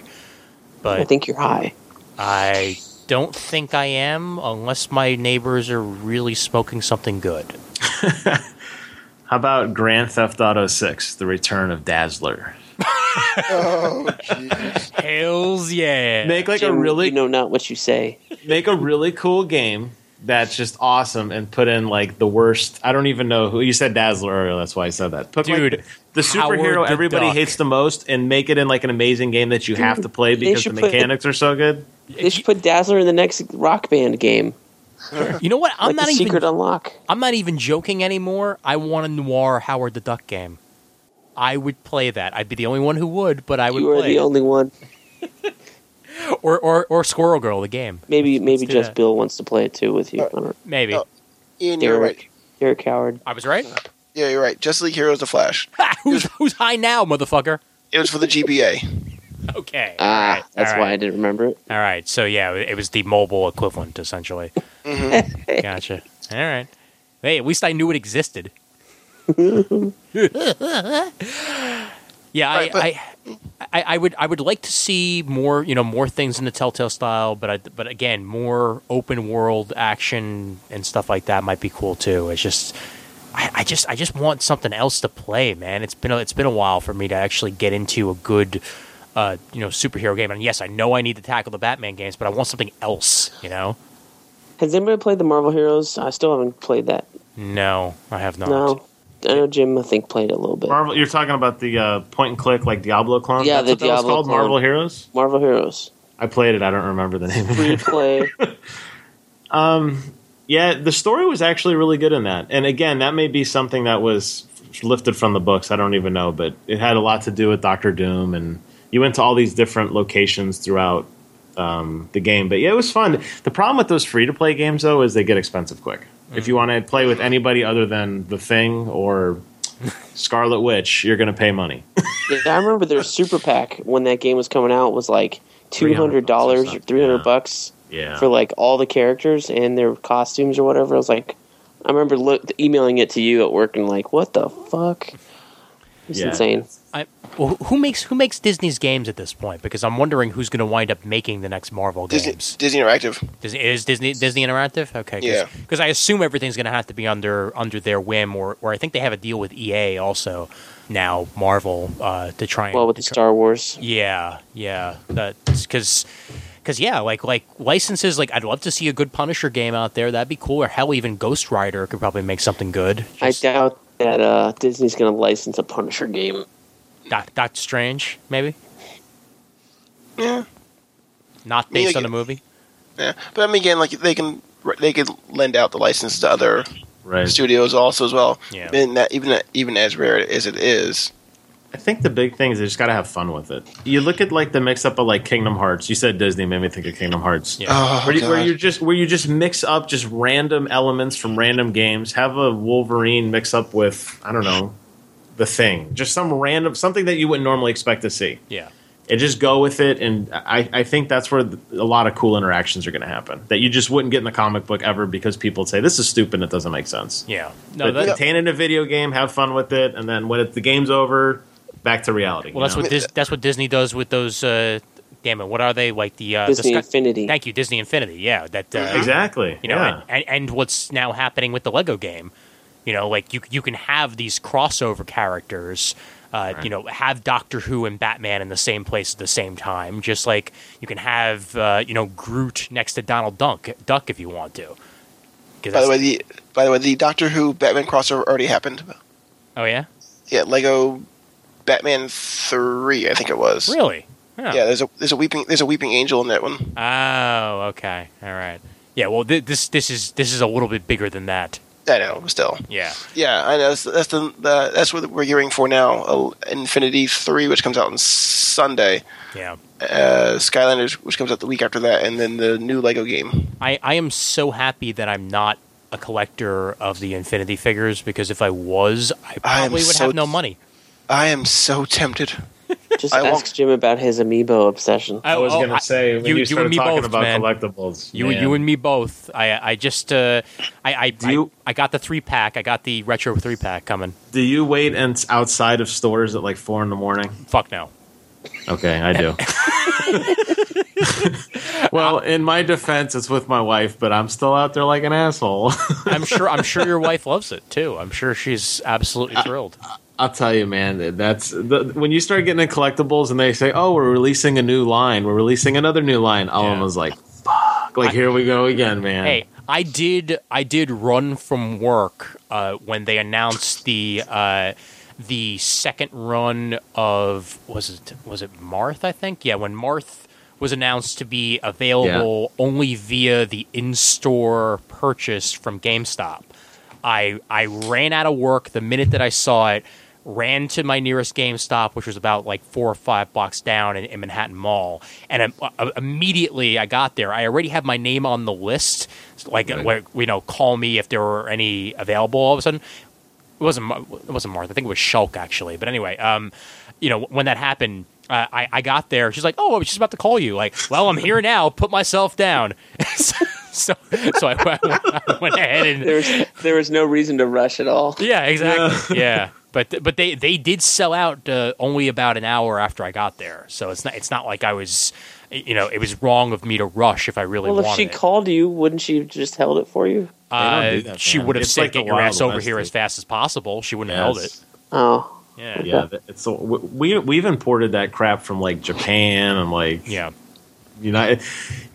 B: But
A: I think you're high.
B: I don't think I am, unless my neighbors are really smoking something good.
D: How about Grand Theft Auto Six: The Return of Dazzler?
B: Hells yeah!
D: Make like a
A: Jim,
D: really
A: you know not what
B: [LAUGHS]
A: you say.
D: make a really cool game that's just awesome and put in like the worst. I don't even know who you said Dazzler earlier. That's why I said that. Put, like,
B: Dude,
D: the
B: Howard
D: superhero
B: the
D: everybody
B: Duck.
D: hates the most, and make it in like an amazing game that you have to play because the
A: should put-
D: mechanics are so good.
A: They should put Dazzler in the next Rock Band game.
B: You know what? I'm
A: like
B: not
A: the
B: even.
A: secret unlock.
B: I'm not even joking anymore. I want a noir Howard the Duck game. I would play that. I'd be the only one who would, but I would
A: You are
B: play
A: the
B: it.
A: only one.
B: or, or or Squirrel Girl, the game.
A: Maybe maybe
B: do
A: just
B: that.
A: Bill wants to play it too with you. I don't know.
B: Maybe
C: Oh. Ian, you're
A: Derek,
C: right.
A: Derek Howard.
B: I was
A: [LAUGHS]
B: right.
C: Yeah, you're right. Justice League Heroes: The Flash.
B: Ha, who's who's high now, motherfucker?
C: It was for the GBA.
B: Okay.
A: Ah, that's
B: all
A: why I
B: right.
A: didn't remember it.
B: All right. So yeah, it was the mobile equivalent essentially.
C: Mm-hmm.
B: [LAUGHS] gotcha. All right. Hey, at least I knew it existed.
C: [LAUGHS]
B: yeah, I,
C: Right, but-
B: I, I, I would, I would like to see more, you know, more things in the Telltale style, but, I, but again, more open world action and stuff like that might be cool too. It's just, I, I just, I just want something else to play, man. It's been, a, it's been a while for me to actually get into a good, uh, you know, superhero game. And yes, I know I need to tackle the Batman games, but I want something else, you know.
A: Has anybody played the Marvel Heroes? I still haven't played that.
B: No, I have not.
A: No. I know Jim, I think, played it a little bit.
D: Marvel, you're talking about the uh, point and click like Diablo clone.
A: Yeah, the
D: what that was
A: Diablo
D: called
A: clone.
D: Marvel Heroes.
A: Marvel Heroes.
D: I played it. I don't remember the name. of it.
A: Free play.
D: [LAUGHS]
B: [LAUGHS]
D: Yeah, the story was actually really good in that. And again, that may be something that was lifted from the books. I don't even know, but it had a lot to do with Doctor Doom, and you went to all these different locations throughout um, the game. But yeah, it was fun. The problem with those free to play games though is they get expensive quick. If you want to play with anybody other than the Thing or Scarlet Witch, you're going to pay money.
A: Yeah, I remember their super pack when that game was coming out was like two hundred dollars or
D: something,
A: three hundred
D: yeah.
A: bucks
D: Yeah.
A: for like all the characters and their costumes or whatever. I was like, I remember look, emailing it to you at work and like, what the fuck? It's
D: Yeah.
A: insane.
B: I, well, who makes who makes Disney's games at this point? Because I'm wondering who's going to wind up making the next Marvel
C: Disney,
B: games.
C: Disney Interactive.
B: Disney, is Disney Disney Interactive? Okay, cause,
C: Yeah.
B: Because I assume everything's going to have to be under under their whim, or or I think they have a deal with EA also now Marvel uh, to try and
A: Well, with the Star Wars,
B: Yeah, yeah. That's because, because yeah, like like licenses. Like I'd love to see a good Punisher game out there. That'd be cool. Or hell, even Ghost Rider could probably make something good.
A: I
B: Just
A: doubt that uh, Disney's going to license a Punisher game.
B: Doc, Doctor Strange, maybe
C: Yeah,
B: not
C: mean,
B: based
C: like-
B: on the movie.
C: yeah. But I mean, again, like they can they could lend out the license to other
D: Right.
C: studios also as well.
B: Yeah.
C: And that, even even as rare as it is,
D: I think the big thing is they just got to have fun with it. You look at like the mix up of like Kingdom Hearts. You said Disney made me think of Kingdom Hearts.
B: Yeah.
C: oh,
D: where you, where
C: God.
D: you just where you just mix up just random elements from random games. Have a Wolverine mix up with I don't know the thing, just some random something that you wouldn't normally expect to see,
B: Yeah,
D: and just go with it. And I, I think that's where th- a lot of cool interactions are going to happen that you just wouldn't get in the comic book ever because people would say this is stupid. and It doesn't make sense.
B: yeah. No,
D: But
B: that,
D: contain it in a video game, have fun with it, and then when it, the game's over, back to reality. you
B: well, that's
D: know?
B: what Dis- that's what Disney does with those. Uh, damn it, what are they like? The uh,
A: Disney
B: the Sky-
A: Infinity. Mm-hmm.
B: Thank you, Disney Infinity. Yeah, that uh,
D: exactly.
B: you know,
D: yeah.
B: and, and and what's now happening with the Lego game. You know, like you you can have these crossover characters. Uh, You know, have Doctor Who and Batman in the same place at the same time. Just like you can have uh, you know Groot next to Donald Dunk Duck if you want to. 'Cause
C: By the
B: that's-
C: way, the by the way, the Doctor Who Batman crossover already happened.
B: oh yeah,
C: Yeah, Lego Batman three, I think it was.
B: really? Huh.
C: Yeah, there's a there's a weeping there's a weeping angel in that one.
B: Oh, okay, all right. Yeah, well, th- this this is this is a little bit bigger than that.
C: I know, but still.
B: Yeah,
C: Yeah, I know. That's, that's the, the that's what we're gearing for now. Uh, Infinity three, which comes out on Sunday.
B: yeah.
C: Uh, Skylanders, which comes out the week after that, and then the new Lego game.
B: I, I am so happy that I'm not a collector of the Infinity figures because if I was, I
C: I am
B: probably would
C: so-
B: have no money.
C: I am so tempted.
A: Just
C: I
A: ask
C: won't-
A: Jim about his amiibo obsession.
D: I was
B: oh,
D: gonna say when you, started talking
B: both,
D: about
B: man.
D: collectibles.
B: You,
D: man.
B: you and me both. I I just uh, I I, I,
D: you-
B: I got the three pack. I got the retro three pack coming.
D: do you wait and outside of stores at like four in the morning?
B: Fuck no.
D: Okay, I
B: [LAUGHS]
D: do. well, in my defense, it's with my wife, but I'm still out there like an asshole.
B: I'm sure I'm sure your wife loves it too. I'm sure she's absolutely thrilled.
D: I'll tell you, man. that- That's the, when you start getting into collectibles, and they say, "Oh, we're releasing a new line. We're releasing another new line." All of
B: Yeah.
D: them was like, "Fuck!" Like here we go again, man.
B: Hey, I did. I did run from work uh, when they announced the uh, the second run of was it was it Marth? I think yeah. When Marth was announced to be available only via the in store purchase from GameStop, I I ran out of work the minute that I saw it. Ran to my nearest GameStop, which was about like four or five blocks down in, in Manhattan Mall, and um, uh, immediately I got there. I already had my name on the list, like
D: Right.
B: where, you know, call me if there were any available. All of a sudden, it wasn't Mar- it wasn't Martha. I think it was Shulk actually. But anyway, um, you know, when that happened, uh, I I got there. She's like, "Oh, I was just about to call you." Like, well, I'm here now. Put myself down. [LAUGHS] so so, so I, went- I went ahead and
A: [LAUGHS] There was there was no reason to rush at all.
B: [LAUGHS] yeah, exactly. Yeah. But but they, they did sell out uh, only about an hour after I got there, so it's not it's not like I was, you know, it was wrong of me to rush if I really
A: Well, if
B: wanted.
A: she
B: it.
A: called you, wouldn't she have just held it for you?
D: They
B: uh,
D: don't do that,
B: she
D: man.
B: would have
D: It's
B: said,
D: like the
B: "Get your
D: Wild
B: ass over
D: West,
B: here as
D: dude.
B: fast as possible." She wouldn't have held it.
D: Yes.
A: Oh,
B: Yeah,
D: Yeah, that- it's so we we've imported that crap from like Japan and like
B: yeah.
D: You know, it-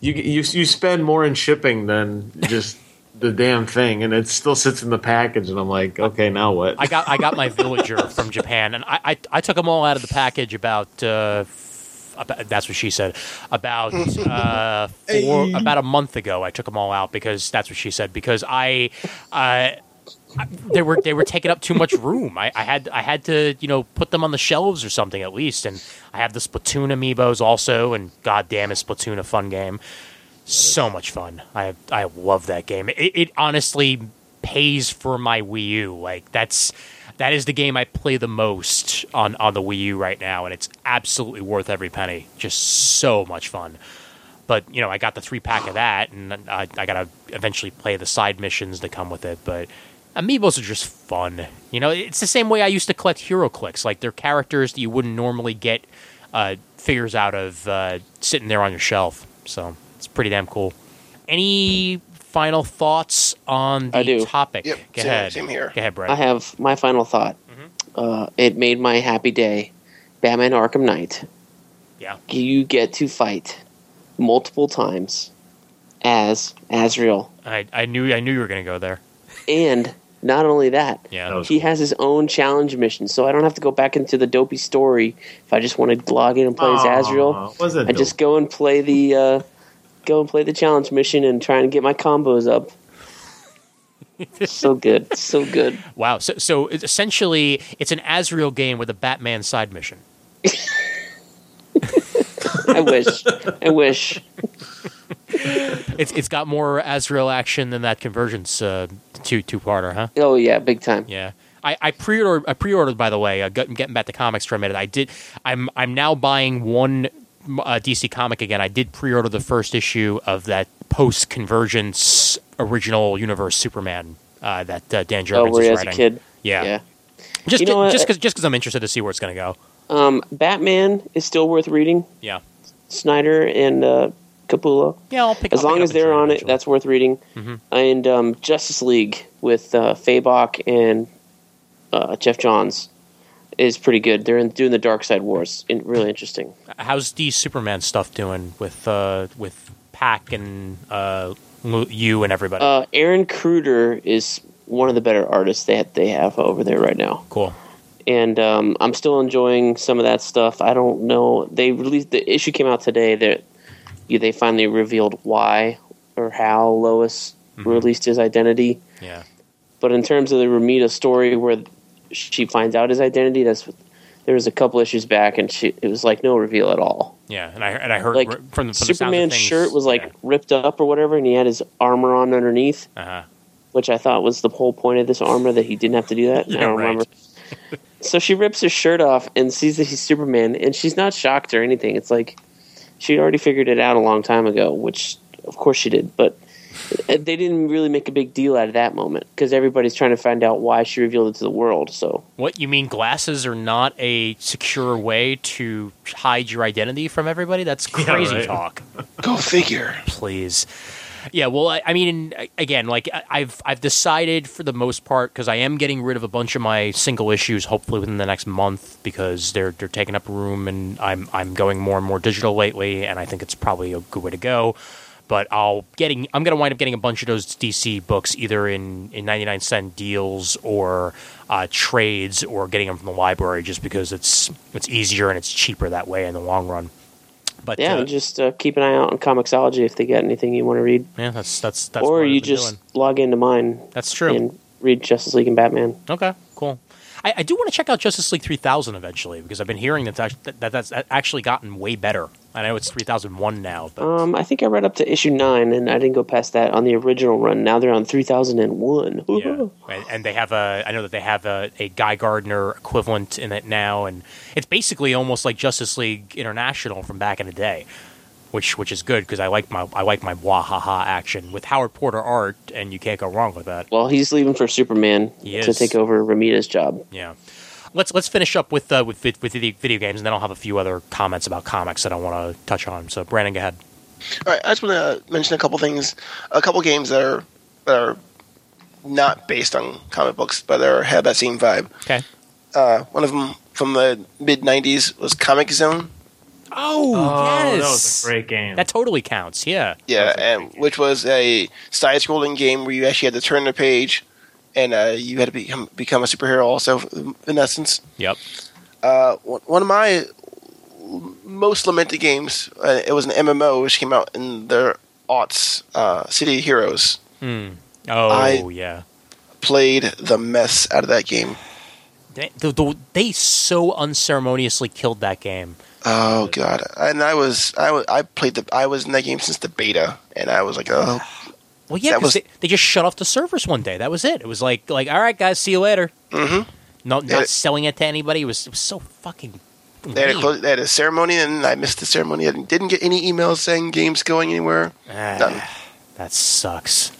D: you you you spend more in shipping than just the damn thing, and it still sits in the package. And I'm like, okay, now what?
B: I got I got my villager from Japan, and I, I I took them all out of the package about uh, f- about, that's what she said about uh, four, about a month ago. I took them all out because that's what she said because I. Uh, they were they were taking up too much room. I, I had I had to you know put them on the shelves or something at least. And I have the Splatoon amiibos also. And goddamn, is Splatoon a fun game? So much fun. I I love that game. It, it honestly pays for my Wii U. Like that's that is the game I play the most on on the Wii U right now, and it's absolutely worth every penny. Just so much fun but you know, I got the three pack of that, and I, I gotta eventually play the side missions that come with it. But amiibos are just fun. You know, it's the same way I used to collect hero clicks. Like they're characters that you wouldn't normally get uh, figures out of uh, sitting there on your shelf. So it's pretty damn cool. Any final thoughts on the
A: I do.
B: topic?
C: Yep,
B: Go
C: same-
B: ahead.
C: same here.
B: Go ahead, Brett.
A: I have my final thought. Uh, it made my happy day. Batman Arkham Knight.
B: yeah.
A: You get to fight multiple times as Azrael.
B: I, I knew I knew you were gonna go there.
A: And not only that,
B: Yeah.
D: That was
A: he has his own challenge mission, so I don't have to go back into the dopey story if I just want to log in and play
D: Aw,
A: as Azrael.
D: Was it
A: I just go and play the uh, go and play the challenge mission and try and get my combos up. so good, so good.
B: wow. So so it's essentially it's an Azrael game with a Batman side mission.
A: I wish, I wish.
B: It's it's got more Azrael action than that convergence uh, two two parter, huh?
A: Oh yeah, big time.
B: Yeah. I, I pre ordered I pre ordered by the way. Uh, get- getting back to comics for a minute. I did. I'm I'm now buying one uh, DC comic again. I did pre order the first issue of that post convergence original universe Superman uh, that uh, Dan
A: Oh,
B: Jurgens
A: where he
B: is
A: has a
B: writing.
A: kid.
B: Yeah.
A: yeah.
B: Just
A: You know
B: ju-
A: what?
B: just because just because I'm interested to see where it's gonna go.
A: Um, Batman is still worth reading.
B: Yeah.
A: Snyder and uh, Capullo.
B: Yeah. I'll pick
A: As
B: I'll pick
A: long
B: up
A: as
B: a
A: they're
B: trade
A: on it,
B: eventually. Mm-hmm.
A: that's worth reading. And um, Justice League with uh, Fabok and uh, Jeff Johns is pretty good. They're in, doing the Dark Side Wars. In, really interesting.
B: How's the Superman stuff doing with uh with Pack and uh Lu- you and everybody?
A: Uh, Aaron Kruder is one of the better artists that they have over there right now.
B: cool.
A: and um, I'm still enjoying some of that stuff. I don't know. They released the issue came out today that yeah, they finally revealed why or how Lois
B: Mm-hmm.
A: released his identity.
B: Yeah.
A: But in terms of the Ramita story where she finds out his identity, that's there was a couple issues back, and she it was like no reveal at all.
B: Yeah, and I and I heard
A: Like,
B: r- from, the- from the sound of
A: Superman's
B: things,
A: shirt was like
B: yeah.
A: ripped up or whatever, and he had his armor on underneath
B: Uh-huh.
A: which I thought was the whole point of this armor that he didn't have to do that.
B: Yeah,
A: I don't
B: right.
A: remember. so she rips his shirt off and sees that he's Superman, and she's not shocked or anything. It's like she already figured it out a long time ago, which of course she did, but uh, they didn't really make a big deal out of that moment because everybody's trying to find out why she revealed it to the world. So
B: What you mean? Glasses are not a secure way to hide your identity from everybody. [LAUGHS] That's crazy
D: right.
B: talk.
C: Go figure.
B: please. Yeah, well, I, I mean, uh, again, like I- I've I've decided for the most part because I am getting rid of a bunch of my single issues, hopefully within the next month, because they're they're taking up room, and I'm I'm going more and more digital lately, and I think it's probably a good way to go. But I'll getting I'm gonna wind up getting a bunch of those DC books either in in 99 cent deals or uh, trades or getting them from the library just because it's it's easier and it's cheaper that way in the long run. But
A: yeah,
B: uh,
A: just uh, keep an eye out on Comixology if they got anything you want to read,
B: yeah, that's that's that's what
A: or
B: I've
A: you
B: been
A: just
B: doing.
A: log into mine
B: That's true.
A: and read Justice League and Batman.
B: Okay, cool. I, I do want to check out Justice League 3000 eventually because I've been hearing that that's, that that's actually gotten way better. I know it's 3001 now, but
A: Um, I think I read up to issue nine, and I didn't go past that on the original run. Now they're on three thousand and one.
B: yeah. And, and they have a I know that they have a, a Guy Gardner equivalent in it now, and it's basically almost like Justice League International from back in the day, which which is good because I like my I like my wahaha action with Howard Porter art, and you can't go wrong with that.
A: Well, he's leaving for Superman
B: He
A: to
B: is.
A: take over Ramita's job.
B: Yeah. Let's let's finish up with uh, with vid- with the video games, and then I'll have a few other comments about comics that I want to touch on. So, Brandon, go ahead.
C: All right, I just want to mention a couple things, a couple games that are that are not based on comic books, but are have that same vibe.
B: Okay.
C: Uh, one of them from the mid '90s was Comic Zone.
B: Oh,
D: Oh,
B: yes,
D: that was a great game.
B: That totally counts. Yeah.
C: Yeah, and which was a side-scrolling game where you actually had to turn the page, and uh, you had to become become a superhero. Also, in essence,
B: Yep.
C: uh, one one of my most lamented games. Uh, it was an MMO which came out in the aughts, uh, City of Heroes.
B: Oh
C: I-
B: yeah.
C: Played the mess out of that game.
B: They, the, the, they so unceremoniously killed that game.
C: Oh god! And I was I was I played the I was in that game since the beta, and I was like, oh,
B: Well, yeah,
C: That
B: 'cause
C: was-
B: they, they just shut off the servers one day. That was it. It was like, like, all right, guys, see you later. Mm-hmm. No, not
C: Yeah.
B: selling it to anybody. It was, it was so fucking.
C: they had, a
B: lame.
C: close, they had a ceremony, and I missed the ceremony. and didn't get any emails saying games going anywhere.
B: Ah,
C: Nothing.
B: that sucks.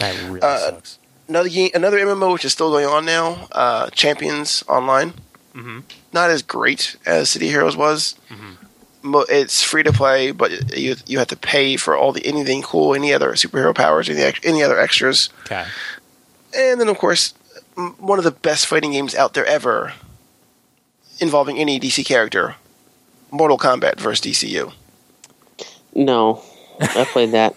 B: That really
C: Uh,
B: sucks.
C: Another game, another MMO which is still going on now, uh, Champions Online.
B: Mhm.
C: Not as great as City Heroes was.
B: Mm-hmm.
C: Mo- It's free to play, but you you have to pay for all the anything cool, any other superhero powers, any ex- any other extras.
B: Okay.
C: And then, of course, m- one of the best fighting games out there ever involving any DC character Mortal Kombat versus DCU.
A: No, I played that.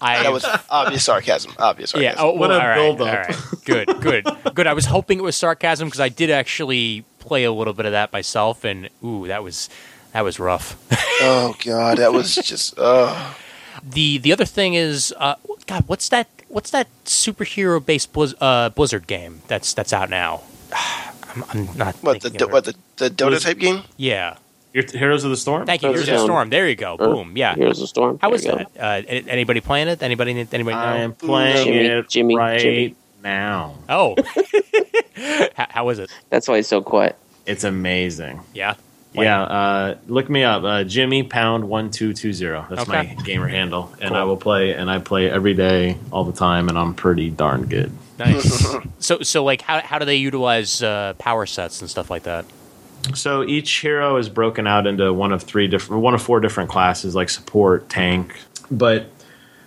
B: I
C: That was obvious sarcasm. Obvious
B: [LAUGHS] yeah.
C: sarcasm.
B: Oh,
D: What
B: well,
D: a
B: all right,
D: build-up.
B: all right. Good,
D: [LAUGHS]
B: good, good. I was hoping it was sarcasm because I did actually play a little bit of that myself, and ooh, that was that was rough.
C: Oh, God. That was just. Oh.
B: The the other thing is, uh, God, what's that? What's that superhero based Blizz, uh, Blizzard game that's that's out now? [SIGHS] I'm, I'm not.
C: What, the,
B: thinking
C: do-
B: of it.
C: what the, the Dota
D: Was-
C: type game?
B: Yeah.
D: Your Heroes of the Storm.
B: Thank you.
A: Heroes
B: Here's
A: of
B: the
A: Storm.
B: storm. There you go. Boom. [LAUGHS] Yeah.
A: Heroes of Storm.
B: How
A: There
B: was
A: you go.
B: that? Uh, a- anybody playing it? Anybody? Anybody know?
D: I am
C: Um,
D: playing
A: Jimmy,
D: it
A: Jimmy,
D: right
A: Jimmy.
D: now.
B: Oh. [LAUGHS] H- how is it?
A: That's why it's so quiet.
D: It's amazing.
B: Yeah.
D: Yeah, uh, look me up, uh, Jimmy Pound one two two zero. That's
B: Okay.
D: my gamer handle, and
B: Cool.
D: I will play, and I play every day, all the time, and I'm pretty darn good.
B: Nice. so so like how how do they utilize uh, power sets and stuff like that?
D: So each hero is broken out into one of three different, one of four different classes, like support, tank, but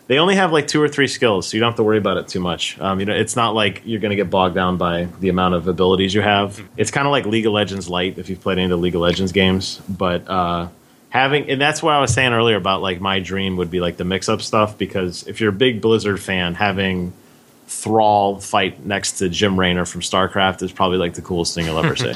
D: they only have like two or three skills, so you don't have to worry about it too much. Um, you know, it's not like you're going to get bogged down by the amount of abilities you have. It's kind of like League of Legends light if you've played any of the League of Legends games, but uh, having and that's what I was saying earlier about like my dream would be like the mix-up stuff because if you're a big Blizzard fan, having Thrall fight next to Jim Raynor from StarCraft is probably like the coolest thing you'll ever see.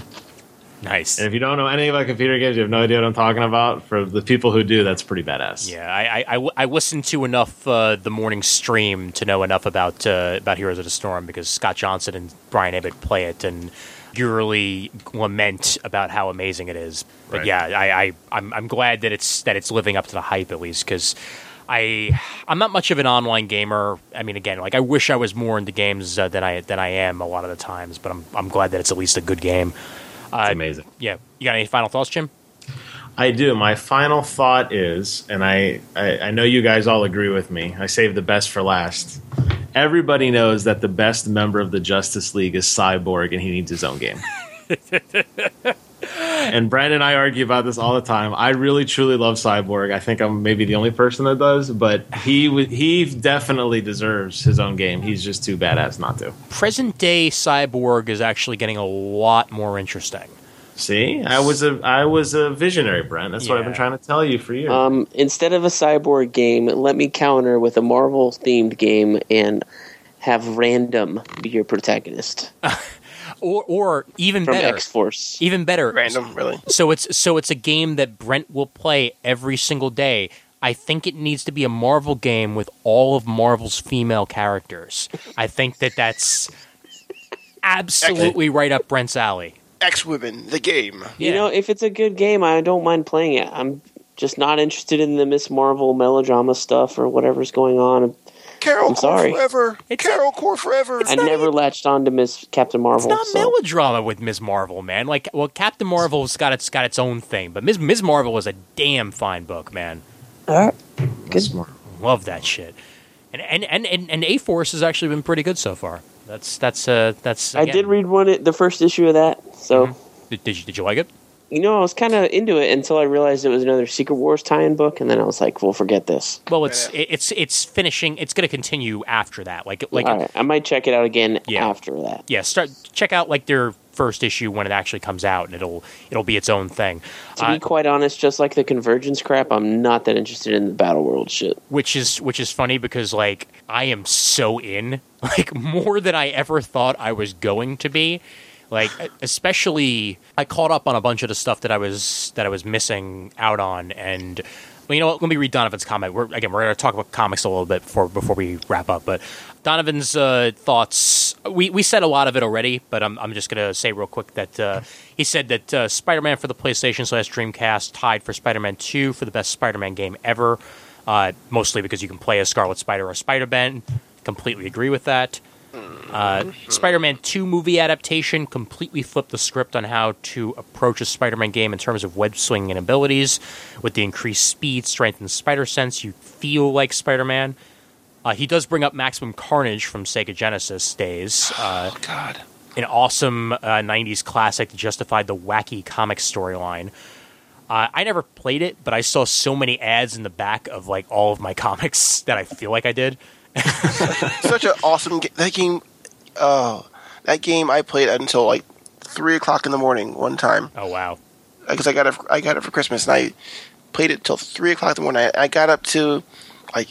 B: Nice.
D: And if you don't know any about computer games, you have no idea what I'm talking about. For the people who do, that's pretty badass.
B: Yeah, I I- I w- I listened to enough uh, the morning stream to know enough about uh, about Heroes of the Storm because Scott Johnson and Brian Abbott play it and yearly lament about how amazing it is. But
D: Right.
B: yeah, I, I I'm I'm glad that it's that it's living up to the hype at least because. I I'm not much of an online gamer. I mean, again, like I wish I was more into games uh, than I than I am a lot of the times. But I'm I'm glad that it's at least a good game.
D: It's amazing.
B: Yeah, you got any final thoughts, Jim?
D: I do. My final thought is, and I, I, I know you guys all agree with me, I saved the best for last. Everybody knows that the best member of the Justice League is Cyborg and he needs his own game. and Brandon and I argue about this all the time. I really truly love Cyborg. I think I'm maybe the only person that does, but he w- he definitely deserves his own game. He's just too badass not to.
B: present day cyborg is actually getting a lot more interesting.
D: See, I was a I was a visionary, Brent. That's what I've been
B: Yeah.
D: trying to tell you for years.
A: Um, instead of a cyborg game, let me counter with a Marvel themed game and have random be your protagonist
B: Or or even
A: from
B: better.
A: X Force.
B: Even better.
C: Random, really.
B: So it's so it's a game that Brent will play every single day. I think it needs to be a Marvel game with all of Marvel's female characters. I think that that's absolutely right up Brent's alley.
C: X Women, the game.
A: You
B: Yeah.
A: know, if it's a good game, I don't mind playing it. I'm just not interested in the Miss Marvel melodrama stuff or whatever's going on.
C: Carol
A: I'm
C: Core
A: sorry.
C: Forever. Carol Core Forever.
A: I never latched on to Miss Captain Marvel.
B: It's not
A: so-
B: melodrama with Ms. Marvel, man. Like, well, Captain Marvel's got its got its own thing, but Ms. Ms. Marvel is a damn fine book, man.
A: All right.
D: That's smart.
B: Love that shit. And and and and, and A Force has actually been pretty good so far. That's that's uh that's.
A: I
B: again-
A: did read one the first issue of that, so
B: Mm-hmm. Did, did you did you like it?
A: you know I was kind of into it until I realized it was another Secret Wars tie-in book, and then I was like, "Well, forget this."
B: Well, it's
C: Yeah.
B: it- it's it's finishing. It's going to continue after that. Like like
A: All right, I might check it out again
B: Yeah.
A: after that.
B: yeah. Start check out like their first issue when it actually comes out, and it'll it'll be its own thing.
A: To be
B: Uh,
A: quite honest, just like the convergence crap, I'm not that interested in the battle world shit.
B: which is which is funny because like [LAUGHS] I am so in like more than I ever thought I was going to be. Like e-, especially, I caught up on a bunch of the stuff that I was that I was missing out on, and well, you know what? Let me read Donovan's comment. We're, again, we're going to talk about comics a little bit before before we wrap up. But Donovan's uh, thoughts. We, we said a lot of it already, but I'm, I'm just going to say real quick that uh, he said that uh, Spider Man for the PlayStation slash Dreamcast tied for Spider Man 2 for the best Spider Man game ever, uh, mostly because you can play as Scarlet Spider or Spider Man. Completely agree with that. Uh, Spider Man 2 movie adaptation completely flipped the script on how to approach a Spider Man game in terms of web swinging abilities. With the increased speed, strength, and spider sense, you feel like Spider Man. Uh, he does bring up Maximum Carnage from Sega Genesis days, uh,
C: Oh God.
B: an awesome uh, 90s classic that justified the wacky comic storyline. Uh, I never played it, but I saw so many ads in the back of like all of my [LAUGHS] comics that I feel like I did.
C: such an awesome game. That game, oh, that game I played until like three o'clock in the morning one time
B: Oh wow!
C: because I got it. I got it for Christmas, and I played it till three o'clock in the morning. I, I got up to like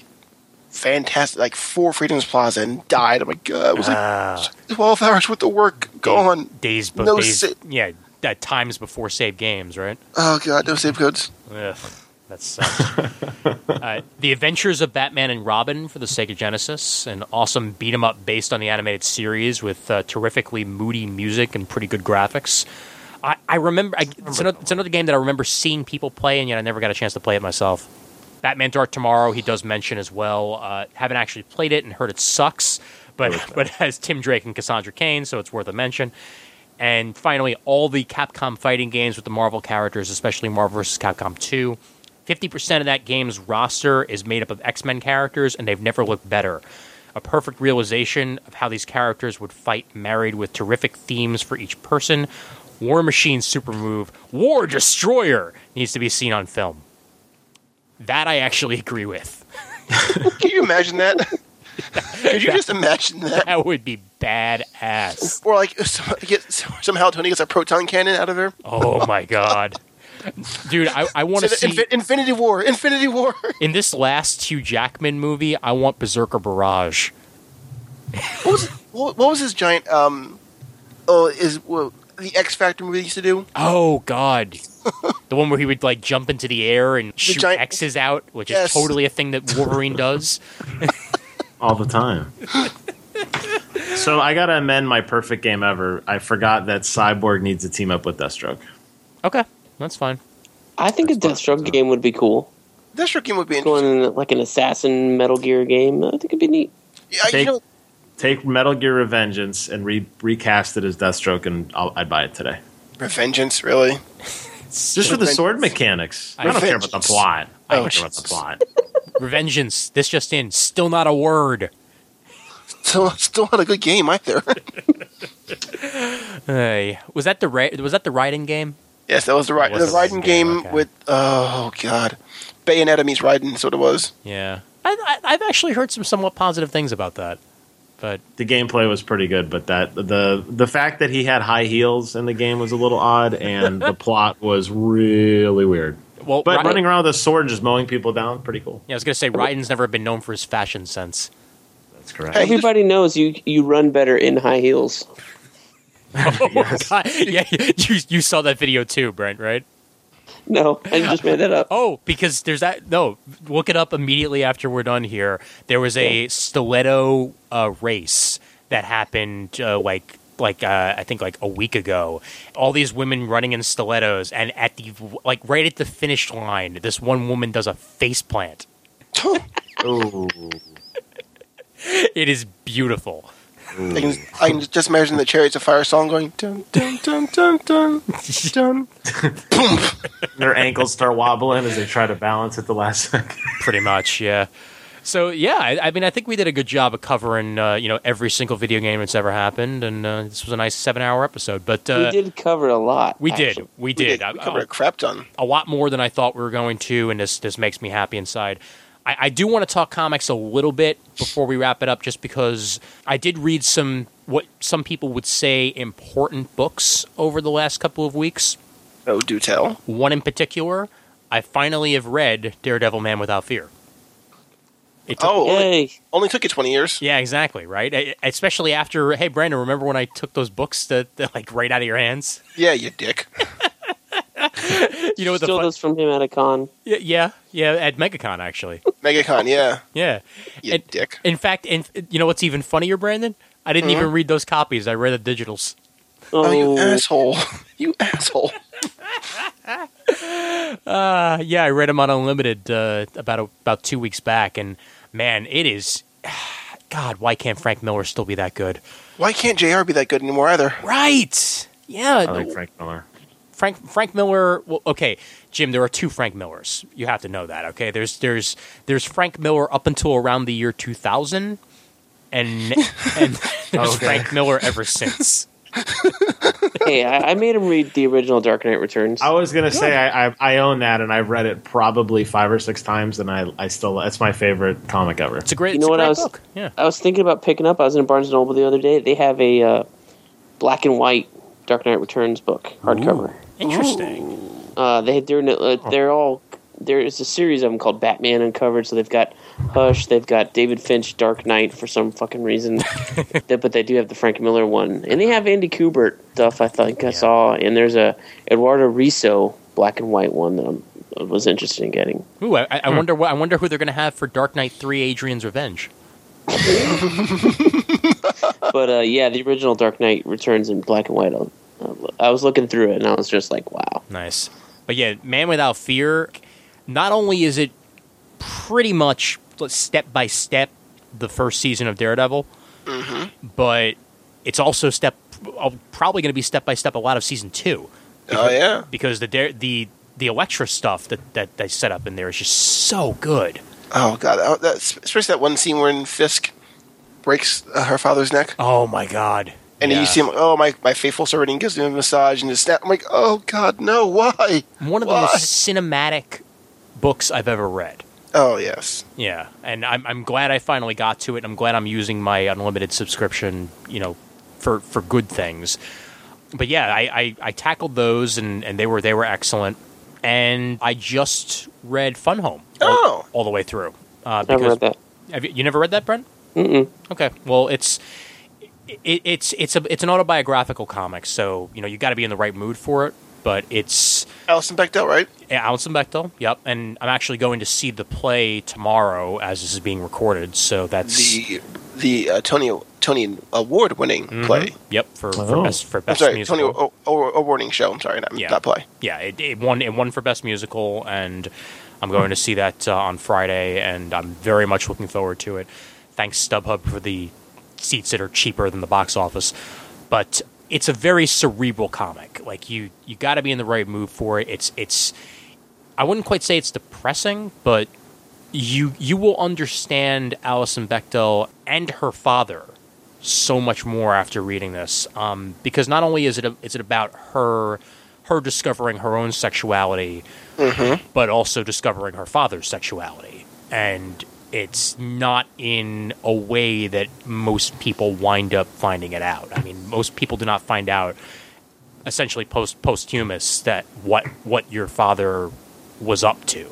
C: fantastic, like four Freedoms Plaza, and died. I'm like, God, it was
B: Ah.
C: like twelve hours worth of work gone.
B: Days, but
C: No
B: days,
C: sa-
B: yeah, that times before save games, right?
C: Oh God, no save codes.
B: Ugh, that sucks. uh, the Adventures of Batman and Robin for the Sega Genesis, an awesome beat 'em up based on the animated series with uh, terrifically moody music and pretty good graphics. I, I remember, I, it's, another, it's another game that I remember seeing people play, and yet I never got a chance to play it myself. Batman Dark Tomorrow, he does mention as well. Uh, haven't actually played it and heard it sucks, but [LAUGHS] but it has Tim Drake and Cassandra Cain, so it's worth a mention. And finally, all the Capcom fighting games with the Marvel characters, especially Marvel vs. Capcom 2. 50% of that game's roster is made up of X Men characters, and they've never looked better. A perfect realization of how these characters would fight, married with terrific themes for each person. War Machine's super move, War Destroyer, needs to be seen on film. That I actually [LAUGHS] agree with.
C: Can you imagine that? Could you just imagine that?
B: That would be badass.
C: Or like [LAUGHS] if some- get, somehow Tony gets a proton cannon out of her.
B: Oh my god. Dude, I, I want to
C: Say
B: see.
C: the Infin- Infinity War, Infinity War. [LAUGHS]
B: In this last Hugh Jackman movie, I want Berserker Barrage.
C: What was what, what was his giant? Um, oh, is well, the X Factor movie he used to do?
B: Oh God, the one where he would like jump into the air and shoot
C: giant-
B: X's out, which is
C: Yes.
B: totally a thing that
C: [LAUGHS]
B: Wolverine does.
D: all the time. so I gotta amend my perfect game ever. I forgot that Cyborg needs to team up with Deathstroke.
B: Okay, that's fine.
A: I think a
D: That's
A: Deathstroke game would be cool.
C: That game would be
A: Going
C: interesting.
A: in like an assassin Metal Gear game, I think it'd be neat.
C: Yeah, you
D: Take-
C: know,
D: Take Metal Gear Revengeance and re- recast it as Deathstroke, and I'll, I'd buy it today.
C: Vengeance, really? [LAUGHS]
D: Just for the sword mechanics. I don't care about the
C: Revengeance.
D: plot. I don't
C: Oh,
D: care about the
C: Jesus.
D: plot.
B: Revengeance. This just in. Still not a word.
C: Still, still not a good game either. [LAUGHS]
B: Hey, was that the ra- was that the riding game?
C: yes, that was the ride.
B: That was
C: The
B: the Raiden
C: Raiden
B: game,
C: game
B: okay.
C: with oh god, Bayonetta meets Raiden. That's what it was. [LAUGHS]
B: Yeah, I, I, I've actually heard some somewhat positive things about that, but
D: The gameplay was pretty good, but that the the fact that he had high heels in the game was a little odd, and the plot was really weird.
B: well,
D: But
B: Ri-
D: running around with a sword just mowing people down, pretty cool.
B: Yeah, I was gonna say Raiden's never been known for his fashion sense.
D: [LAUGHS] That's correct.
C: Hey,
A: Everybody knows you you run better in high heels. [LAUGHS]
B: Oh, God, [LAUGHS] yeah, you you saw that video too, Brent, right?
A: No, I just made that up.
B: Oh, because there's that. No, look it up immediately after we're done here. There was a stiletto uh, race that happened uh, like like uh, I think like a week ago. All these women running in stilettos, and at the like right at the finish line, this one woman does a face plant.
D: Ooh.
B: It is beautiful.
C: I can, I can just imagine the Chariots of Fire song going dun dun dun dun
B: [LAUGHS]
C: dun dun.
D: Their ankles start wobbling as they try to balance at the last second.
B: pretty much yeah so yeah I, I mean i think we did a good job of covering uh, you know every single video game that's ever happened and uh, this was a nice seven hour episode but uh,
A: we did cover a lot.
B: we did,
A: actually.
B: we
C: We
B: did,
C: did-
B: I-
C: we covered
B: I-
C: a crap ton.
B: a lot more than I thought we were going to, and this this makes me happy inside. I, I do want to talk comics a little bit before we wrap it up, just because I did read some what some people would say important books over the last couple of weeks.
C: Oh, do tell.
B: One in particular, I finally have read Daredevil Man Without Fear. It took,
C: Oh, only,
A: Yay.
C: only took you twenty years.
B: yeah, exactly, right? I, especially after, hey, Brandon, remember when I took those books that, that like right out of your hands? [LAUGHS]
C: Yeah, you dick.
B: You know what the
A: Stole
B: fun-
A: those from him at a con.
B: Yeah, yeah, yeah, at MegaCon actually. [LAUGHS]
C: MegaCon, yeah,
B: Yeah.
C: you
B: And-
C: dick.
B: In fact, and you know what's even funnier, Brandon? I didn't even read those copies. I read the digitals.
A: Oh,
C: Oh, you asshole! [LAUGHS] You asshole!
B: Uh, yeah, I read them on Unlimited uh, about a, about two weeks back, and man, it is. [SIGHS] God, why can't Frank Miller still be that good?
C: Why can't Jr. be that good
B: [LAUGHS]
C: anymore either?
B: Right? Yeah.
D: I like
B: no-
D: Frank Miller.
B: Frank Frank Miller. Well, okay, Jim, there are two Frank Millers. You have to know that. Okay, there's there's there's Frank Miller up until around the year 2000, and and there's
D: Okay.
B: Frank Miller ever since.
A: hey, I, I made him read the original Dark Knight Returns.
D: I was gonna say I, I I own that and I've read it probably five or six times and I I still it's my favorite comic ever.
B: It's a great.
A: You
B: it's
A: know
B: a
A: what
B: great
A: I was-
B: book. Yeah.
A: I was thinking about picking up. I was in Barnes and Noble the other day. They have a uh, black and white Dark Knight Returns book hardcover.
B: Interesting.
A: Uh, they they're in a- uh, they're all there is a series of them called Batman Uncovered. So they've got Hush, they've got David Finch Dark Knight for some fucking reason, They- but they do have the Frank Miller one, and they have Andy Kubert stuff. I think I saw, and there's a Eduardo Riso black and white one that I'm, I was interested in getting.
B: Ooh, I, I wonder what I wonder who they're going to have for Dark Knight Three: Adrian's Revenge.
A: But uh, yeah, the original Dark Knight Returns in black and white. uh, I was looking through it and I was just like, wow.
B: Nice. But yeah, Man Without Fear, not only is it pretty much step by step the first season of Daredevil,
C: Mm-hmm.
B: but it's also step uh, probably going to be step by step a lot of season two
C: Oh yeah,
B: because the Dare, the the Electra stuff that, that they set up in there is just so good.
C: Oh god, oh, that, especially that one scene where Fisk breaks uh, her father's neck,
B: Oh my god!
C: and
B: Yeah.
C: you see him. Oh my, my faithful servant and gives him a massage and just snap. I'm like, oh god, no, why?
B: one of the
C: why?
B: most cinematic books I've ever read.
C: Oh yes,
B: Yeah, and I'm I'm glad I finally got to it. and I'm glad I'm using my unlimited subscription, you know, for for good things. But yeah, I, I, I tackled those and, and they were they were excellent. And I just read Fun Home
C: Oh.
B: all, all the way through. Uh,
A: Never read that.
B: Have you, you never read that, Brent? Mm-mm. Okay, well it's it, it's it's a it's an autobiographical comic, so you know you got to be in the right mood for it. But it's
C: Alison Bechdel, right?
B: yeah, Alison Bechtel. Yep, and I'm actually going to see the play tomorrow as this is being recorded. So that's
C: The the uh, Tony Tony award winning
B: Mm-hmm.
C: play.
B: yep for, for
D: Oh.
B: best for
C: I'm
B: best
C: sorry,
B: musical.
C: Tony oh. o- o- awarding show. I'm sorry, not,
B: Yeah.
C: not play.
B: yeah, it, it won it won for best musical, and I'm going to see that uh, on Friday, and I'm very much looking forward to it. Thanks StubHub for the seats that are cheaper than the box office, but it's a very cerebral comic. Like you, you got to be in the right mood for it. It's it's I wouldn't quite say it's depressing, but you you will understand Alison Bechdel and her father so much more after reading this um, because not only is it a, is it about her her discovering her own sexuality, but also discovering her father's sexuality, and it's not in a way that most people wind up finding it out. I mean, most people do not find out essentially post posthumous that what what your father was up to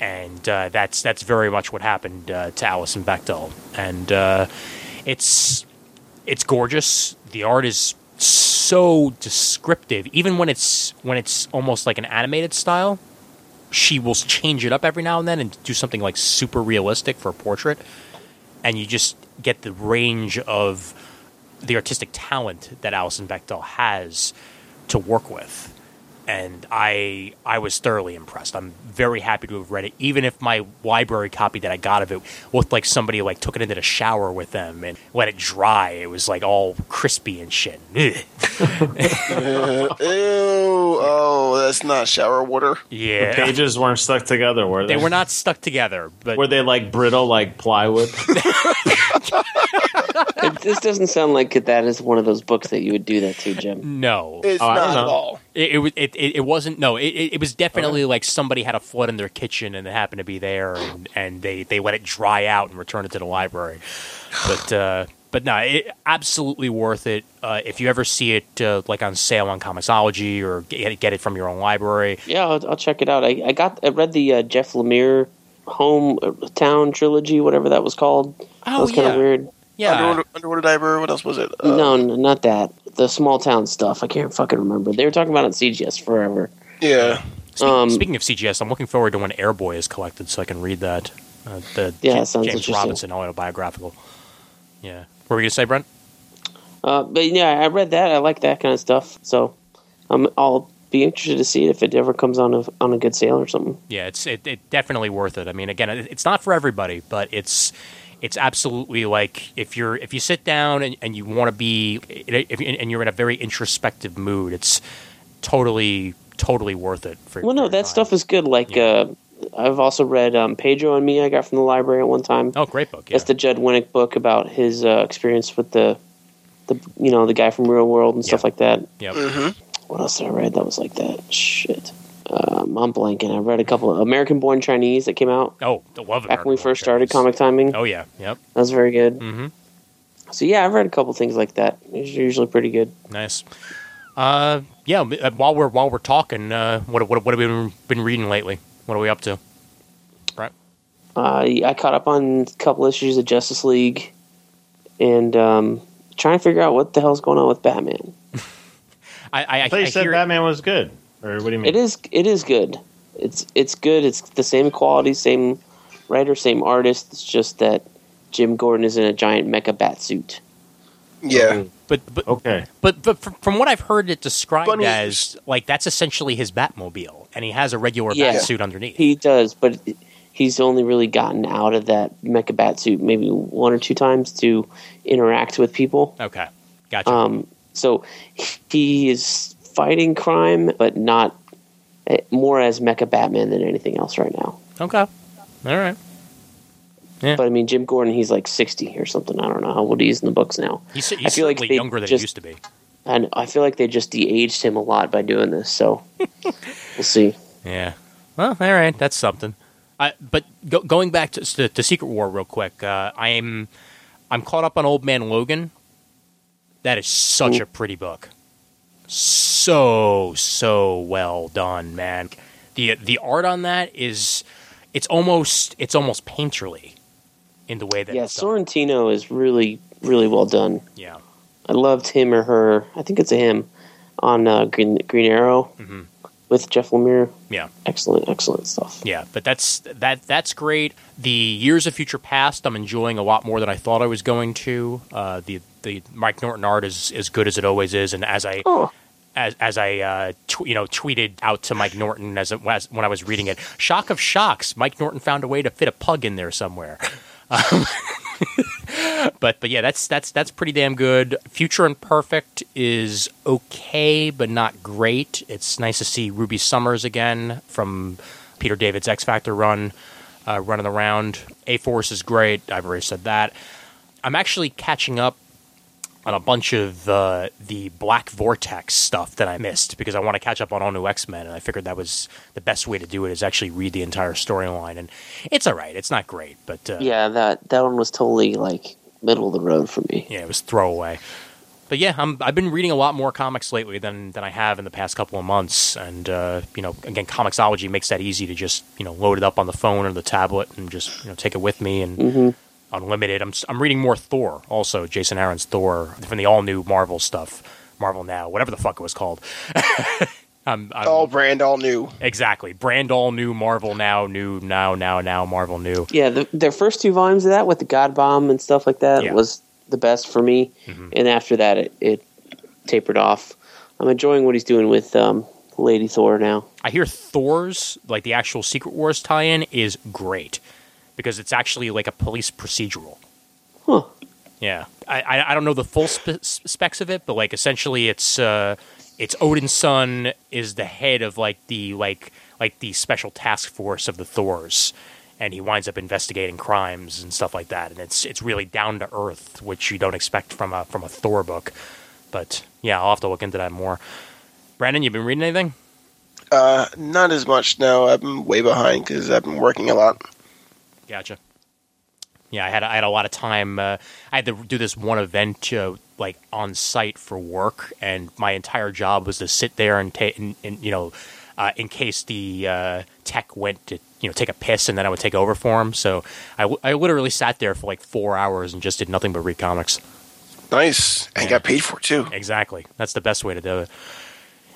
B: and uh, that's that's very much what happened uh, to Alison Bechdel, and uh, it's it's gorgeous. The art is so descriptive, even when it's when it's almost like an animated style. She will change it up every now and then and do something like super realistic for a portrait, and you just get the range of the artistic talent that Alison Bechdel has to work with and I I was thoroughly impressed. I'm very happy to have read it, even if my library copy that I got of it looked like somebody like took it into the shower with them and let it dry. It was like all crispy and shit. [LAUGHS] Ugh.
C: Ew, oh, that's not shower water.
B: Yeah,
D: Pages weren't stuck together, were they?
B: they were not stuck together, but
D: Were they like brittle like plywood?
A: It- this doesn't sound like that is one of those books that you would do that to, Jim.
B: no, it
C: It's
D: Oh, I don't
C: not at
D: know.
C: all.
B: it, was- it, it, it wasn't. No, it, it it was definitely like somebody had a flood in their kitchen and it happened to be there, and, and they they let it dry out and returned it to the library. but uh, but no, it, absolutely worth it. Uh, if you ever see it uh, like on sale on Comixology or get, get it from your own library,
A: Yeah, I'll, I'll check it out. I, I got I read the uh, Jeff Lemire hometown trilogy, whatever that was called.
B: Oh,
A: that was kind
B: yeah.
A: of weird.
B: Yeah.
C: Underwater, underwater diver. What else was it? Uh,
A: no, no, not that. The small town stuff. I can't fucking remember. They were talking about it on CGS forever.
C: Yeah.
B: Speak-
A: um,
B: speaking of CGS, I'm looking forward to when Airboy is collected so I can read that. Uh, the
A: Yeah,
B: Ja-
A: it sounds
B: James
A: interesting.
B: Robinson autobiographical. Yeah. What were you going to say, Brent?
A: Uh, but yeah, I read that. I like that kind of stuff. So um, I'll be interested to see it if it ever comes on a on a good sale or something.
B: Yeah, it's it, it definitely worth it. I mean, again, it- it's not for everybody, but it's it's absolutely like if you're if you sit down and, and you want to be if, and you're in a very introspective mood, it's totally totally worth it. For
A: Well, no,
B: for your
A: that
B: time.
A: stuff is good. Like uh, I've also read um, Pedro and Me. I got from the library at one time.
B: oh great book. Yeah.
A: That's the Judd Winnick book about his uh, experience with the the you know the guy from Real World and stuff
B: Yeah.
A: like that.
B: Yep.
A: What else did I read that was like that? Shit, um, I'm blanking. I read a couple of American Born Chinese that came out
B: Oh, I love it.
A: back when we first started comic timing.
B: Oh yeah. Yep.
A: That was very good.
B: Mm-hmm.
A: So yeah, I've read a couple things like that. It's usually pretty good.
B: Nice. Uh, yeah. m- uh, While we're while we're talking, uh, what what what have we been- been reading lately? What are we up to? Right.
A: Uh, I caught up on a couple issues of Justice League, and um, trying to figure out what the hell's going on with Batman.
B: I I, I,
D: I thought
B: I
D: you said
B: hear
D: Batman was good. Or what do you mean?
A: It is it is good. It's it's good. It's the same quality, same writer, same artist. It's just that Jim Gordon is in a giant mecha bat suit.
C: Yeah.
D: Mm-hmm.
B: but but
D: Okay.
B: But, but from, from what I've heard it described
C: Bunny-
B: as, like that's essentially his Batmobile, and he has a regular
A: Yeah.
B: bat suit underneath.
A: He does, but he's only really gotten out of that mecha bat suit maybe one or two times to interact with people.
B: okay, gotcha.
A: Um, so he is fighting crime, but not eh, more as Mecha Batman than anything else right now.
B: okay, all right.
A: But I mean, Jim Gordon, he's like sixty or something. I don't know how old he is in the books now.
B: He's,
A: I
B: he's
A: feel like
B: certainly
A: they
B: younger than
A: just-
B: he used to be.
A: And I feel like they just de-aged him a lot by doing this. So we'll see.
B: Yeah. Well, all right, that's something. I, but go, going back to, to to Secret War real quick, uh, I'm I'm caught up on Old Man Logan. That is such
A: Ooh.
B: a pretty book. So so well done, man. the The art on that is it's almost it's almost painterly in the way that
A: Yeah,
B: it's done.
A: Sorrentino is really, really well done.
B: yeah
A: I loved him or her. I think it's a him on uh, Green Green Arrow
B: Mhm.
A: with Jeff Lemire.
B: yeah
A: Excellent, excellent stuff.
B: yeah. But that's that that's great. The Years of Future Past I'm enjoying a lot more than I thought I was going to. Uh, the the Mike Norton art is as good as it always is, and as I
A: Oh,
B: as as I uh, tw- you know tweeted out to Mike Norton as, it was when I was reading it. Shock of shocks, Mike Norton found a way to fit a pug in there somewhere. Um, [LAUGHS] but but yeah, that's that's that's pretty damn good. Future Imperfect is okay, but not great. It's nice to see Ruby Summers again from Peter David's X Factor run, uh, running around. A Force is great. I've already said that. I'm actually catching up on a bunch of uh, the Black Vortex stuff that I missed because I want to catch up on all new X Men, and I figured that was the best way to do it is actually read the entire storyline. And it's all right; it's not great, but uh,
A: yeah, that that one was totally like middle of the road for me.
B: yeah, it was throwaway. But yeah, I'm, I've been reading a lot more comics lately than than I have in the past couple of months, and uh, you know, again, Comixology makes that easy to just you know load it up on the phone or the tablet and just you know take it with me and unlimited. I'm s- I'm reading more Thor also, Jason Aaron's Thor from the all new Marvel stuff, Marvel Now, whatever the fuck it was called. [LAUGHS] I'm, I'm,
C: All brand, all new.
B: Exactly, brand all new Marvel Now, new now now now Marvel New.
A: Yeah, the, their first two volumes of that with the God Bomb and stuff like that
B: Yeah.
A: was the best for me. And after that, it, it tapered off. I'm enjoying what he's doing with um, Lady Thor now.
B: I hear Thor's, like the actual Secret Wars tie in, is great because it's actually like a police procedural.
A: Huh.
B: Yeah. I, I, I don't know the full spe- specs of it, but like essentially it's uh, it's Odin's son is the head of like the like like the special task force of the Thors. And he winds up investigating crimes and stuff like that, and it's it's really down to earth, which you don't expect from a from a Thor book. But yeah, I'll have to look into that more. Brandon, you been reading anything?
C: Uh, not as much. No, I've been way behind because I've been working a lot.
B: Gotcha. Yeah, I had I had a lot of time. Uh, I had to do this one event uh, like on site for work, and my entire job was to sit there and take and, and you know uh, in case the uh, tech went to you know take a piss and then I would take over for him. So I, w- I literally sat there for like four hours and just did nothing but read comics.
C: Nice. And got paid for it too.
B: Exactly. That's the best way to do it.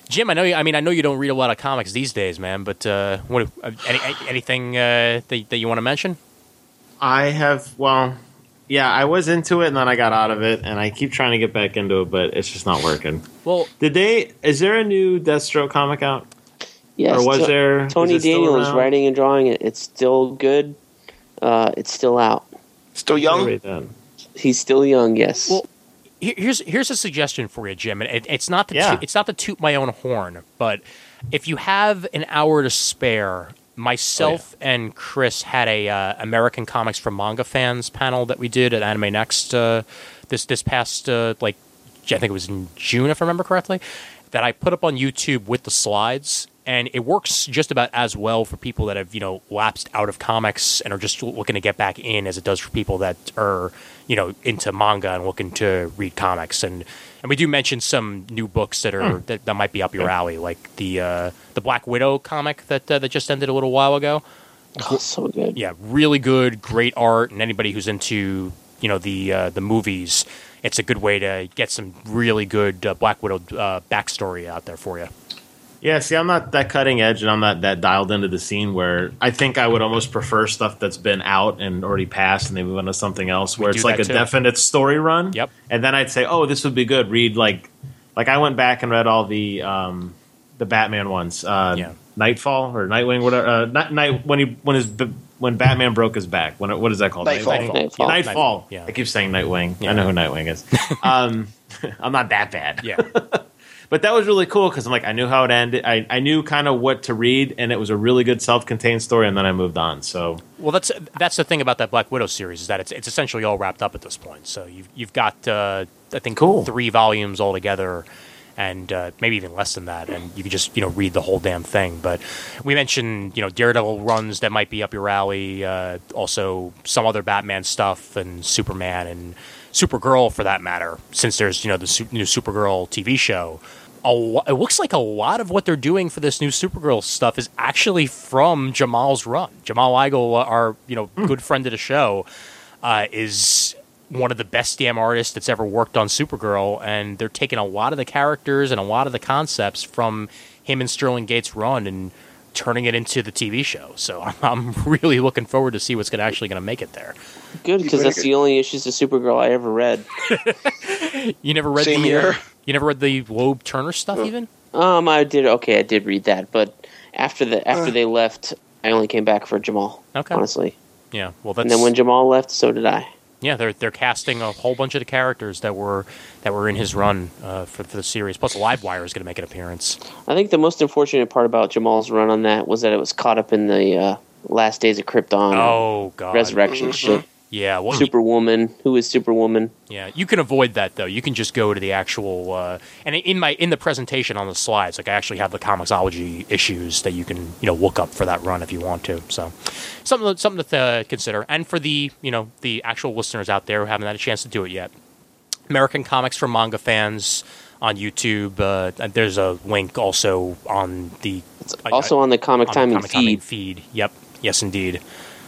B: Jim, I know you. I mean, I know you don't read a lot of comics these days, man. But uh, what? uh, Any, anything uh, that, that you want to mention?
D: I have well, yeah, I was into it and then I got out of it, and I keep trying to get back into it, but it's just not working.
B: Well,
D: Did they? Is there a new Deathstroke comic out?
A: Yes,
D: Or was
A: To-
D: there-
A: Tony
D: is it still
A: Daniel is
D: around?
A: writing and drawing it. It's still good. Uh, it's still out.
C: Still
D: I'll
C: young.
D: read that.
A: He's still young. Yes.
B: Well, Here- here's here's a suggestion for you, Jim. And it, it's not to
D: Yeah.
B: toot, it's not to toot my own horn, but if you have an hour to spare, myself and Chris had a uh, American comics for manga fans panel that we did at Anime Next uh, this this past uh, like I think it was in June if I remember correctly that I put up on YouTube with the slides. And it works just about as well for people that have, you know, lapsed out of comics and are just looking to get back in as it does for people that are, you know, into manga and looking to read comics. And and we do mention some new books that are that, that might be up your alley, like the uh, the Black Widow comic that uh, that just ended a little while ago
A: Oh, so good.
B: yeah, really good, great art, and anybody who's into you know the uh, the movies, it's a good way to get some really good uh, Black Widow uh, backstory out there for you.
D: Yeah, see, I'm not that cutting edge, and I'm not that dialed into the scene. Where I think I would almost prefer stuff that's been out and already passed, and they move on to something else, where
B: do
D: it's like
B: that
D: a
B: too.
D: definite story run.
B: Yep.
D: And then I'd say, oh, this would be good. Read like, like I went back and read all the um, the Batman ones. Uh,
B: Yeah.
D: Nightfall or Nightwing, whatever. Uh, night, night when he when his b- when Batman broke his back. When what is that called?
C: Nightfall.
D: Nightfall.
A: Nightfall.
D: Yeah, Nightfall.
B: Yeah.
D: I keep saying Nightwing. I know who Nightwing
B: [LAUGHS]
D: is. um, [LAUGHS] I'm not that bad
B: Yeah,
D: but that was really cool because I'm like I knew how it ended. I, I knew kind of what to read, and it was a really good self-contained story. And then I moved on. So
B: well, that's that's the thing about that Black Widow series is that it's it's essentially all wrapped up at this point. So you've you've got uh, I think
D: Cool.
B: three volumes altogether. And uh, maybe even less than that, and you could just you know read the whole damn thing. But we mentioned you know Daredevil runs that might be up your alley. Uh, also, some other Batman stuff and Superman and Supergirl for that matter. Since there's you know the su- new Supergirl TV show, a lo- it looks like a lot of what they're doing for this new Supergirl stuff is actually from Jamal's run. Jamal Igle, uh, our you know
A: Hmm.
B: good friend of the show, uh, is one of the best damn artists that's ever worked on Supergirl, and they're taking a lot of the characters and a lot of the concepts from him and Sterling Gates' run and turning it into the TV show. So [LAUGHS] I'm, I'm really looking forward to see what's gonna actually going to make it there.
A: Good because that's
C: Good.
A: the only issues of Supergirl I ever read.
B: You never read
C: Same
B: the uh,
C: here.
B: you never read the Loeb Turner stuff even.
A: Um, I did okay. I did read that, but after the after they left, I only came back for Jamal.
B: Uh. Okay.
A: honestly.
B: Yeah, well that's
A: And then when Jamal left, so did I.
B: yeah they're they're casting a whole bunch of the characters that were that were in his run uh, for for the series. Plus, Livewire is going to make an appearance.
A: I think the most unfortunate part about Jamal's run on that was that it was caught up in the uh, last days of Krypton,
B: Oh God, Mm-hmm.
A: resurrection shit,
B: Yeah, well,
A: Superwoman. Who is Superwoman?
B: Yeah, you can avoid that though. You can just go to the actual uh, and in my in the presentation on the slides, like I actually have the comicsology issues that you can you know look up for that run if you want to. So something something to uh, consider. And for the you know the actual listeners out there who haven't had a chance to do it yet, American Comics for Manga fans on YouTube. Uh, and there's a link also on the
A: also on the Comic
B: on the
A: Timing
B: Comic
A: feed.
B: Timing feed. Yep. Yes, indeed.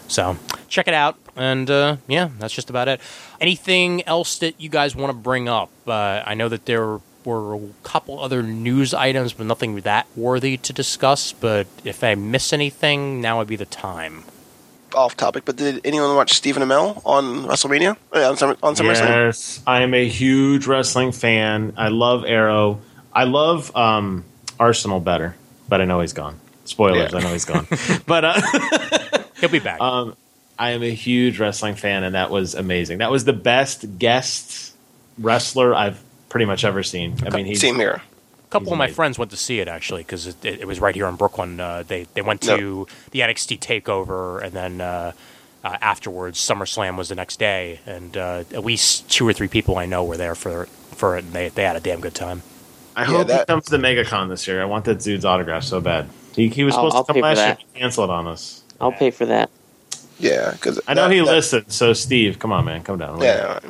B: So check it out, and uh, yeah, that's just about it. Anything else that you guys want to bring up? Uh, I know that there were a couple other news items, but nothing that worthy to discuss. But if I miss anything, now would be the time.
C: Off topic, but did anyone watch Stephen Amell on WrestleMania? Uh, on Summer, on SummerSlam?
D: yes, I am a huge wrestling fan. I love Arrow. I love um, Arsenal better, but I know he's gone. Spoilers.
C: Yeah.
D: I know
C: [LAUGHS]
D: he's gone. but uh, [LAUGHS]
B: He'll be back.
D: I am a huge wrestling fan, and that was amazing. That was the best guest wrestler I've pretty much ever seen. I mean, he's
C: Same here.
B: a couple
D: he's
B: of my
D: amazing.
B: friends went to see it actually because it, it, it was right here in Brooklyn. Uh, they they went
C: Yep.
B: to the NXT Takeover and then uh, uh, afterwards SummerSlam was the next day, and uh, at least two or three people I know were there for for it, and they they had a damn good time.
D: I
C: Yeah,
D: hope he
C: that-
D: comes to MegaCon this year. I want that dude's autograph so bad. He, he was
A: I'll-
D: supposed
A: I'll
D: to
A: pay
D: come
A: for
D: last year.
A: that.
D: He canceled on us.
A: I'll pay for that.
C: Yeah, because
D: I know he listened. So Steve, come on, man, come down.
C: Yeah,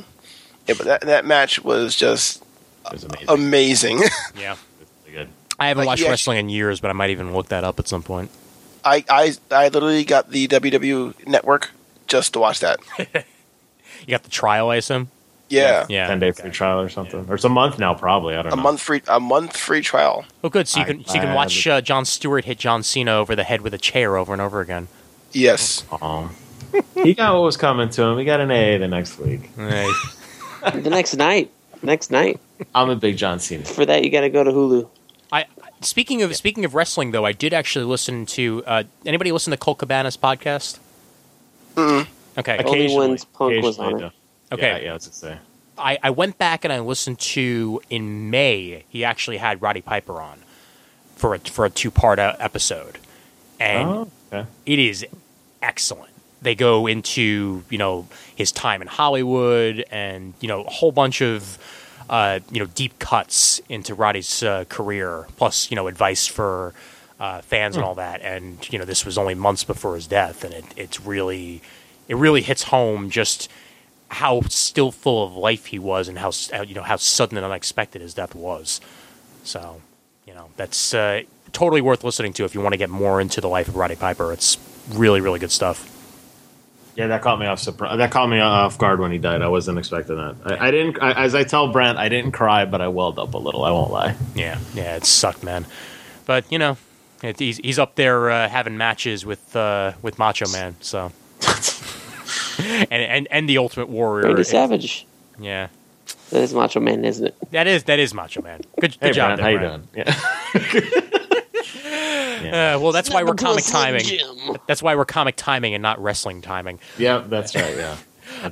C: yeah, but that, that match was just
D: it was amazing.
C: um, amazing. [LAUGHS]
B: Yeah.
D: Really good.
B: I haven't
C: Like,
B: watched
C: yeah,
B: wrestling in years, but I might even look that up at some point.
C: I, I I literally got the WWE network just to watch that.
B: You got the trial, I assume.
C: Yeah.
B: Yeah,
D: ten day free trial or something, or it's a month now probably. I don't
C: A
D: know.
C: month free a month free trial.
B: Oh, good. So you
D: I-
B: can so you
D: I
B: can
D: have
B: watch
D: it.
B: uh, John Stewart hit John Cena over the head with a chair over and over again.
C: Yes.
D: Oh. [LAUGHS] he got what was coming to him. He got an A the next week.
B: Hey.
A: the next night. Next night.
D: I'm a big John Cena.
A: For that, you got to go to Hulu.
B: I speaking of speaking of wrestling though, I did actually listen to uh, anybody listen to Cole Cabana's podcast. Okay,
A: Only
D: Occasionally-
A: when Punk was on
D: occasionally,
A: it.
D: though.
B: Okay.
D: Yeah, yeah, I was gonna say.
B: I, I went back and I listened to in May. He actually had Roddy Piper on for a, for a two part episode, and
D: Oh, okay.
B: it is excellent. They go into you know his time in Hollywood and you know a whole bunch of uh, you know deep cuts into Roddy's uh, career, plus you know advice for uh, fans and all that. And you know this was only months before his death, and it, it's really it really hits home just how still full of life he was and how s- how, you know how sudden and unexpected his death was. So, you know, that's uh, totally worth listening to if you want to get more into the life of Roddy Piper. It's really, really good stuff.
D: Yeah, that caught me off surprise. That caught me off guard when he died. I wasn't expecting that. I, I didn't. I, as I tell Brent, I didn't cry, but I welled up a little. I won't lie.
B: Yeah, yeah, it sucked, man. But you know, it, he's he's up there uh, having matches with uh, with Macho Man. So, [LAUGHS] and and and the Ultimate Warrior.
A: Randy
B: It-
A: Savage.
B: yeah,
A: That is Macho Man, isn't it?
B: that is that is Macho Man. Good, good
D: Hey,
B: job,
D: Brent, how you
B: there, Brent.
D: doing? Yeah.
B: Uh, well, that's why we're
A: Number two,
B: comic
A: Slim
B: timing.
A: Jim.
B: That's why we're comic timing and not wrestling timing. [LAUGHS]
D: yeah, that's right. Yeah.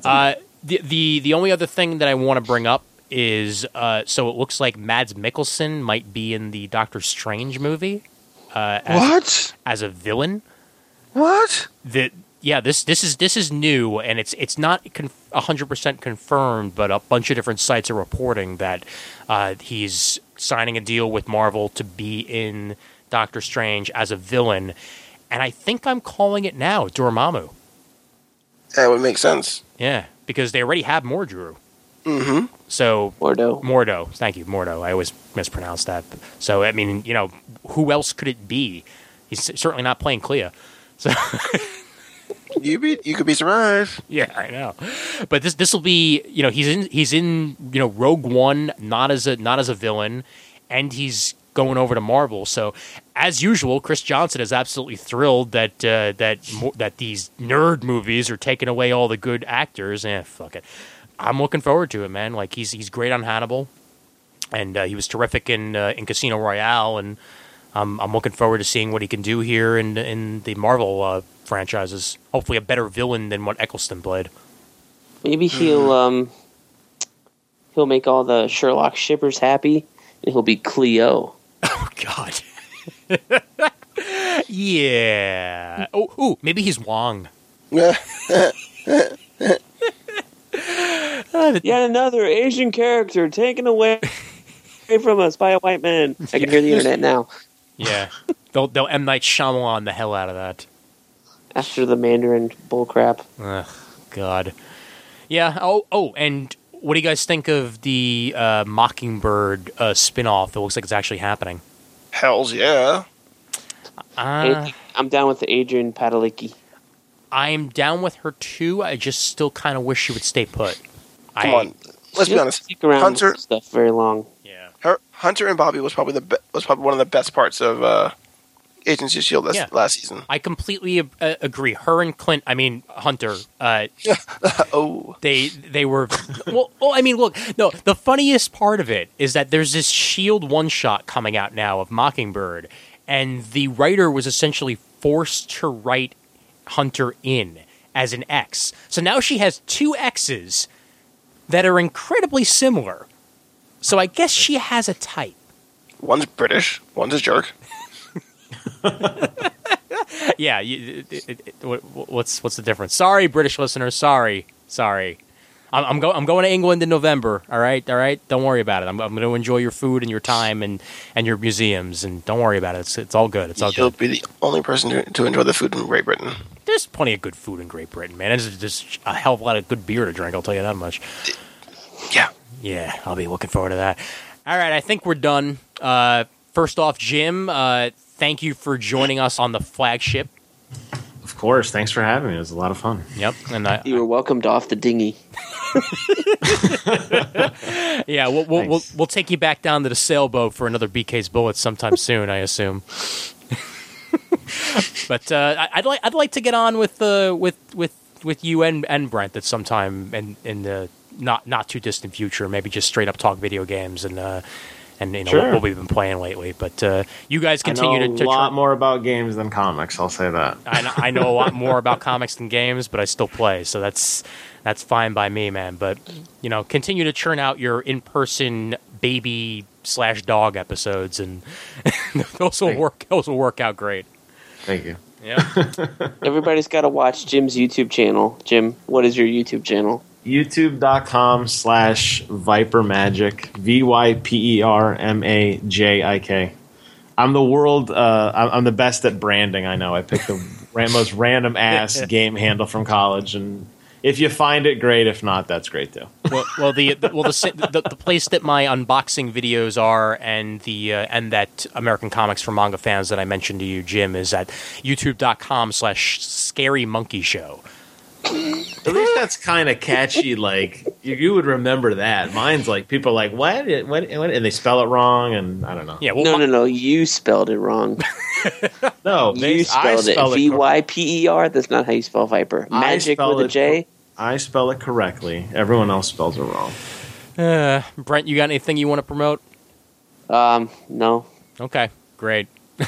B: Uh, the the the only other thing that I want to bring up is uh, so it looks like Mads Mikkelsen might be in the Doctor Strange movie uh,
C: What?
B: as a villain.
C: What?
B: That yeah, this this is this is new and it's it's not hundred percent confirmed, but a bunch of different sites are reporting that uh, he's signing a deal with Marvel to be in Doctor Strange as a villain, and I think I'm calling it now Dormammu.
C: That would make sense.
B: Yeah, because they already have more Drew. Mm-hmm. So
A: Mordo.
B: Mordo. Thank you, Mordo. I always mispronounce that. So I mean, you know, who else could it be? He's certainly not playing Clea.
C: You be you could be surprised.
B: [LAUGHS] Yeah, I know. But this this will be, you know, he's in he's in, you know, Rogue One not as a not as a villain and he's going over to Marvel. So as usual, Chris Johnson is absolutely thrilled that uh, that mo- that these nerd movies are taking away all the good actors. Eh, fuck it. I'm looking forward to it, man. Like he's he's great on Hannibal. and uh, he was terrific in uh, in Casino Royale, and I'm I'm looking forward to seeing what he can do here in in the Marvel uh, franchises. Hopefully, a better villain than what Eccleston played.
A: Maybe he'll
C: Mm-hmm.
A: um he'll make all the Sherlock shippers happy, and he'll
B: [LAUGHS]
A: be Cleo.
B: Oh God. yeah. Oh, ooh, maybe he's Wong.
C: Yeah.
A: Yet another Asian character taken away from us by a white man. I can hear the internet now.
C: [LAUGHS]
B: Yeah. they'll they'll M Night Shyamalan the hell out of that.
A: After the Mandarin bullcrap.
B: Ugh, God. Yeah. Oh. Oh. And what do you guys think of the uh, Mockingbird uh, spin-off that looks like it's actually happening?
C: Hell's yeah.
B: Uh,
A: I'm down with the Adrian Padalecki.
B: I'm down with her too. I just still kind of wish she would stay put.
C: Come
B: I,
C: on. Let's
A: She
C: be
A: doesn't
C: honest.
A: Stick around with
C: Hunter-
A: stuff very long.
B: Yeah.
C: Her, Hunter and Bobby was probably the be- was probably one of the best parts of uh, Agents of Shield last,
B: Yeah.
C: E last season.
B: I completely uh, agree. Her and Clint, I mean Hunter, uh,
C: Oh,
B: they they were [LAUGHS] well, well. I mean, look, no. The funniest part of it is that there's this Shield one shot coming out now of Mockingbird, and the writer was essentially forced to write Hunter in as an X. So now she has two X's that are incredibly similar. So I guess she has a type.
C: one's British, one's a jerk.
B: yeah. You, it, it, it, what, what's what's the difference? Sorry, British listeners. Sorry, sorry. I'm I'm, go, I'm going to England in November. All right, all right. Don't worry about it. I'm, I'm going to enjoy your food and your time and, and your museums and don't worry about it. It's it's all good. It's all
C: You'll
B: good.
C: be the only person to, to enjoy the food in Great Britain.
B: There's plenty of good food in Great Britain, man. There's just a hell of a lot of good beer to drink. I'll tell you that much.
C: Yeah.
B: Yeah, I'll be looking forward to that. All right, I think we're done. Uh, First off, Jim, uh, thank you for joining us on the flagship.
D: Of course. Thanks for having me. It was a lot of fun.
B: Yep, and I,
A: You were welcomed off the dinghy.
B: yeah, we'll we'll, we'll
D: Thanks.
B: we'll take you back down to the sailboat for another BK's bullet sometime soon, I assume. [LAUGHS] but uh, I- I'd like I'd like to get on with uh, with with with you and, and Brent at some time in in the not not too distant future. Maybe just straight up talk video games and uh, and you know
D: Sure.
B: what, what we've been playing lately. But uh, you guys
D: I
B: continue
D: know
B: to,
D: a
B: to
D: lot
B: try-
D: more about games than comics. I'll say that.
B: I know, I know a lot more about comics than games, but I still play, so that's that's fine by me, man. But you know, continue to churn out your in-person baby slash dog episodes, and [LAUGHS] those will
D: Thank-
B: work. Those will work out great.
D: Thank you.
B: Yeah,
A: Everybody's got to watch Jim's YouTube channel. Jim, what is your YouTube channel?
D: YouTube.com slash Viper Magic. V Y P E R M A J I K. I'm the world, uh, I'm I'm the best at branding, I know. I picked the [LAUGHS] ra- most random ass game handle from college. And if you find it, great. If not, that's great too.
B: well, well, the, the well the, si- the the place that my unboxing videos are, and the uh, and that American Comics for Manga fans that I mentioned to you, Jim, is at YouTube.com/slash Scary Monkey Show.
D: At least that's kind of catchy. Like you, you would remember that. Mine's like people are like what? It- what? What? And they spell it wrong, and I don't know.
B: Yeah, well,
A: No, no, no. You spelled it
D: [LAUGHS]
A: wrong.
D: No, they,
A: You
D: I
A: spelled
D: spell
A: it
D: it.
A: V
D: cor-
A: Y P E R. That's not how you spell Viper.
D: I
A: Magic
D: spell
A: with a
D: it
A: J.
D: I spell it correctly. Everyone else spells it wrong.
B: uh, Brent, you got anything you want to promote?
A: Um, no.
B: Okay, great. [LAUGHS]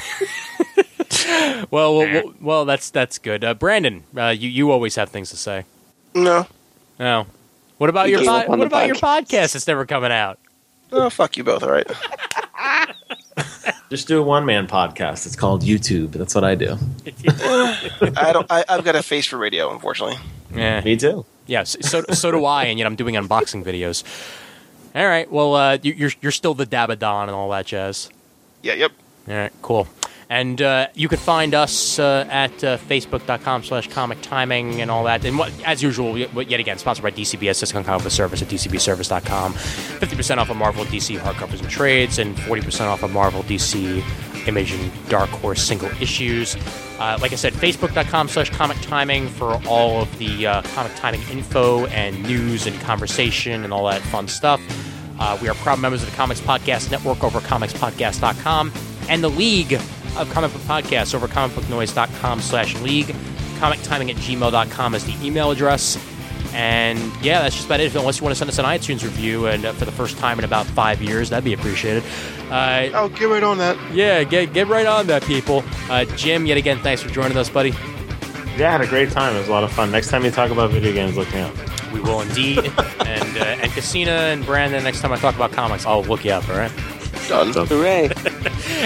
B: well, well, well, well, that's that's good. Uh, Brandon, uh, you you always have things to say.
C: No.
B: No, what about
A: He
B: your
A: gave
B: pod-
A: up on
B: what
A: the
B: about your podcast that's never coming out?
C: Oh, fuck you both. All right.
D: Just do a one man podcast. It's called YouTube. That's what I do.
C: I don't. I, I've got a face for radio, unfortunately.
B: Yeah,
D: Me too.
B: yeah. So so, so do I, and yet I'm doing unboxing videos. All right. Well, uh, you, you're you're still the Dabadon and all that jazz.
C: Yeah. Yep.
B: All right, cool. And uh, you can find us uh, at uh, facebook.com slash comic timing and all that. And what, as usual, we- we- yet again, sponsored by DCBS, Cisco Comic Service at dcbservice.com. 50% off of Marvel DC hardcovers and trades, and 40% off of Marvel DC Image and Dark Horse single issues. Uh, like I said, facebook.com slash comic timing for all of the uh, comic timing info and news and conversation and all that fun stuff. Uh, we are proud members of the Comics Podcast Network over at comicspodcast.com and the League of Comic Book Podcasts over at comicbooknoise.com slash league. Comictiming at gmail.com is the email address. And yeah, that's just about it. Unless you want to send us an iTunes review and uh, for the first time in about five years, that'd be appreciated. Uh,
C: I'll get right on that.
B: yeah, get, get right on that, people. Uh, Jim, yet again, thanks for joining us, buddy.
D: Yeah, I had a great time. It was a lot of fun. Next time you talk about video games, look me up.
B: We will indeed. and uh, and Casina and Brandon, next time I talk about comics, I'll look you up, all right?
C: Done.
D: So- [LAUGHS]
A: Hooray.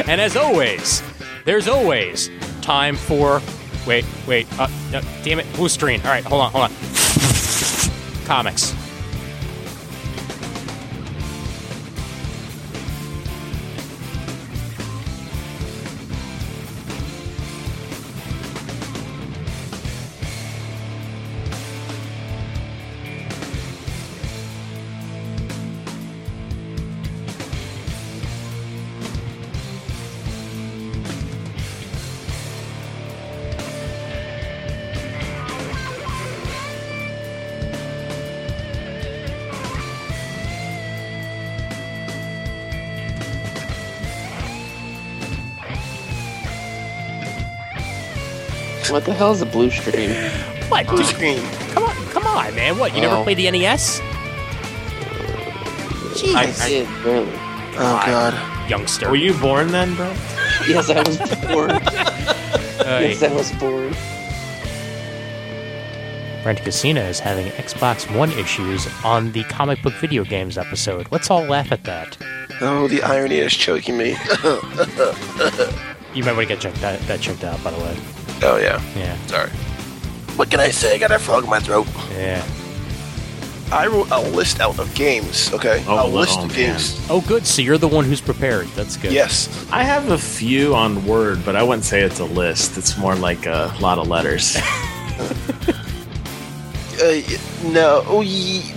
B: And as always, there's always time for. Wait, wait. Uh, no, damn it. Blue screen. All right, hold on, hold on. Comics.
A: What the hell is a blue stream?
B: What?
C: Blue
B: Dude,
C: screen.
B: come on, come on, man. What? You never
A: Oh.
B: played the E NES? Jeez,
A: I did, barely.
C: Oh God.
B: youngster.
D: Were you born then, bro?
A: Yes, I was born.
B: Uh,
A: yes, I was born.
B: Brent Casina is having Xbox One issues on the comic book video games episode. Let's all laugh at that.
C: Oh, the irony is choking me.
B: You might want to get checked that, that checked out, by the way.
C: [LAUGHS] oh yeah.
B: Yeah,
C: Sorry. What can I say? I got a frog in my throat.
B: yeah.
C: I wrote a list out of games. Okay.
D: Oh,
C: a list
D: oh,
C: of
D: man.
C: games.
B: Oh, good. So you're the one who's prepared. That's good.
C: Yes.
D: I have a few on Word, but I wouldn't say it's a list. It's more like a lot of letters.
C: Uh, y- no. Oh, ye-